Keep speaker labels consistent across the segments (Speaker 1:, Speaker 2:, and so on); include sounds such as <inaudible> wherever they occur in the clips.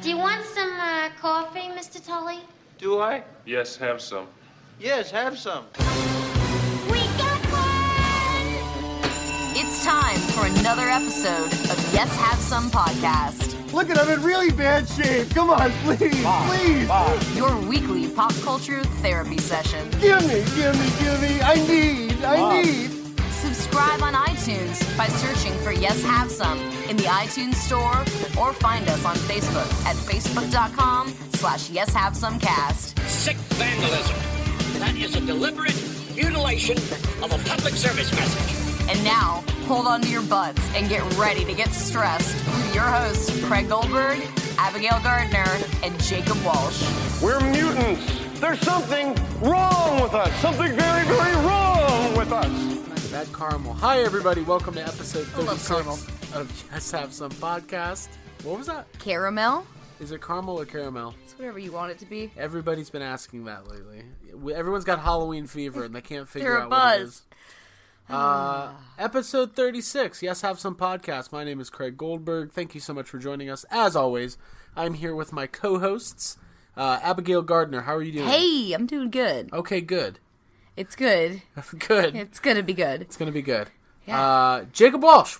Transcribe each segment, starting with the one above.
Speaker 1: Do you want some uh, coffee, Mr. Tully?
Speaker 2: Do I?
Speaker 3: Yes, have some.
Speaker 2: Yes, have some.
Speaker 1: We got one!
Speaker 4: It's time for another episode of Yes Have Some Podcast,
Speaker 5: Look at I'm in really bad shape. Come on, please, please.
Speaker 4: your weekly pop culture therapy session.
Speaker 5: Give me, give me, give me. I need, I need.
Speaker 4: Subscribe on iTunes by searching for Yes Have Some in the iTunes store or find us on Facebook at facebook.com slash yes have some cast.
Speaker 6: sick vandalism. That is a deliberate mutilation of a public service message.
Speaker 4: And now, hold on to your butts and get ready to get stressed with your hosts, Craig Goldberg, Abigail Gardner, and Jacob Walsh.
Speaker 7: We're mutants. There's something wrong with us. Something very, very wrong with us.
Speaker 8: Bad Caramel. Hi, everybody. Welcome to episode
Speaker 4: I love
Speaker 8: 36
Speaker 4: caramel.
Speaker 8: of Yes Have Some podcast. What was that?
Speaker 4: Caramel?
Speaker 8: Is it caramel or caramel?
Speaker 4: It's whatever you want it to be.
Speaker 8: Everybody's been asking that lately. We- Everyone's got Halloween fever and they can't figure
Speaker 4: They're
Speaker 8: out what it
Speaker 4: abuzz.
Speaker 8: is. Uh, episode 36. Yes, have some podcast. My name is Craig Goldberg. Thank you so much for joining us. As always, I'm here with my co-hosts, uh, Abigail Gardner. How are you doing?
Speaker 4: Hey, I'm doing good.
Speaker 8: Okay, good. <laughs>
Speaker 4: It's good.
Speaker 8: good.
Speaker 4: It's gonna be good.
Speaker 8: It's gonna be good.
Speaker 4: Yeah.
Speaker 8: Uh, Jacob Walsh.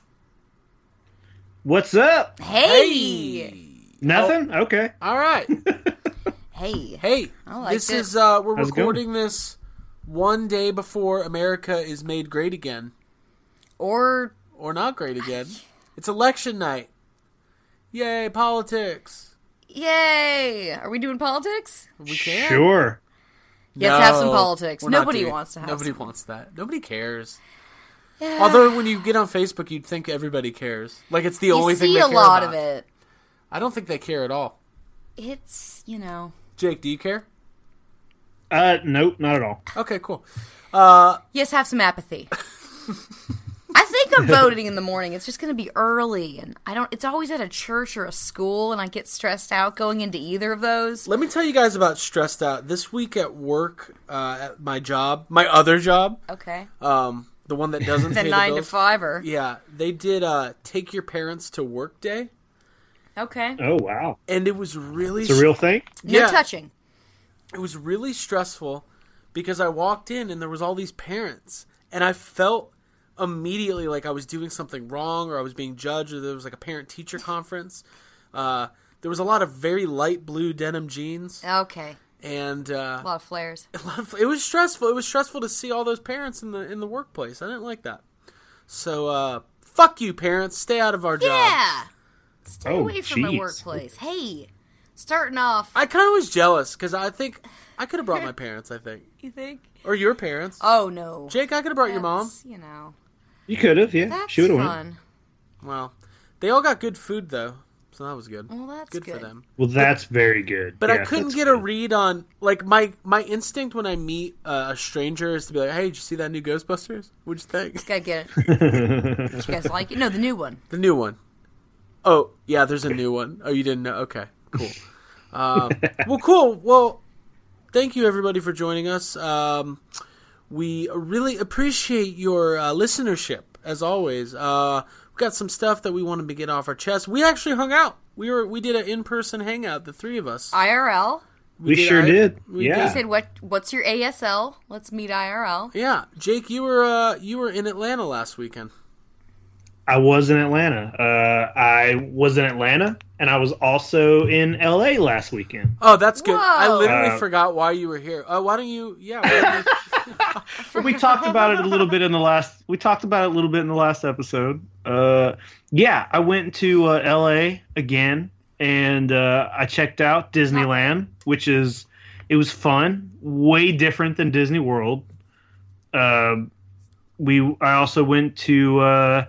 Speaker 9: What's up?
Speaker 4: Hey! Hey!
Speaker 9: Nothing? Okay.
Speaker 8: All right. Hey,
Speaker 4: I liked
Speaker 8: this
Speaker 4: it.
Speaker 8: is uh, we're
Speaker 9: How's it going?
Speaker 8: recording this one day before America is made great again
Speaker 4: Or
Speaker 8: or not great again. it's election night. Yay, politics.
Speaker 4: yay! Are we doing politics?
Speaker 8: We can.
Speaker 9: Sure.
Speaker 4: Yes, have some politics.
Speaker 8: we're not
Speaker 4: Nobody
Speaker 8: doing-
Speaker 4: wants to have
Speaker 8: Nobody
Speaker 4: some.
Speaker 8: wants that. Nobody cares. Although when you get on Facebook, you'd think everybody cares. Like it's the
Speaker 4: You
Speaker 8: only
Speaker 4: see
Speaker 8: thing they
Speaker 4: a
Speaker 8: care
Speaker 4: lot
Speaker 8: about.
Speaker 4: of it.
Speaker 8: I don't think they care at all.
Speaker 4: It's you know.
Speaker 8: Jake, do you care?
Speaker 9: Uh, nope, not at all.
Speaker 8: Okay, cool.
Speaker 4: Yes, have some apathy. I think I'm voting in the morning. It's just going to be early, and I don't. It's always at a church or a school, and I get stressed out going into either of those.
Speaker 8: Let me tell you guys about stressed out. This week at work, uh, at my job, my other job,
Speaker 4: Okay,
Speaker 8: um, the one that doesn't
Speaker 4: <laughs> the
Speaker 8: pay
Speaker 4: nine
Speaker 8: the
Speaker 4: to
Speaker 8: bills.
Speaker 4: fiver.
Speaker 8: Yeah, they did uh take your parents to work day
Speaker 4: Okay,
Speaker 9: Oh, wow.
Speaker 8: and it was really
Speaker 9: It's a real thing?
Speaker 4: no
Speaker 8: Yeah.
Speaker 4: touching.
Speaker 8: it was really stressful because I walked in and there was all these parents and I felt immediately like I was doing something wrong or I was being judged or there was like a parent teacher conference. Uh there was a lot of very light blue denim jeans
Speaker 4: Okay,
Speaker 8: and uh <laughs>
Speaker 4: a lot of flares.
Speaker 8: it was stressful. It was stressful to see all those parents in the in the workplace. I didn't like that. So uh fuck you parents, stay out of our job.
Speaker 4: Yeah. Stay
Speaker 9: Oh,
Speaker 4: away from my
Speaker 9: jeez.
Speaker 4: workplace. Hey, starting off,
Speaker 8: I kind of was jealous because I think I could have brought my parents. I think,
Speaker 4: you think?
Speaker 8: or your parents,
Speaker 4: Oh no.
Speaker 8: Jake. I could have brought your mom.
Speaker 4: That's, You know,
Speaker 9: You could have, yeah.
Speaker 4: that's
Speaker 9: she would have went.
Speaker 4: fun.
Speaker 8: Well, they all got good food though, so that was good.
Speaker 4: Well, that's
Speaker 8: for
Speaker 4: good.
Speaker 8: them.
Speaker 9: Well, that's very good.
Speaker 8: But I
Speaker 9: Yeah,
Speaker 8: couldn't
Speaker 9: that's
Speaker 8: get a
Speaker 9: good.
Speaker 8: read on like my my instinct when I meet uh, a stranger is to be like, "Hey, did you see that new Ghostbusters? What'd you think?
Speaker 4: Gotta get
Speaker 9: <laughs>
Speaker 4: it. Did you guys like it? No, the new one.
Speaker 8: The new one? Oh, yeah, there's a new one. Oh, you didn't know? Okay, cool. Um, well, cool. Well, thank you everybody for joining us. Um, we really appreciate your uh, listenership as always. Uh, we've got some stuff that we wanted to get off our chest. We actually hung out. We were we did an in person hangout, the three of us.
Speaker 4: IRL.
Speaker 9: We
Speaker 8: did
Speaker 9: sure
Speaker 8: I-
Speaker 9: did.
Speaker 8: we
Speaker 9: yeah.
Speaker 4: Said what? What's your ASL? Let's meet IRL.
Speaker 8: Yeah, Jake, you were uh, you were in Atlanta last weekend.
Speaker 9: I was in Atlanta. Uh, I was in Atlanta, and I was also in LA last weekend.
Speaker 8: Oh, that's good. I
Speaker 4: Whoa.
Speaker 8: literally
Speaker 9: Uh,
Speaker 8: forgot why you were here. Uh, why don't you? Yeah. Why don't you
Speaker 9: <laughs> we talked about it a little bit in the last. We talked about it a little bit in the last episode. Uh, yeah, I went to uh, L.A. again, and uh, I checked out Disneyland, which is it was fun, way different than Disney World. Um we I also went to uh,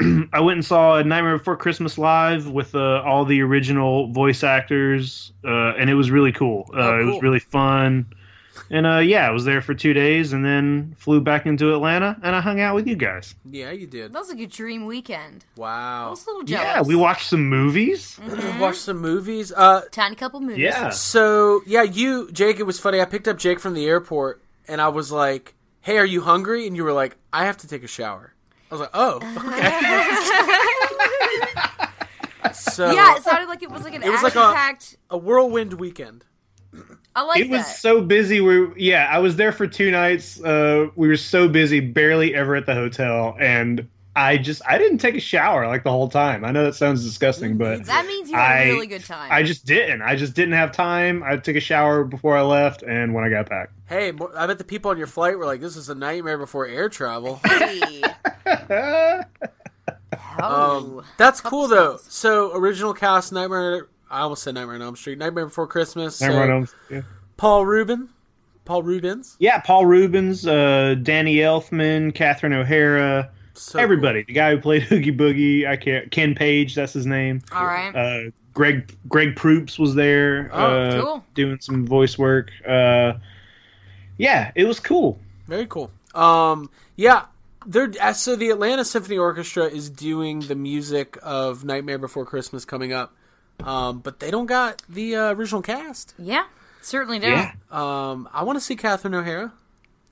Speaker 9: <clears throat> I went and saw Nightmare Before Christmas live with uh, all the original voice actors, uh, and it was really cool. Uh, It was
Speaker 8: cool.
Speaker 9: really fun, and uh, yeah, I was there for two days, and then flew back into Atlanta, and I hung out with you guys.
Speaker 8: Yeah, you <laughs> did.
Speaker 4: <laughs> That was like a dream weekend. I
Speaker 8: Wow.
Speaker 4: was a little jealous.
Speaker 9: Yeah, we watched some movies.
Speaker 8: Watch some movies. Uh,
Speaker 4: Tiny couple movies.
Speaker 9: Yeah, <laughs>
Speaker 8: so yeah, you, Jake. It was funny. I picked up Jake from the airport, and I was like, "Hey, are you hungry?" And you were like, "I have to take a shower." I was like, "Oh, okay."
Speaker 4: <laughs>
Speaker 8: so
Speaker 4: <laughs> Yeah, it sounded like it was like an
Speaker 8: It was like a-
Speaker 4: action-packed.
Speaker 8: a whirlwind weekend.
Speaker 4: I like
Speaker 9: it was
Speaker 4: that.
Speaker 9: so busy. We yeah, I was there for two nights. Uh, we were so busy, barely ever at the hotel, and I just I didn't take a shower like the whole time. I know that sounds
Speaker 4: Mm,
Speaker 9: disgusting, but
Speaker 4: that means you had
Speaker 9: I-
Speaker 4: a really good time.
Speaker 9: I just didn't. I just didn't have time. I took a shower before I left, and when I got back,
Speaker 8: Hey, mo- I bet the people on your flight were like, "This is a nightmare before air travel."
Speaker 4: <laughs>
Speaker 9: <laughs>
Speaker 4: Hey.
Speaker 8: Um,
Speaker 4: oh,
Speaker 9: Um,
Speaker 8: that's cool though. So original cast Nightmare. I almost said Nightmare on Elm Street. Nightmare Before Christmas. so
Speaker 9: Everyone else- yeah.
Speaker 8: Paul Rubin. Paul Rubens.
Speaker 9: yeah, Paul Rubens, uh, Danny Elfman, Catherine O'Hara,
Speaker 8: So
Speaker 9: everybody. The guy who played <laughs> Oogie Boogie, I can't. Ken Page, that's his name.
Speaker 4: all right.
Speaker 9: Uh, Greg Greg Proops was there,
Speaker 8: Oh,
Speaker 9: uh,
Speaker 4: cool.
Speaker 9: doing some voice work. Uh, yeah, it was cool.
Speaker 8: Very cool. Um, yeah, they're uh, so the Atlanta Symphony Orchestra is doing the music of Nightmare Before Christmas coming up, um, but they don't got the uh, original cast.
Speaker 4: yeah, certainly do.
Speaker 9: Yeah,
Speaker 4: Yeah.
Speaker 8: Um, I want to see Catherine O'Hara.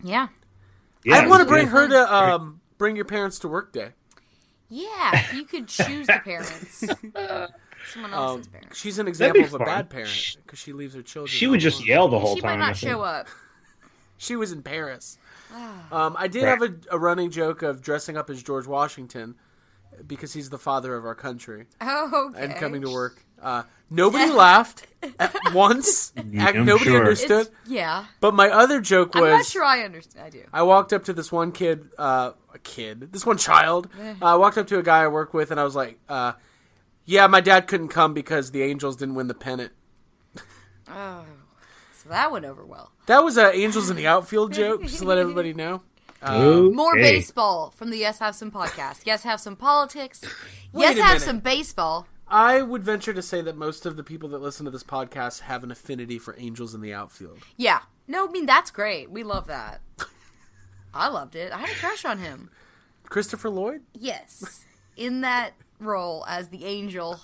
Speaker 4: yeah.
Speaker 9: yeah
Speaker 8: I want to
Speaker 9: it was
Speaker 8: bring
Speaker 9: good.
Speaker 8: her to um, Bring Your Parents to Work Day.
Speaker 4: if you could choose the
Speaker 9: <laughs>
Speaker 4: parents, someone
Speaker 9: Um,
Speaker 4: else's parents.
Speaker 8: She's an
Speaker 9: be
Speaker 8: example of a
Speaker 9: fun.
Speaker 8: bad parent
Speaker 9: Sh-
Speaker 8: because she leaves her children.
Speaker 9: She would just
Speaker 8: alone.
Speaker 9: yell the whole
Speaker 4: She might
Speaker 9: time. I
Speaker 4: not
Speaker 9: think.
Speaker 4: show up.
Speaker 8: She was in Paris. Um, I did
Speaker 9: Right.
Speaker 8: have a, a running joke of dressing up as George Washington because he's the father of our country.
Speaker 4: Oh, <laughs> okay.
Speaker 8: and coming to work. Uh, nobody laughed at
Speaker 4: <laughs>
Speaker 8: once. Ac-
Speaker 9: I'm
Speaker 8: nobody
Speaker 9: sure.
Speaker 8: understood.
Speaker 4: It's, yeah,
Speaker 8: But my other joke
Speaker 4: I'm not
Speaker 8: was
Speaker 4: sure I understand. I do.
Speaker 8: I walked up to this one kid, uh, a kid, this one child. Uh, I walked up to a guy I work with, and I was like, uh, "Yeah, my dad couldn't come because the Angels didn't win the pennant."
Speaker 4: Oh, so that went over well.
Speaker 8: That was a Angels in the outfield joke. Just to let
Speaker 4: <laughs>
Speaker 8: everybody know.
Speaker 4: More
Speaker 9: Okay.
Speaker 4: baseball from the Yes Have Some podcast. Yes Have
Speaker 8: <laughs>
Speaker 4: Some politics. yes
Speaker 8: a
Speaker 4: Have
Speaker 8: minute.
Speaker 4: Some baseball.
Speaker 8: I would venture to say that most of the people that listen to this podcast have an affinity for Angels in the outfield.
Speaker 4: Yeah. No, I mean that's great. We love that. I loved it. I had a crush on him.
Speaker 8: Christopher Lloyd.
Speaker 4: Yes, in that role as the angel,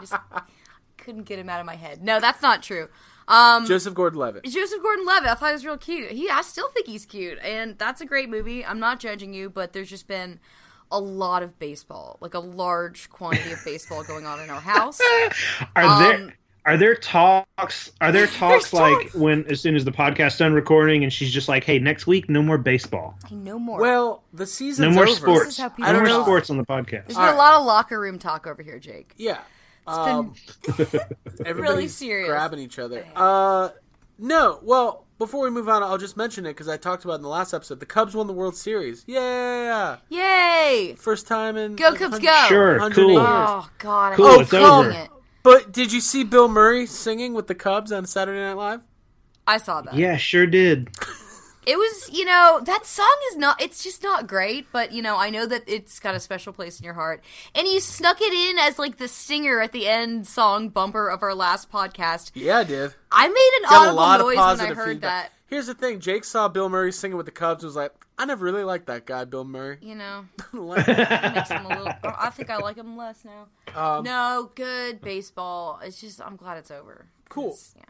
Speaker 4: just <laughs> couldn't get him out of my head. No, that's not true. Um,
Speaker 8: Joseph Gordon-Levitt.
Speaker 4: Joseph Gordon-Levitt, I thought he was real cute. He, I still think he's cute, and that's a great movie. I'm not judging you, but there's just been a lot of baseball, like a large quantity of baseball going on in our house.
Speaker 8: <laughs>
Speaker 9: Are
Speaker 4: Um,
Speaker 9: there are there talks?
Speaker 4: <laughs>
Speaker 9: Are there talks like
Speaker 4: talks.
Speaker 9: when as soon as the podcast's done recording, and she's just like, "Hey, next week, no more baseball,
Speaker 4: Hey, no more.
Speaker 8: Well, the season's
Speaker 9: no more
Speaker 8: over.
Speaker 9: sports,
Speaker 4: how people
Speaker 9: no more
Speaker 4: talk.
Speaker 9: sports on the podcast."
Speaker 4: there's been a lot of locker room talk over here, Jake.
Speaker 8: Yeah.
Speaker 4: It's been- <laughs>
Speaker 8: Um, everybody's
Speaker 4: serious.
Speaker 8: grabbing each other. Uh, no. Well, before we move on, I'll just mention it because I talked about it in the last episode. The Cubs won the World Series. Yeah,
Speaker 4: yay!
Speaker 8: first time in
Speaker 4: Go
Speaker 8: like
Speaker 4: Cubs,
Speaker 8: 100
Speaker 4: go!
Speaker 9: Sure,
Speaker 8: 108
Speaker 9: cool.
Speaker 8: years.
Speaker 4: Oh God, I
Speaker 9: Cool,
Speaker 4: hate
Speaker 9: it's
Speaker 4: seeing
Speaker 9: over.
Speaker 4: it.
Speaker 8: But did you see Bill Murray singing with the Cubs on Saturday Night Live?
Speaker 4: I saw that.
Speaker 9: Yeah, sure did.
Speaker 4: It was, you know, that song is not, it's just not great, but, you know, I know that it's got a special place in your heart. And you snuck it in as, like, the singer at the end song bumper of our last podcast.
Speaker 8: Yeah, I did.
Speaker 4: I made an
Speaker 8: Got a
Speaker 4: audible
Speaker 8: lot of
Speaker 4: noise when I
Speaker 8: positive
Speaker 4: heard
Speaker 8: feedback. Here's the thing: Jake saw Bill Murray singing with the Cubs. and Was like, I never really liked that guy, Bill Murray. <laughs>
Speaker 4: that. You know,
Speaker 8: Like,
Speaker 4: it makes him
Speaker 8: <laughs>
Speaker 4: a little, I think I like him less now.
Speaker 8: Um,
Speaker 4: no, good baseball. It's just, I'm glad it's over.
Speaker 8: Cool.
Speaker 4: 'Cause, Yeah.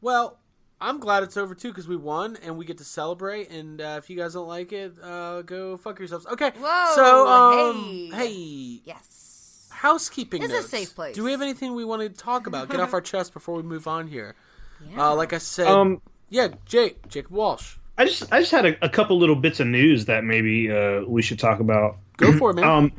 Speaker 8: Well, I'm glad it's over too because we won and we get to celebrate. And uh, if you guys don't like it, uh, go fuck yourselves. Okay.
Speaker 4: Whoa,
Speaker 8: So, um,
Speaker 4: hey.
Speaker 8: hey,
Speaker 4: Yes.
Speaker 8: housekeeping.
Speaker 4: This is a
Speaker 8: notes.
Speaker 4: safe place.
Speaker 8: Do we have anything we want to talk about? Get off
Speaker 4: <laughs>
Speaker 8: our chest before we move on here. Uh, like I said,
Speaker 9: Um,
Speaker 8: yeah, Jake, Jake Walsh.
Speaker 9: I just I just had a, a couple little bits of news that maybe uh, we should talk about.
Speaker 8: Go for it, man.
Speaker 9: Um,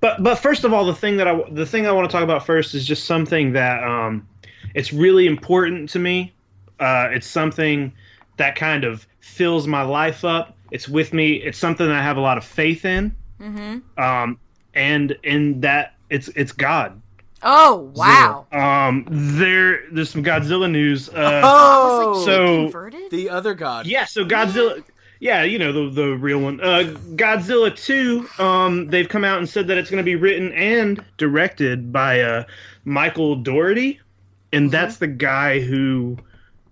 Speaker 9: but but first of all, the thing that I the thing I want to talk about first is just something that um, it's really important to me. Uh, it's something that kind of fills my life up. It's with me. It's something that I have a lot of faith in. Mm-hmm. Um, and in that it's it's God.
Speaker 4: Oh, wow.
Speaker 9: Um, there there's some Godzilla news. Uh,
Speaker 4: I
Speaker 8: <laughs>
Speaker 4: was
Speaker 8: oh,
Speaker 4: like,
Speaker 9: So-
Speaker 4: converted?
Speaker 8: the other god.
Speaker 9: yeah, so Godzilla. Yeah, you know the the real one. Uh, Godzilla two. Um, they've come out and said that it's going to be written and directed by uh, Michael Doherty, and that's the guy who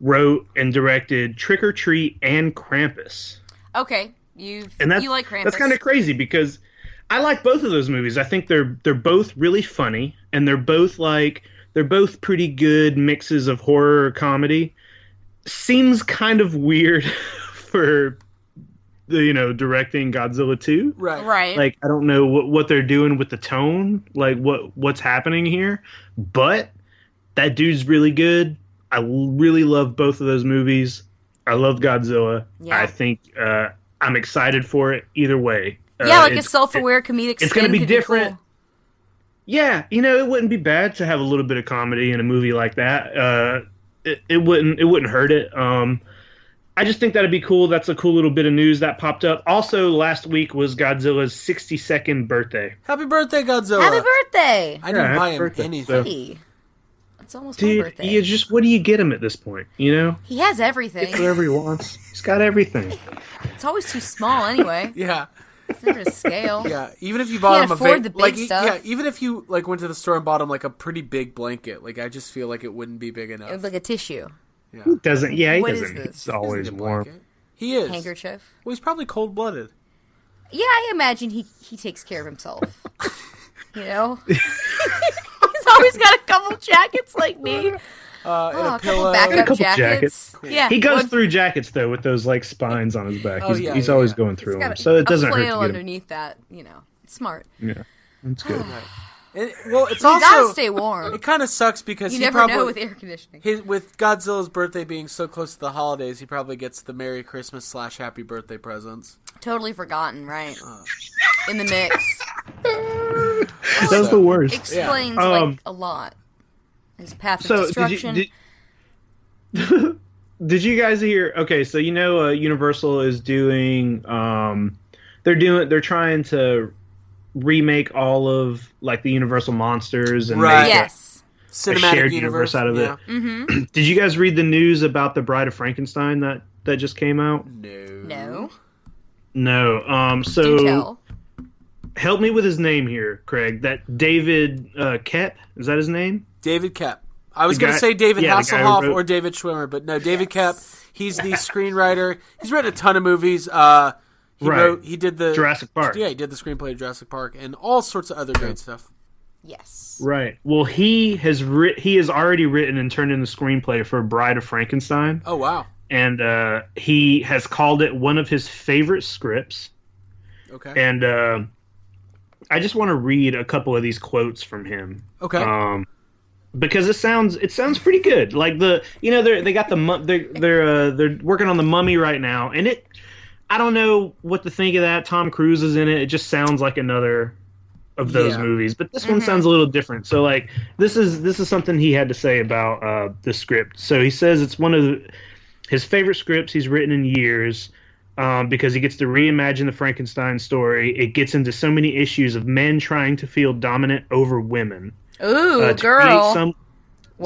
Speaker 9: wrote and directed Trick or Treat and Krampus.
Speaker 4: Okay, you
Speaker 9: And that's
Speaker 4: you like Krampus.
Speaker 9: that's kind of crazy because I like both of those movies. I think they're they're both really funny and they're both like they're both pretty good mixes of horror or comedy. Seems kind of weird <laughs> for the you know directing Godzilla 2
Speaker 8: Right.
Speaker 4: right.
Speaker 9: like I don't know what, what they're doing with the tone, like what what's happening here, but that dude's really good. I l- really love both of those movies. I love Godzilla.
Speaker 4: Yeah.
Speaker 9: I think uh, I'm excited for it either way.
Speaker 4: yeah,
Speaker 9: Uh,
Speaker 4: like a
Speaker 9: it's-
Speaker 4: self-aware comedic.
Speaker 9: it's gonna
Speaker 4: spin
Speaker 9: be
Speaker 4: could
Speaker 9: different.
Speaker 4: cool.
Speaker 9: yeah, you know, it wouldn't be bad to have a little bit of comedy in a movie like that. Uh, it, it wouldn't it wouldn't hurt it. Um, I just think that'd be cool. That's a cool little bit of news that popped up. Also, last week was Godzilla's 62nd birthday.
Speaker 8: Happy birthday, Godzilla.
Speaker 4: Happy birthday!
Speaker 8: I didn't
Speaker 9: Uh, Yeah,
Speaker 8: buy
Speaker 9: happy
Speaker 8: him
Speaker 9: birthday.
Speaker 8: anything.
Speaker 9: So-
Speaker 4: Hey, it's almost my
Speaker 9: Dude,
Speaker 4: birthday.
Speaker 9: you just what do you get him at this point? You know,
Speaker 4: He has everything.
Speaker 9: whatever he wants, he's got everything.
Speaker 4: It's always too small
Speaker 9: <laughs>
Speaker 4: anyway.
Speaker 8: Yeah.
Speaker 4: It's never a scale.
Speaker 8: Yeah, even if you bought
Speaker 4: Can't
Speaker 8: him a
Speaker 4: afford
Speaker 8: va-
Speaker 4: the big
Speaker 8: like e-
Speaker 4: stuff.
Speaker 8: yeah, even if you like went to the store and bought him like a pretty big blanket, like I just feel like it wouldn't be big enough.
Speaker 4: It was like a tissue
Speaker 9: Doesn't? Yeah, he
Speaker 4: What is
Speaker 9: doesn't.
Speaker 4: this?
Speaker 9: It's always
Speaker 8: Isn't it
Speaker 9: warm.
Speaker 8: blanket? He is.
Speaker 4: handkerchief.
Speaker 8: Well, he's probably cold blooded.
Speaker 4: Yeah, I imagine he he takes care of
Speaker 9: <laughs>
Speaker 4: himself. you know, <laughs> he's always got a couple jackets like me.
Speaker 8: Uh, and
Speaker 4: Oh,
Speaker 8: a pillow.
Speaker 4: a couple backup
Speaker 9: couple
Speaker 4: jackets.
Speaker 9: jackets.
Speaker 4: Yeah,
Speaker 9: He goes
Speaker 4: one-
Speaker 9: through jackets though with those like spines on his back.
Speaker 8: Oh,
Speaker 9: He's,
Speaker 8: yeah,
Speaker 9: he's
Speaker 8: yeah,
Speaker 9: always
Speaker 8: yeah.
Speaker 9: going through
Speaker 4: got
Speaker 9: them,
Speaker 4: a-
Speaker 9: so it doesn't
Speaker 4: a
Speaker 9: hurt
Speaker 4: flail
Speaker 9: to get him.
Speaker 4: underneath Oh, that. You know, it's smart.
Speaker 9: It's good.
Speaker 8: And- well, it's
Speaker 4: You gotta
Speaker 8: also
Speaker 4: stay warm.
Speaker 8: it kind of sucks because
Speaker 4: You
Speaker 8: he
Speaker 4: never
Speaker 8: probably
Speaker 4: know with air conditioning.
Speaker 8: his, with Godzilla's birthday being so close to the holidays, he probably gets the Merry Christmas slash Happy Birthday presents.
Speaker 4: Totally forgotten, right? In
Speaker 8: <laughs>
Speaker 4: the mix,
Speaker 9: That was the
Speaker 4: <laughs>
Speaker 9: worst.
Speaker 4: explains like
Speaker 9: Um,
Speaker 4: a lot. His path of
Speaker 9: so did you,
Speaker 4: destruction.
Speaker 9: did, did <laughs> you guys hear okay so you know uh, universal is doing um they're doing they're trying to remake all of like the universal monsters and
Speaker 8: Right.
Speaker 9: make a-
Speaker 4: yes.
Speaker 8: Cinematic
Speaker 9: shared universe out of it.
Speaker 4: Mm.
Speaker 8: yeah.
Speaker 9: did you guys read the news about the bride of frankenstein that that just came out
Speaker 4: No.
Speaker 9: no um so
Speaker 4: Do tell.
Speaker 9: help me with his name here craig that david uh kep is that his name
Speaker 8: David Kep. I was
Speaker 9: The
Speaker 8: going to
Speaker 9: guy-
Speaker 8: say David
Speaker 9: yeah, the guy who
Speaker 8: Hasselhoff
Speaker 9: wrote-
Speaker 8: or David Schwimmer, but no, David Kep. He's the screenwriter. He's written a ton of movies. Uh, he
Speaker 9: Right.
Speaker 8: wrote. He did the
Speaker 9: Jurassic Park.
Speaker 8: Yeah, he did the screenplay of Jurassic Park and all sorts of other great stuff.
Speaker 4: Yes.
Speaker 9: Right. Well, he has writ- he has already written and turned in the screenplay for Bride of Frankenstein,
Speaker 8: Oh wow.
Speaker 9: and uh, he has called it one of his favorite scripts.
Speaker 8: Okay.
Speaker 9: And uh, I just want to read a couple of these quotes from him
Speaker 8: okay.
Speaker 9: um, because it sounds it sounds pretty good. Like the you know they they got the mu- they're they're uh, they're working on the mummy right now, and it I don't know what to think of that. Tom Cruise is in it. It just sounds like another of those
Speaker 8: Yeah.
Speaker 9: movies, but this one sounds a little different. So like this is this is something he had to say about uh, the script. So he says it's one of the, his favorite scripts he's written in years um, because he gets to reimagine the Frankenstein story. It gets into so many issues of men trying to feel dominant over women.
Speaker 4: Ooh,
Speaker 9: Uh, to
Speaker 4: girl.
Speaker 9: create some-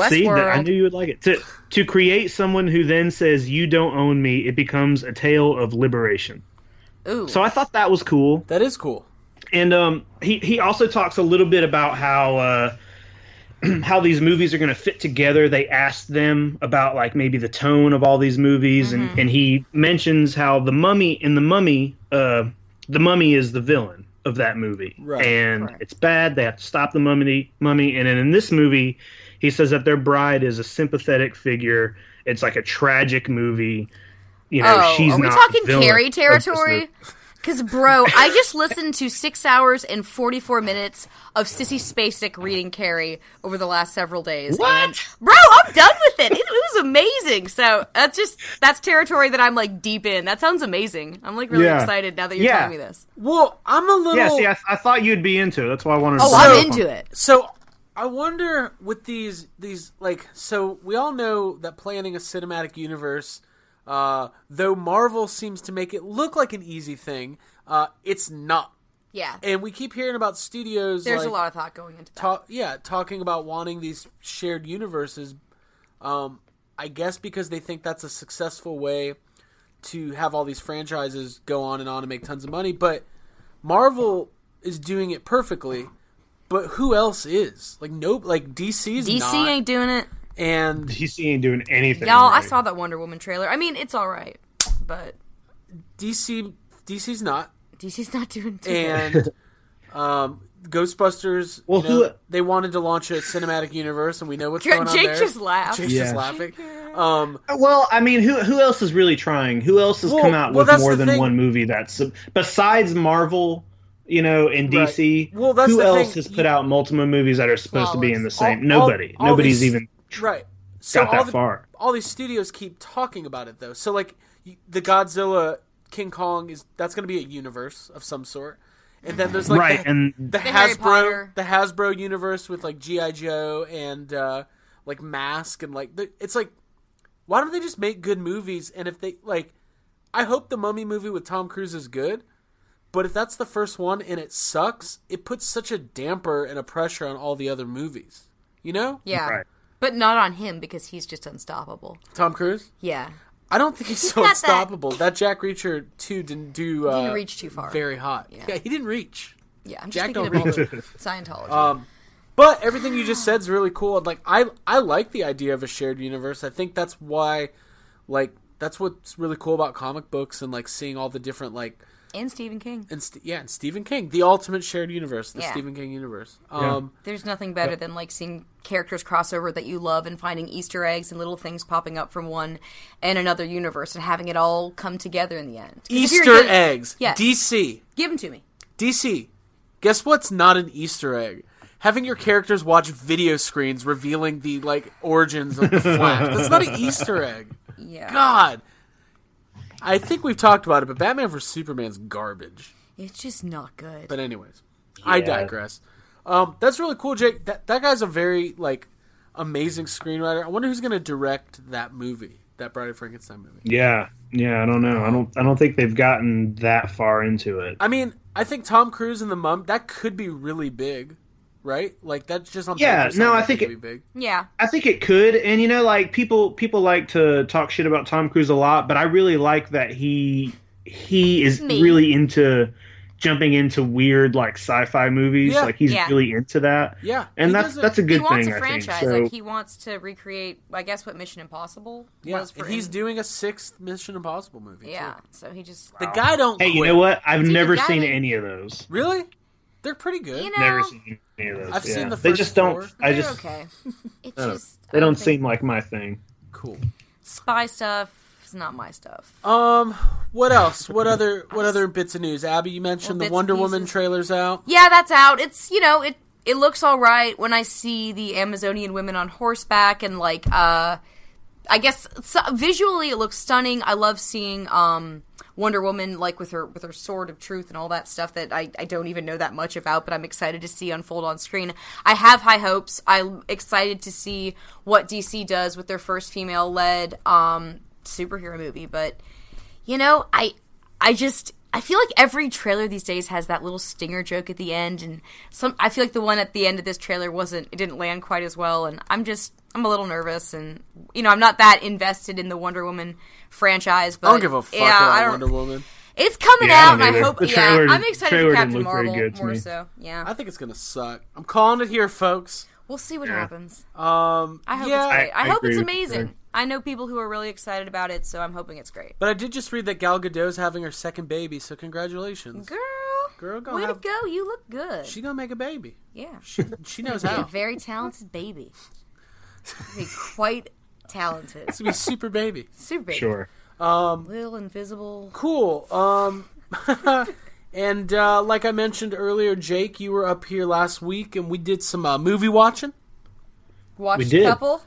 Speaker 9: See, that- I
Speaker 4: Westworld.
Speaker 9: knew you would like it. To to create someone who then says you don't own me, it becomes a tale of liberation.
Speaker 4: Ooh.
Speaker 9: So I thought that was cool.
Speaker 8: that is cool.
Speaker 9: And um, he he also talks a little bit about how. Uh, <clears throat> how these movies are going to fit together. They asked them about like maybe the tone of all these movies,
Speaker 4: Mm-hmm.
Speaker 9: and, and he mentions how the mummy in the mummy, uh, the mummy is the villain of that movie,
Speaker 8: Right,
Speaker 9: and
Speaker 4: correct.
Speaker 9: it's bad. They have to stop the mummy, mummy, and then in this movie, he says that their bride is a sympathetic figure. It's like a tragic movie. You know,
Speaker 4: oh,
Speaker 9: she's
Speaker 4: are we
Speaker 9: not
Speaker 4: talking
Speaker 9: the villain
Speaker 4: Carrie
Speaker 9: of this movie.
Speaker 4: territory? Because, bro, I just listened to six hours and 44 minutes of Sissy Spacek reading Carrie over the last several days.
Speaker 9: What?
Speaker 4: and- bro, I'm done with it. it. It was amazing. So that's just, that's territory that I'm like deep in. That sounds amazing. I'm like really
Speaker 9: Yeah.
Speaker 4: excited now that you're
Speaker 9: Yeah.
Speaker 4: telling me this.
Speaker 8: Well, I'm a little.
Speaker 9: Yeah, see, I, I thought you'd be into it. That's why I wanted. to
Speaker 4: Oh,
Speaker 9: bring
Speaker 4: I'm
Speaker 9: up
Speaker 4: into
Speaker 9: on-
Speaker 4: it.
Speaker 8: So I wonder with these these like so we all know that planning a cinematic universe, uh, though Marvel seems to make it look like an easy thing, uh, it's not.
Speaker 4: Yeah.
Speaker 8: And we keep hearing about studios.
Speaker 4: There's
Speaker 8: like,
Speaker 4: a lot of thought going into that.
Speaker 8: ta- yeah, talking about wanting these shared universes. Um, I guess because they think that's a successful way to have all these franchises go on and on and make tons of money, but Marvel is doing it perfectly. But who else is like nope? Like DC's
Speaker 4: DC
Speaker 8: not,
Speaker 4: ain't doing it.
Speaker 8: and
Speaker 9: DC ain't doing anything.
Speaker 4: Y'all, I
Speaker 9: right.
Speaker 4: saw that Wonder Woman trailer. I mean, it's all right, but
Speaker 8: DC DC's not,
Speaker 4: DC's not doing too good.
Speaker 8: and um, Ghostbusters.
Speaker 9: Well,
Speaker 8: you know,
Speaker 9: who-
Speaker 8: they wanted to launch a cinematic universe, and we know what's going on
Speaker 4: Jake
Speaker 8: there.
Speaker 4: just laughed.
Speaker 8: Jake's just
Speaker 9: Yeah.
Speaker 8: laughing. Um,
Speaker 9: Uh, Well, I mean, who who else is really trying? Who else has
Speaker 8: Well-
Speaker 9: come out
Speaker 8: well,
Speaker 9: with
Speaker 8: that's
Speaker 9: more
Speaker 8: the
Speaker 9: than
Speaker 8: thing.
Speaker 9: one movie that's besides Marvel, you know, and
Speaker 8: Right.
Speaker 9: DC?
Speaker 8: Well, that's
Speaker 9: who
Speaker 8: the
Speaker 9: else
Speaker 8: thing. Oh,
Speaker 9: has put out multiple movies that are supposed to be in the
Speaker 4: Flawless.
Speaker 9: same?
Speaker 8: All- all-
Speaker 9: Nobody.
Speaker 8: all
Speaker 9: Nobody's
Speaker 8: these-
Speaker 9: even
Speaker 8: right. So
Speaker 9: got
Speaker 8: all
Speaker 9: that
Speaker 8: the,
Speaker 9: far.
Speaker 8: all these studios keep talking about it though. So like y- the Godzilla, King Kong is that's going to be a universe of some sort, and then there's like
Speaker 9: right,
Speaker 8: the,
Speaker 9: and
Speaker 8: the
Speaker 4: Harry Potter.
Speaker 8: Hasbro the Hasbro universe with like GI Joe and uh, like Mask and like the, it's like why don't they just make good movies? And if they like, I hope the Mummy movie with Tom Cruise is good. But if that's the first one and it sucks, it puts such a damper and a pressure on all the other movies. You know,
Speaker 4: Yeah,
Speaker 9: Right.
Speaker 4: but not on him because he's just unstoppable.
Speaker 8: Tom Cruise.
Speaker 4: Yeah,
Speaker 8: I don't think he's so
Speaker 4: got that-
Speaker 8: unstoppable. That. Jack Reacher two didn't do. Uh,
Speaker 4: didn't reach too far.
Speaker 8: Very hot. Yeah. he didn't reach.
Speaker 4: yeah. I'm just
Speaker 8: Jack
Speaker 4: thinking
Speaker 8: don't
Speaker 4: of all
Speaker 8: reach.
Speaker 4: the Scientology.
Speaker 8: But everything you just said is really cool. And, Like I, I like the idea of a shared universe. I think that's why, like, that's what's really cool about comic books and like seeing all the different like
Speaker 4: and Stephen King.
Speaker 8: and st- yeah and Stephen King, the ultimate shared universe, the
Speaker 4: Yeah.
Speaker 8: Stephen King universe. Um,
Speaker 4: There's nothing better than like seeing characters crossover that you love and finding Easter eggs and little things popping up from one and another universe and having it all come together in the end. 'Cause if you're
Speaker 8: Easter
Speaker 4: gonna-
Speaker 8: eggs.
Speaker 4: Yes.
Speaker 8: DC.
Speaker 4: Give them to me.
Speaker 8: DC, guess what's not an Easter egg? Having your characters watch video screens revealing the like origins of the Flash. That's not an Easter egg.
Speaker 4: Yeah.
Speaker 8: God. I think we've talked about it, but Batman vs Superman's garbage.
Speaker 4: It's just not good.
Speaker 8: But anyways, I
Speaker 9: Yeah.
Speaker 8: digress. Um, that's really cool, Jake. That that guy's a very like amazing screenwriter. I wonder who's going to direct that movie, that Bride of Frankenstein movie.
Speaker 9: yeah, yeah. I don't know. I don't. I don't think they've gotten that far into it.
Speaker 8: I mean, I think Tom Cruise and the Mum that could be really big, right? Like that's just on
Speaker 9: Yeah,
Speaker 8: paper
Speaker 9: no,
Speaker 8: sounds
Speaker 9: I
Speaker 8: like
Speaker 9: think
Speaker 8: it could
Speaker 9: it-
Speaker 8: be big.
Speaker 4: yeah.
Speaker 9: I think it could, and you know, like people people like to talk shit about Tom Cruise a lot, but I really like that he he is
Speaker 4: Me.
Speaker 9: really into jumping into weird like sci-fi movies.
Speaker 8: Yeah.
Speaker 9: like he's
Speaker 4: Yeah.
Speaker 9: really into that,
Speaker 8: Yeah,
Speaker 9: and
Speaker 8: he
Speaker 9: that's
Speaker 8: does it-
Speaker 9: that's a
Speaker 4: He
Speaker 9: good
Speaker 4: wants
Speaker 9: thing.
Speaker 4: a
Speaker 9: I think.
Speaker 4: franchise.
Speaker 9: So,
Speaker 4: Like he wants to recreate I guess what Mission Impossible
Speaker 8: yeah.
Speaker 4: was for
Speaker 8: and he's
Speaker 4: him.
Speaker 8: doing a sixth Mission Impossible movie. too.
Speaker 4: Yeah. So he just
Speaker 8: the guy don't.
Speaker 9: hey, you
Speaker 8: quit.
Speaker 9: know what? I've
Speaker 4: Dude, the
Speaker 9: never
Speaker 4: guy
Speaker 9: seen
Speaker 4: that-
Speaker 9: any of those.
Speaker 8: Really, they're pretty good.
Speaker 4: you
Speaker 9: Never
Speaker 4: know
Speaker 9: seen any of those.
Speaker 8: I've seen
Speaker 9: yeah.
Speaker 8: the
Speaker 9: they
Speaker 8: first
Speaker 9: just don't.
Speaker 8: four.
Speaker 9: I
Speaker 4: they're <laughs>
Speaker 9: just
Speaker 4: okay. It's
Speaker 9: don't know.
Speaker 4: just
Speaker 9: they
Speaker 4: I
Speaker 9: don't
Speaker 4: think-
Speaker 9: seem like my thing.
Speaker 8: Cool.
Speaker 4: spy stuff is not my stuff.
Speaker 8: Um, what else? What other what other bits of news? Abby, you mentioned the
Speaker 4: Well, bits and
Speaker 8: Wonder Woman
Speaker 4: pieces.
Speaker 8: trailers out.
Speaker 4: Yeah, that's out. It's you know it it looks all right when I see the Amazonian women on horseback and like uh I guess so, visually it looks stunning. I love seeing um Wonder Woman like with her with her sword of truth and all that stuff that I, I don't even know that much about, but I'm excited to see unfold on screen. I have high hopes. I'm excited to see what DC does with their first female led um superhero movie, but you know i i just i feel like every trailer these days has that little stinger joke at the end and some i feel like the one at the end of this trailer wasn't it didn't land quite as well and i'm just i'm a little nervous and you know i'm not that invested in the wonder woman franchise but
Speaker 8: I don't give a fuck
Speaker 4: yeah,
Speaker 8: about
Speaker 4: I don't-
Speaker 8: Wonder Woman.
Speaker 4: it's coming
Speaker 9: Yeah, I
Speaker 4: out
Speaker 9: don't
Speaker 4: and i
Speaker 9: either.
Speaker 4: hope
Speaker 9: The
Speaker 4: yeah
Speaker 9: trailer-
Speaker 4: i'm excited
Speaker 9: trailer
Speaker 4: for captain
Speaker 9: didn't look very
Speaker 4: marvel
Speaker 9: good to
Speaker 4: more
Speaker 9: me.
Speaker 4: so yeah
Speaker 8: I think it's gonna suck. I'm calling it here, folks.
Speaker 4: we'll see what happens
Speaker 8: Um,
Speaker 4: i hope
Speaker 8: yeah,
Speaker 4: it's great i,
Speaker 9: I- I
Speaker 4: hope
Speaker 9: agree
Speaker 4: it's
Speaker 9: with you
Speaker 4: amazing
Speaker 9: there.
Speaker 4: i know people who are really excited about it so i'm hoping it's great
Speaker 8: but I did just read that Gal Gadot's having her second baby, so congratulations.
Speaker 4: girl
Speaker 8: Girl, go
Speaker 4: way
Speaker 8: have-
Speaker 4: to go you look good
Speaker 8: She gonna make a baby.
Speaker 4: yeah
Speaker 8: She, she knows
Speaker 4: Be a <laughs>
Speaker 8: how.
Speaker 4: very talented baby. Be quite
Speaker 8: <laughs>
Speaker 4: talented.
Speaker 8: It's gonna be a super baby.
Speaker 4: Super baby.
Speaker 9: Sure.
Speaker 4: Little invisible.
Speaker 8: cool. Um, <laughs> and uh, like I mentioned earlier, Jake, you were up here last week, and we did some uh, movie watching.
Speaker 4: Watched a
Speaker 9: did.
Speaker 4: couple.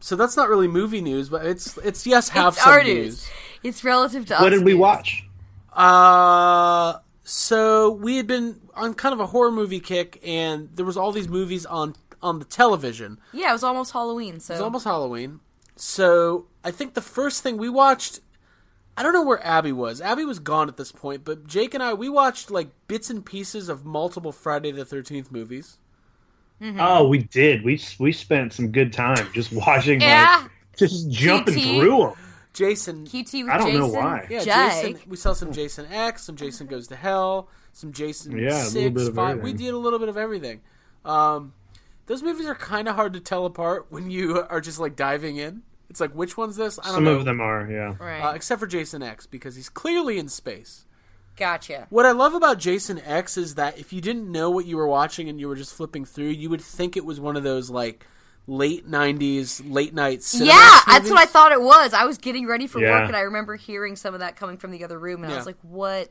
Speaker 8: So that's not really movie news, but it's it's yes, have
Speaker 4: it's
Speaker 8: some
Speaker 4: our
Speaker 8: news.
Speaker 4: news. It's relative to us.
Speaker 9: What did we
Speaker 4: news.
Speaker 9: watch?
Speaker 8: Uh, so we had been on kind of a horror movie kick, and there was all these movies on on the television.
Speaker 4: Yeah, it was almost Halloween. So
Speaker 8: It's almost Halloween. So I think the first thing we watched, I don't know where Abby was. Abby was gone at this point, but Jake and I we watched like bits and pieces of multiple Friday the Thirteenth movies.
Speaker 4: Mm-hmm.
Speaker 9: Oh, we did. We we spent some good time just watching.
Speaker 4: Yeah.
Speaker 9: Like, just jumping
Speaker 4: TT.
Speaker 9: through them.
Speaker 8: Jason.
Speaker 4: QT with
Speaker 9: I don't know
Speaker 4: Jason.
Speaker 9: why.
Speaker 8: Yeah,
Speaker 4: Jag.
Speaker 8: Jason. We saw some Jason X, some Jason Goes to Hell, some Jason
Speaker 9: Yeah, a little
Speaker 8: Six,
Speaker 9: bit of
Speaker 8: Five. We
Speaker 9: everything.
Speaker 8: did a little bit of everything. Um, those movies are kind of hard to tell apart when you <laughs> are just like diving in. It's like which one's this? I don't
Speaker 9: Some
Speaker 8: know.
Speaker 9: of them are, yeah.
Speaker 4: Right.
Speaker 8: Uh, except for Jason X because he's clearly in space.
Speaker 4: gotcha.
Speaker 8: What I love about Jason X is that if you didn't know what you were watching and you were just flipping through, you would think it was one of those like late '90s late night. Cinemax
Speaker 4: yeah, that's what I
Speaker 8: movies.
Speaker 4: thought it was. I was getting ready for
Speaker 9: Yeah.
Speaker 4: work, and I remember hearing some of that coming from the other room, and I
Speaker 8: Yeah.
Speaker 4: was like, "What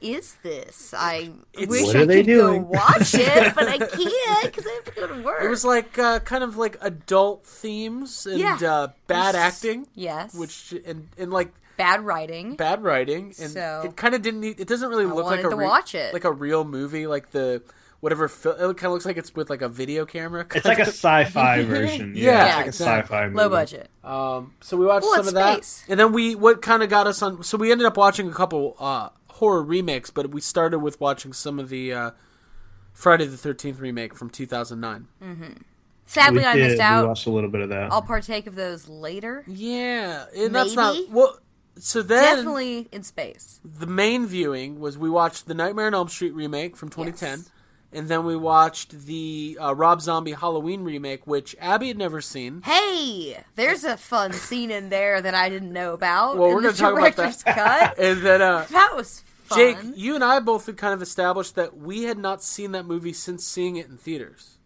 Speaker 4: is this? I
Speaker 8: It's-
Speaker 4: wish
Speaker 8: What
Speaker 9: are
Speaker 4: I
Speaker 9: they
Speaker 4: could
Speaker 9: doing?"
Speaker 4: go watch
Speaker 8: <laughs>
Speaker 4: it, but I can't because I have to go to work."
Speaker 8: It was like uh, kind of like adult themes and
Speaker 4: Yeah.
Speaker 8: uh, bad acting,
Speaker 4: yes,
Speaker 8: which and and like
Speaker 4: bad writing.
Speaker 8: bad writing, and
Speaker 4: So-
Speaker 8: it kind of didn't. need- It doesn't really look like
Speaker 4: wanted
Speaker 8: a
Speaker 4: to watch it.
Speaker 8: like a real movie, like the whatever. Fil- it kind of looks like it's with like a video camera.
Speaker 9: It's like
Speaker 4: <laughs>
Speaker 9: a sci-fi version. Yeah,
Speaker 8: Yeah,
Speaker 9: it's like a
Speaker 8: exactly.
Speaker 9: sci-fi movie.
Speaker 4: Low budget.
Speaker 8: Um, so we watched
Speaker 4: Well,
Speaker 8: some
Speaker 4: it's
Speaker 8: of that,
Speaker 4: space.
Speaker 8: and then we what kind of got us on. So we ended up watching a couple uh, horror remakes, but we started with watching some of the uh, Friday the Thirteenth remake from two thousand nine.
Speaker 4: Mm.
Speaker 9: We
Speaker 4: Sadly, I
Speaker 9: did.
Speaker 4: missed
Speaker 9: We
Speaker 4: out.
Speaker 9: watched a little bit of that.
Speaker 4: I'll partake of those later.
Speaker 8: Yeah, and that's not
Speaker 4: Maybe?
Speaker 8: well. So then
Speaker 4: Definitely in space.
Speaker 8: the main viewing was we watched the Nightmare on Elm Street remake from 2010, and then we watched the uh, Rob Zombie Halloween remake, which Abby had never seen.
Speaker 4: Hey, there's a fun scene in there that I didn't know about.
Speaker 8: Well,
Speaker 4: in
Speaker 8: we're
Speaker 4: the
Speaker 8: gonna talk about
Speaker 4: director's
Speaker 8: <laughs>
Speaker 4: cut.
Speaker 8: And then uh,
Speaker 4: That was fun.
Speaker 8: Jake, you and I both had kind of established that we had not seen that movie since seeing it in theaters.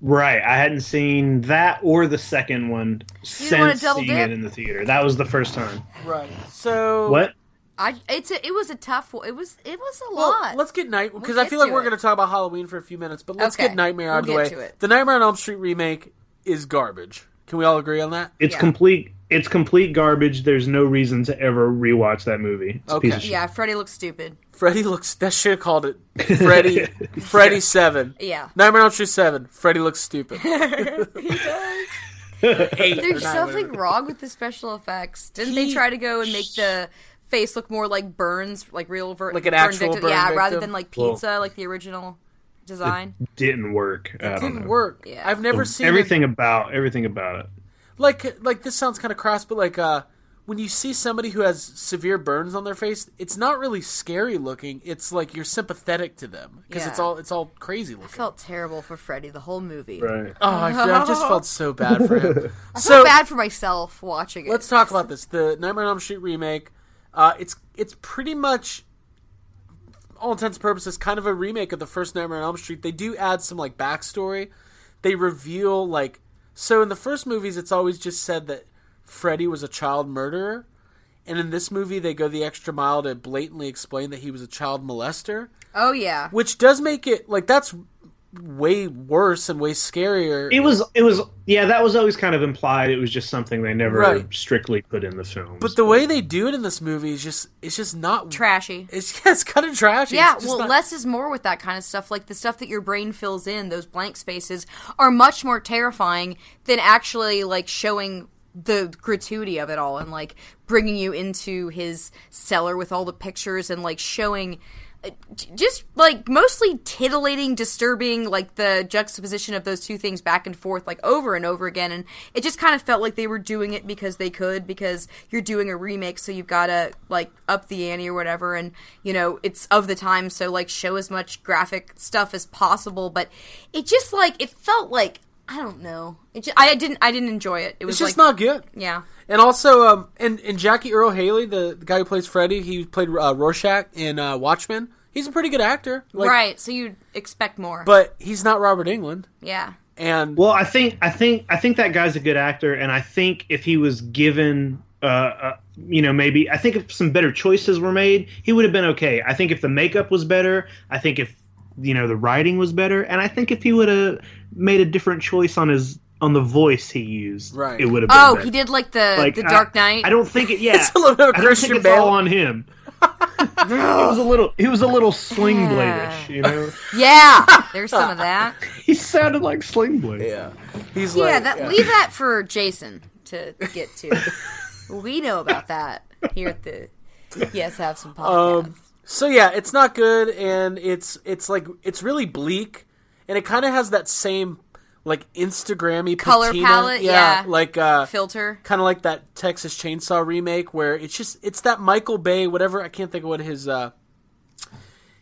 Speaker 9: Right, I hadn't seen that or the second one
Speaker 4: didn't wanna
Speaker 9: since
Speaker 4: double
Speaker 9: seeing
Speaker 4: dip? Oh,
Speaker 9: it in the theater. That was the first time.
Speaker 8: Right. So
Speaker 9: What?
Speaker 4: I it's a, it was a tough one. It was it was a
Speaker 8: Well,
Speaker 4: lot.
Speaker 8: let's get night because I
Speaker 4: get
Speaker 8: feel like
Speaker 4: to
Speaker 8: we're
Speaker 4: it.
Speaker 8: going to talk about Halloween for a few minutes, but let's
Speaker 4: Okay.
Speaker 8: get Nightmare out
Speaker 4: We'll
Speaker 8: of
Speaker 4: get
Speaker 8: the
Speaker 4: to
Speaker 8: way.
Speaker 4: it.
Speaker 8: The Nightmare on Elm Street remake is garbage. Can we all agree on that?
Speaker 9: It's
Speaker 4: Yeah.
Speaker 9: complete. It's complete garbage. There's no reason to ever rewatch that movie. It's a piece
Speaker 8: Okay.
Speaker 9: of shit.
Speaker 4: yeah, Freddy looks stupid.
Speaker 8: Freddy looks. That should have called it Freddy. Freddy Seven.
Speaker 4: Yeah.
Speaker 8: Nightmare on Elm Street oh Seven. Freddy looks <laughs> stupid.
Speaker 4: There's something wrong with the special effects. Didn't they
Speaker 8: He-
Speaker 4: try to go and make the face look more like burns, like real ver-
Speaker 8: Like an
Speaker 4: burn
Speaker 8: actual
Speaker 4: victim?
Speaker 8: burn
Speaker 4: yeah, rather
Speaker 8: victim?
Speaker 4: than like
Speaker 9: Well-
Speaker 4: pizza, like the original design.
Speaker 9: Didn't work. I
Speaker 8: It
Speaker 9: don't
Speaker 8: didn't
Speaker 9: know.
Speaker 8: work.
Speaker 4: Yeah.
Speaker 8: I've never seen
Speaker 9: everything about everything about it.
Speaker 8: It, like like this sounds kind of crass, but like uh, when you see somebody who has severe burns on their face, it's not really scary looking. It's like you're sympathetic to them because it's
Speaker 4: Yeah.
Speaker 8: all it's all crazy looking.
Speaker 4: Felt terrible for Freddy the whole movie.
Speaker 9: Right.
Speaker 8: Oh, I, feel- I just felt so bad for
Speaker 4: <laughs>
Speaker 8: him. so
Speaker 4: So bad for myself watching it.
Speaker 8: let's talk about this. The Nightmare on Elm Street remake. Uh, it's it's pretty much all intents and purposes kind of a remake of the first Nightmare on Elm Street. They do add some like backstory. They reveal like so in the first movies it's always just said that Freddy was a child murderer. And in this movie they go the extra mile to blatantly explain that he was a child molester,
Speaker 4: oh yeah,
Speaker 8: which does make it like that's way worse and way scarier.
Speaker 9: It was. It was. Yeah, that was always kind of implied. It was just something they never
Speaker 8: Right.
Speaker 9: strictly put in the film.
Speaker 8: but the way they do it in this movie is just it's just not
Speaker 4: trashy.
Speaker 8: It's <laughs> yeah, it's kind of trashy.
Speaker 4: Yeah,
Speaker 8: It's just
Speaker 4: well,
Speaker 8: not-
Speaker 4: less is more with that kind of stuff. Like the stuff that your brain fills in, those blank spaces are much more terrifying than actually like showing the gratuity of it all and like bringing you into his cellar with all the pictures and like showing uh, j- just like mostly titillating disturbing like the juxtaposition of those two things back and forth like over and over again and it just kind of felt like they were doing it because they could because you're doing a remake so you've got to like up the ante or whatever and you know it's of the time so like show as much graphic stuff as possible but it just like it felt like i don't know it just, i didn't i didn't enjoy it it was
Speaker 8: It's just
Speaker 4: like
Speaker 8: not good.
Speaker 4: yeah
Speaker 8: And also, um, and and Jackie Earl Haley, the, the guy who plays Freddy, he played uh, Rorschach in uh, Watchmen. He's a pretty good actor, like-
Speaker 4: right so you'd expect more
Speaker 8: But he's not Robert England.
Speaker 4: yeah
Speaker 8: And <laughs>
Speaker 9: Well, I think I think I think that guy's a good actor, and I think if he was given, uh, uh, you know, maybe I think if some better choices were made, he would have been okay. I think if the makeup was better, I think if you know the writing was better, and I think if he would have made a different choice on his on the voice he used,
Speaker 8: Right.
Speaker 9: it would have. Been
Speaker 4: oh
Speaker 9: better.
Speaker 4: he did like the
Speaker 9: Like,
Speaker 4: the
Speaker 9: I-
Speaker 4: dark knight
Speaker 9: I don't think
Speaker 4: <laughs>
Speaker 9: it. Yeah,
Speaker 8: a little bit of
Speaker 9: I don't
Speaker 8: Christian
Speaker 9: think it's
Speaker 8: Bale.
Speaker 9: all on him. he was a little. He was a little sling blade-ish, you know.
Speaker 4: yeah there's some of that
Speaker 9: he sounded like sling blade.
Speaker 8: yeah, he's
Speaker 4: Yeah,
Speaker 8: like
Speaker 4: that leave that for Jason to get
Speaker 8: <laughs>
Speaker 4: to. we know about that here at the Yes Have Some podcast.
Speaker 8: Um, So yeah, it's not good, and it's it's like it's really bleak, and it kind of has that same like Instagrammy
Speaker 4: Color
Speaker 8: patina.
Speaker 4: palette, yeah.
Speaker 8: like uh,
Speaker 4: filter.
Speaker 8: kind of like that Texas Chainsaw remake where it's just it's that Michael Bay whatever I can't think of what his uh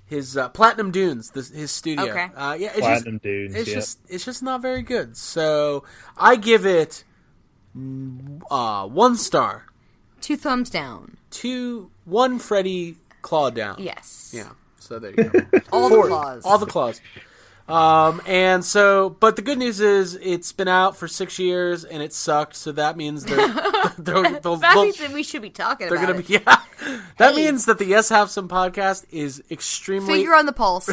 Speaker 8: his uh, Platinum Dunes this, his studio.
Speaker 4: Okay.
Speaker 8: Uh, yeah, it's
Speaker 9: Platinum
Speaker 8: just
Speaker 9: Dunes,
Speaker 8: it's
Speaker 9: yeah.
Speaker 8: just it's just not very good. So I give it mm, uh one star,
Speaker 4: Two thumbs down.
Speaker 8: two one Freddy claw down.
Speaker 4: Yes.
Speaker 8: Yeah. So there you go.
Speaker 4: All the claws.
Speaker 8: All the claws. Um, and so, but the good news is it's been out for six years and it sucked. So that means they're, <laughs> they're, they'll,
Speaker 4: <laughs> that
Speaker 8: they'll-
Speaker 4: means that we should be talking
Speaker 8: they're
Speaker 4: about
Speaker 8: gonna
Speaker 4: it.
Speaker 8: be <laughs> yeah. That means that the Yes Have Some podcast is extremely.
Speaker 4: Finger on
Speaker 8: <laughs>
Speaker 4: the pulse.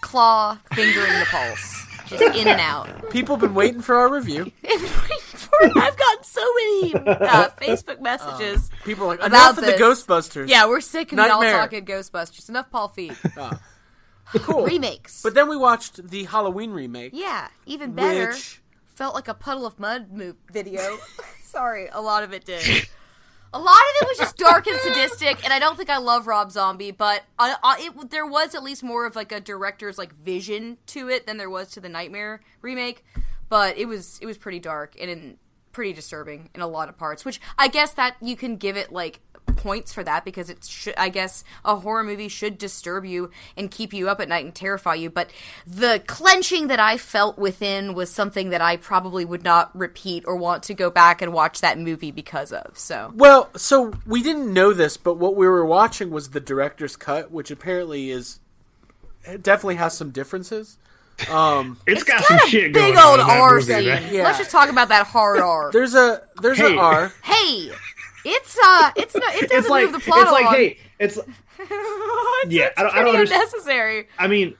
Speaker 4: Claw fingering the pulse. Just in
Speaker 8: <laughs>
Speaker 4: and out.
Speaker 8: People have been waiting for our review.
Speaker 4: I've gotten so
Speaker 8: <laughs>
Speaker 4: many uh, Facebook messages.
Speaker 8: People are like
Speaker 4: About
Speaker 8: enough of the
Speaker 4: this.
Speaker 8: Ghostbusters.
Speaker 4: yeah, we're sick of it all
Speaker 8: Um, Nightmare.
Speaker 4: talking Ghostbusters. Enough Paul Feig.
Speaker 8: cool.
Speaker 4: Remakes.
Speaker 8: But then we watched the Halloween remake,
Speaker 4: yeah, even better.
Speaker 8: which
Speaker 4: Felt like a puddle of mud mo- video. <laughs> Sorry, a lot of it did. A lot of it was just dark and sadistic, and I don't think I love Rob Zombie, but I, I, it, there was at least more of like a director's like vision to it than there was to the Nightmare remake. But it was it was pretty dark and in, pretty disturbing in a lot of parts, which I guess that you can give it like points for that because it should I guess a horror movie should disturb you and keep you up at night and terrify you. But the clenching that I felt within was something that I probably would not repeat or want to go back and watch that movie because of. So.
Speaker 8: Well, so we didn't know this, but what we were watching was the director's cut, which apparently is it definitely has some differences. Um,
Speaker 9: it's got,
Speaker 4: got
Speaker 9: some
Speaker 4: a
Speaker 9: shit
Speaker 4: big
Speaker 9: going on
Speaker 4: old
Speaker 9: in that
Speaker 4: R
Speaker 9: movie,
Speaker 4: scene.
Speaker 9: man.
Speaker 8: Yeah.
Speaker 4: Let's just talk about that
Speaker 9: <laughs>
Speaker 4: hard R.
Speaker 8: There's a there's an
Speaker 9: Hey.
Speaker 8: R.
Speaker 4: hey, it's uh, it's no, it doesn't
Speaker 9: It's like
Speaker 4: move the
Speaker 9: it's
Speaker 4: plot
Speaker 9: like
Speaker 4: along.
Speaker 9: hey, it's
Speaker 4: <laughs> it's,
Speaker 9: Yeah,
Speaker 4: it's
Speaker 9: I don't- I
Speaker 4: pretty
Speaker 9: don't underst-
Speaker 4: unnecessary.
Speaker 9: I mean,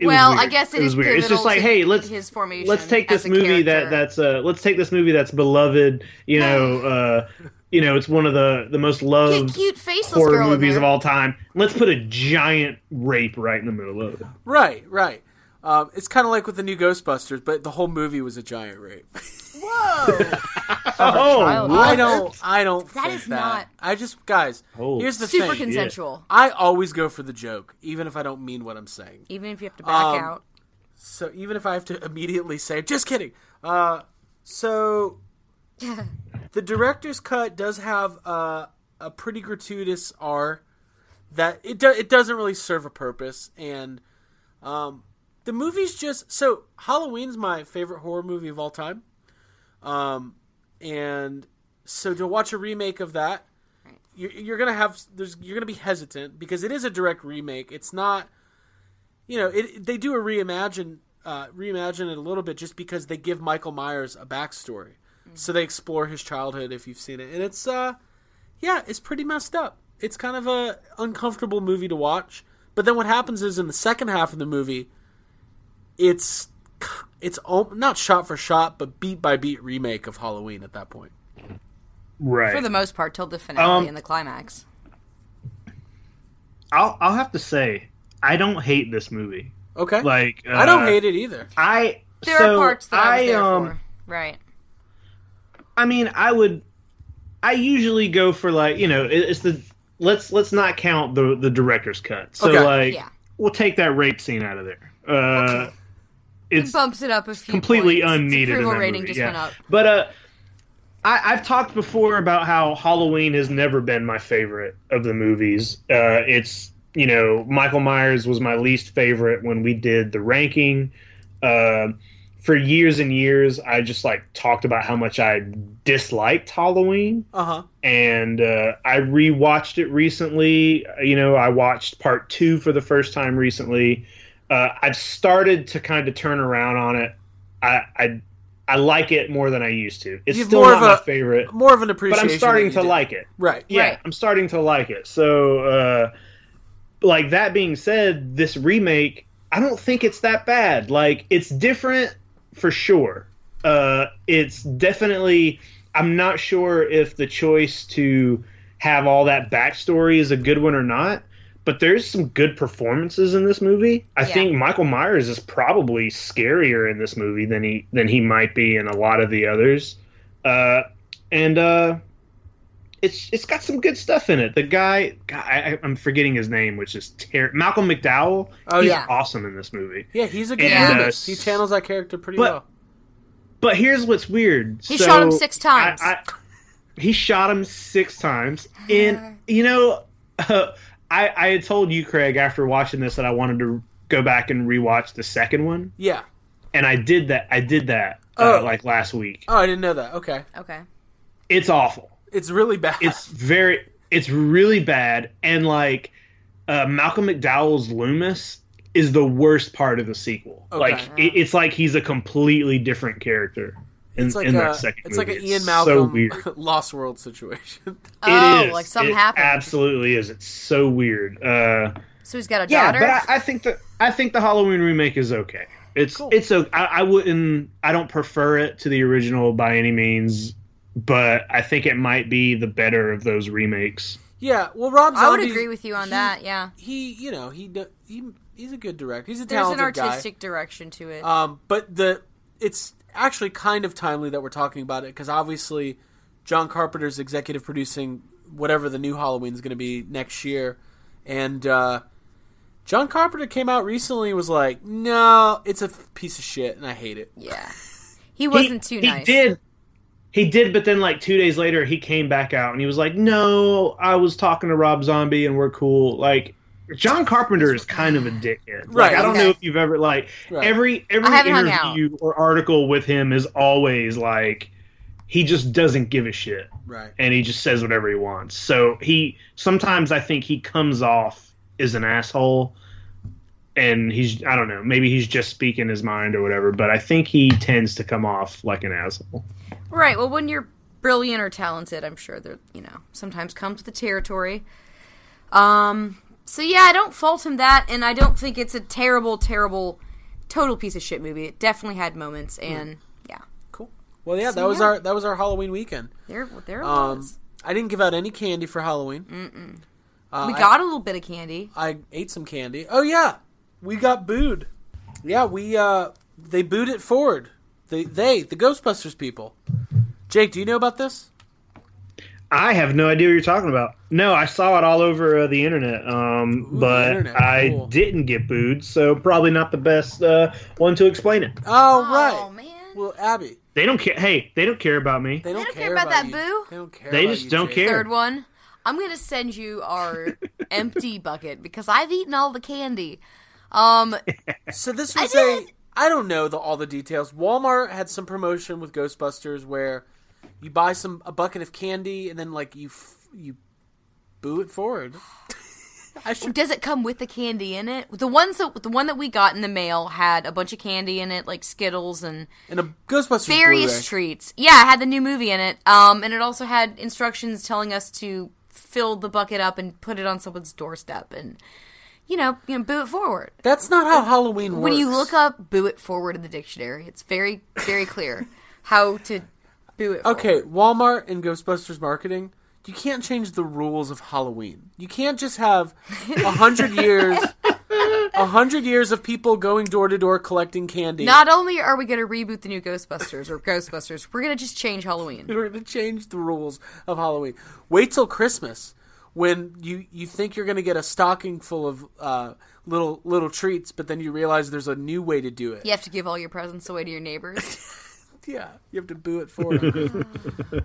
Speaker 9: it was
Speaker 4: well, I
Speaker 9: weird.
Speaker 4: guess it
Speaker 9: was
Speaker 4: is
Speaker 9: weird. It's just
Speaker 4: pivotal
Speaker 9: like
Speaker 4: to
Speaker 9: hey, let's
Speaker 4: his formation.
Speaker 9: let's take
Speaker 4: as
Speaker 9: this
Speaker 4: a
Speaker 9: movie
Speaker 4: character.
Speaker 9: that that's uh let's take this movie that's beloved. You know, uh, you know, it's one of the the most
Speaker 4: Get
Speaker 9: loved
Speaker 4: cute faceless
Speaker 9: horror
Speaker 4: girl in
Speaker 9: movies
Speaker 4: there.
Speaker 9: of all time. Let's put a giant rape right in the middle of it.
Speaker 8: Right, right. Um, it's kind of like with the new Ghostbusters, but the whole movie was a giant rape.
Speaker 4: Whoa,
Speaker 9: Oh,
Speaker 8: I don't. I don't.
Speaker 4: That
Speaker 8: think
Speaker 4: is not-
Speaker 8: I just, guys.
Speaker 9: Holy
Speaker 8: here's the
Speaker 4: super
Speaker 8: thing.
Speaker 4: consensual.
Speaker 8: I always go for the joke, even if I don't mean what I'm saying.
Speaker 4: Even if you have to back
Speaker 8: Um,
Speaker 4: out,
Speaker 8: So even if I have to immediately say, "Just kidding." Uh, so the director's cut does have uh, a pretty gratuitous R that it do- it doesn't really serve a purpose, and um, the movie's just so Halloween's my favorite horror movie of all time, um, and so to watch a remake of that. You're, you're gonna have there's you're gonna be hesitant because it is a direct remake. It's not you know, it, they do a reimagine, uh, reimagine it a little bit just because they give Michael Myers a backstory. So they explore his childhood if you've seen it, and it's uh, yeah, it's pretty messed up. It's kind of a uncomfortable movie to watch. But then what happens is in the second half of the movie, it's it's al- not shot for shot, but beat by beat remake of Halloween at that point.
Speaker 9: right.
Speaker 4: for the most part, till the finale
Speaker 9: Um,
Speaker 4: and the climax.
Speaker 9: I'll I'll have to say I don't hate this movie.
Speaker 8: Okay,
Speaker 9: Like uh,
Speaker 8: I don't hate it either.
Speaker 9: I
Speaker 4: There
Speaker 9: so
Speaker 4: are parts that I, was there
Speaker 9: um,
Speaker 4: for. Right.
Speaker 9: I mean, I would. I usually go for like you know it, it's the let's let's not count the the director's cut. So
Speaker 8: Okay.
Speaker 9: like
Speaker 4: Yeah.
Speaker 9: we'll take that rape scene out of there. Uh,
Speaker 4: It
Speaker 9: It's
Speaker 4: bumps it up a few.
Speaker 9: completely
Speaker 4: points. Its
Speaker 9: unneeded. in
Speaker 4: Approval
Speaker 9: that
Speaker 4: rating
Speaker 9: movie,
Speaker 4: just
Speaker 9: yeah.
Speaker 4: went up.
Speaker 9: But uh, I, I've talked before about how Halloween has never been my favorite of the movies. Uh, it's you know Michael Myers was my least favorite when we did the ranking. Uh, for years and years, I just like talked about how much I disliked Halloween
Speaker 8: Uh huh.
Speaker 9: and uh, I rewatched it recently. You know, I watched part two for the first time recently. Uh, I've started to kind of turn around on it. I, I I like it more than I used to. It's
Speaker 8: You've
Speaker 9: still
Speaker 8: more
Speaker 9: not
Speaker 8: of
Speaker 9: my
Speaker 8: a
Speaker 9: favorite,
Speaker 8: More of an
Speaker 9: but
Speaker 8: appreciation.
Speaker 9: I'm starting
Speaker 8: that
Speaker 9: to
Speaker 8: you did.
Speaker 9: like it.
Speaker 8: Right.
Speaker 9: Yeah,
Speaker 4: Right.
Speaker 9: I'm starting to like it. So, uh, like that being said, this remake, I don't think it's that bad. Like, it's different for sure. Uh, it's definitely. I'm not sure if the choice to have all that backstory is a good one or not. But there's some good performances in this movie. I
Speaker 4: Yeah.
Speaker 9: think Michael Myers is probably scarier in this movie than he than he might be in a lot of the others. Uh, and uh, it's it's got some good stuff in it. The guy, God, I, I'm forgetting his name, which is ter- Malcolm McDowell.
Speaker 8: Oh,
Speaker 9: he's
Speaker 8: yeah.
Speaker 9: awesome in this movie.
Speaker 8: Yeah, he's a good
Speaker 9: And, uh,
Speaker 8: artist. he channels that character pretty
Speaker 9: but-
Speaker 8: well.
Speaker 9: But here's what's weird.
Speaker 4: He
Speaker 9: So,
Speaker 4: shot him six times.
Speaker 9: I, I, he shot him six times,
Speaker 4: Uh.
Speaker 9: and you know, uh, I I had told you, Craig, after watching this, that I wanted to go back and rewatch the second one,
Speaker 8: Yeah.
Speaker 9: and I did that. I did that
Speaker 8: Oh.
Speaker 9: uh, like last week.
Speaker 8: Oh, I didn't know that. Okay.
Speaker 4: Okay.
Speaker 9: It's awful.
Speaker 8: It's really bad.
Speaker 9: It's very. It's really bad, and like uh, Malcolm McDowell's Loomis is the worst part of the sequel.
Speaker 8: Okay.
Speaker 9: Like it, it's like he's a completely different character.
Speaker 8: <laughs>
Speaker 9: In,
Speaker 8: it's like
Speaker 9: in
Speaker 8: a,
Speaker 9: that second
Speaker 8: it's
Speaker 9: movie.
Speaker 8: like an Ian
Speaker 9: so
Speaker 8: Malcolm
Speaker 4: <laughs>
Speaker 9: weird.
Speaker 8: <laughs> Lost World situation. <laughs>
Speaker 9: It
Speaker 4: oh,
Speaker 9: is.
Speaker 4: like something
Speaker 9: It
Speaker 4: happened.
Speaker 9: Absolutely is. It's so weird. Uh,
Speaker 4: so he's got a
Speaker 9: yeah,
Speaker 4: daughter.
Speaker 9: but I, I think the I think the Halloween remake is okay. It's it's okay. I, I wouldn't. I don't prefer it to the original by any means, but I think it might be the better of those remakes.
Speaker 8: yeah. Well, Rob Zombie.
Speaker 4: I would agree with you on
Speaker 8: he-
Speaker 4: that. Yeah.
Speaker 8: He, you know, he do- he he's a good director. He's a
Speaker 4: There's an
Speaker 8: talented
Speaker 4: artistic direction to
Speaker 9: Uh,
Speaker 4: it.
Speaker 8: guy. Um, but the it's actually kind of timely that we're talking about it because obviously John Carpenter's executive producing whatever the new Halloween's going to be next year, and uh, John Carpenter came out recently and was like, "No, it's a piece of shit, and I hate it."
Speaker 9: <laughs>
Speaker 4: yeah. He wasn't
Speaker 9: he,
Speaker 4: too nice.
Speaker 9: He did. He did, but then like two days later, he came back out and he was like, "No, I was talking to Rob Zombie and we're cool." Like. John Carpenter is kind of a dickhead. Like,
Speaker 8: Right.
Speaker 9: I don't
Speaker 4: Okay.
Speaker 9: know if you've ever like
Speaker 8: Right.
Speaker 9: every every
Speaker 4: I haven't hung out.
Speaker 9: interview or article with him is always like he just doesn't give a shit
Speaker 8: right.
Speaker 9: and he just says whatever he wants. So he sometimes I think he comes off as an asshole and he's I don't know, maybe he's just speaking his mind or whatever, but I think he tends to come off like an asshole.
Speaker 4: Right. Well, when you're brilliant or talented, I'm sure there, you know, sometimes comes with the territory. Um. So yeah, I don't fault him that, and I don't think it's a terrible, terrible, total piece of shit movie. It definitely had moments,
Speaker 8: Hmm.
Speaker 4: and yeah,
Speaker 8: Cool. Well, yeah, that
Speaker 4: So,
Speaker 8: was
Speaker 4: yeah.
Speaker 8: our that was our Halloween weekend.
Speaker 4: there, there it
Speaker 8: Um,
Speaker 4: was.
Speaker 8: I didn't give out any candy for Halloween.
Speaker 4: Mm.
Speaker 8: Mm-mm. Uh,
Speaker 4: We
Speaker 8: I-
Speaker 4: got a little bit of candy.
Speaker 8: I, ate some candy. Oh yeah, we got booed. Yeah, we uh, they booed it forward. They they the Ghostbusters people. Jake, do you know about this?
Speaker 9: I have no idea what you're talking about. No, I saw it all over uh, the internet, um,
Speaker 8: Ooh,
Speaker 9: but
Speaker 8: the internet,
Speaker 9: I
Speaker 8: cool.
Speaker 9: didn't get booed, so probably not the best uh, one to explain it.
Speaker 8: Oh,
Speaker 4: Oh
Speaker 8: right.
Speaker 4: man.
Speaker 8: Well, Abby,
Speaker 9: They don't care. Hey, they don't care about me.
Speaker 8: they don't,
Speaker 4: don't care about that
Speaker 8: you.
Speaker 4: boo.
Speaker 8: They don't care.
Speaker 9: They
Speaker 8: about
Speaker 9: just
Speaker 8: you,
Speaker 9: don't
Speaker 8: Jake.
Speaker 9: care.
Speaker 4: Third one. I'm gonna send you
Speaker 8: <laughs>
Speaker 4: our empty bucket because I've eaten all the candy. Um,
Speaker 8: So this was
Speaker 4: I
Speaker 8: a
Speaker 4: did-
Speaker 8: I don't know the, all the details. Walmart had some promotion with Ghostbusters where you buy some a bucket of candy and then like you f- you boo it forward. I should
Speaker 4: Does it come with the candy in it? The ones that the one that we got in the mail had a bunch of candy in it, like Skittles and
Speaker 8: and a Ghostbusters
Speaker 4: various
Speaker 8: Blu-ray.
Speaker 4: treats. Yeah, it had the new movie in it. Um, and it also had instructions telling us to fill the bucket up and put it on someone's doorstep, and you know, you know, boo it forward.
Speaker 8: That's not how Halloween works.
Speaker 4: When you look up "boo it forward" in the dictionary, it's very very clear how to boo it.
Speaker 8: Okay, Walmart and Ghostbusters marketing, you can't change the rules of Halloween. You can't just have a hundred
Speaker 4: <laughs>
Speaker 8: years, a hundred years of people going door to door collecting candy.
Speaker 4: Not only are we going to reboot the new Ghostbusters or Ghostbusters, we're going to just change Halloween.
Speaker 8: We're gonna change the rules of Halloween. Wait till Christmas when you you think you're gonna get a stocking full of uh, little little treats, but then you realize there's a new way to do it.
Speaker 4: You have to give all your presents away to your neighbors.
Speaker 8: Yeah, you have to boo it for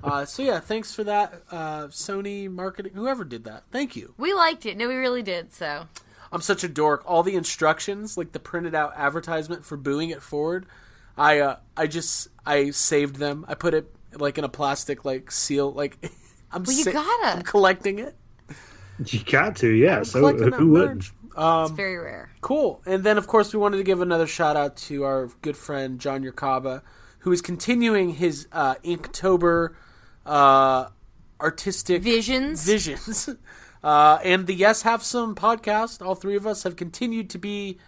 Speaker 8: uh, so yeah, thanks for that, uh, Sony marketing, whoever did that. Thank you.
Speaker 4: We liked it. No, we really did. So
Speaker 8: I'm such a dork. All the instructions, like the printed out advertisement for booing it forward, I uh, I just I saved them. I put it like in a plastic like seal. Like <laughs> I'm
Speaker 4: Well, you
Speaker 8: sa-
Speaker 4: gotta.
Speaker 8: I'm collecting it.
Speaker 9: You got to, yeah.
Speaker 8: I'm
Speaker 9: So
Speaker 8: collecting
Speaker 9: uh,
Speaker 8: that
Speaker 9: who would?
Speaker 8: merch.
Speaker 4: it's
Speaker 8: Um,
Speaker 4: very rare.
Speaker 8: Cool. And then of course we wanted to give another shout out to our good friend John Yerkaba, who is continuing his uh, Inktober uh, artistic
Speaker 4: Visions.
Speaker 8: visions. <laughs> Uh, and the Yes Have Some podcast, all three of us have continued to be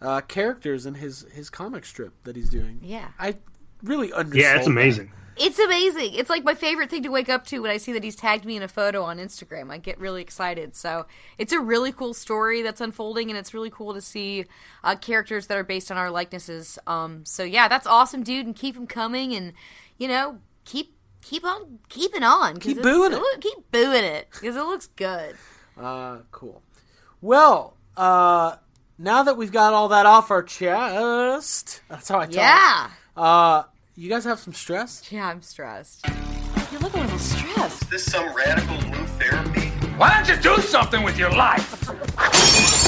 Speaker 8: uh, characters in his his comic strip that he's doing.
Speaker 4: Yeah.
Speaker 8: I really understand.
Speaker 9: Yeah, it's amazing.
Speaker 4: It's amazing. It's like my favorite thing to wake up to when I see that he's tagged me in a photo on Instagram. I get really excited. So it's a really cool story that's unfolding, and it's really cool to see uh, characters that are based on our likenesses. Um, so yeah, that's awesome, dude, and keep them coming, and you know, keep keep on keeping on. 'cause
Speaker 8: Keep
Speaker 4: it's-
Speaker 8: booing it.
Speaker 4: loo- Keep booing it because it looks good.
Speaker 8: Uh, cool. Well, uh, now that we've got all that off our chest, that's how I talk.
Speaker 4: Yeah.
Speaker 8: Uh, you guys have some stress?
Speaker 4: Yeah, I'm stressed.
Speaker 10: You look a little stressed.
Speaker 7: This some radical new therapy?
Speaker 6: Why don't you do something with your life?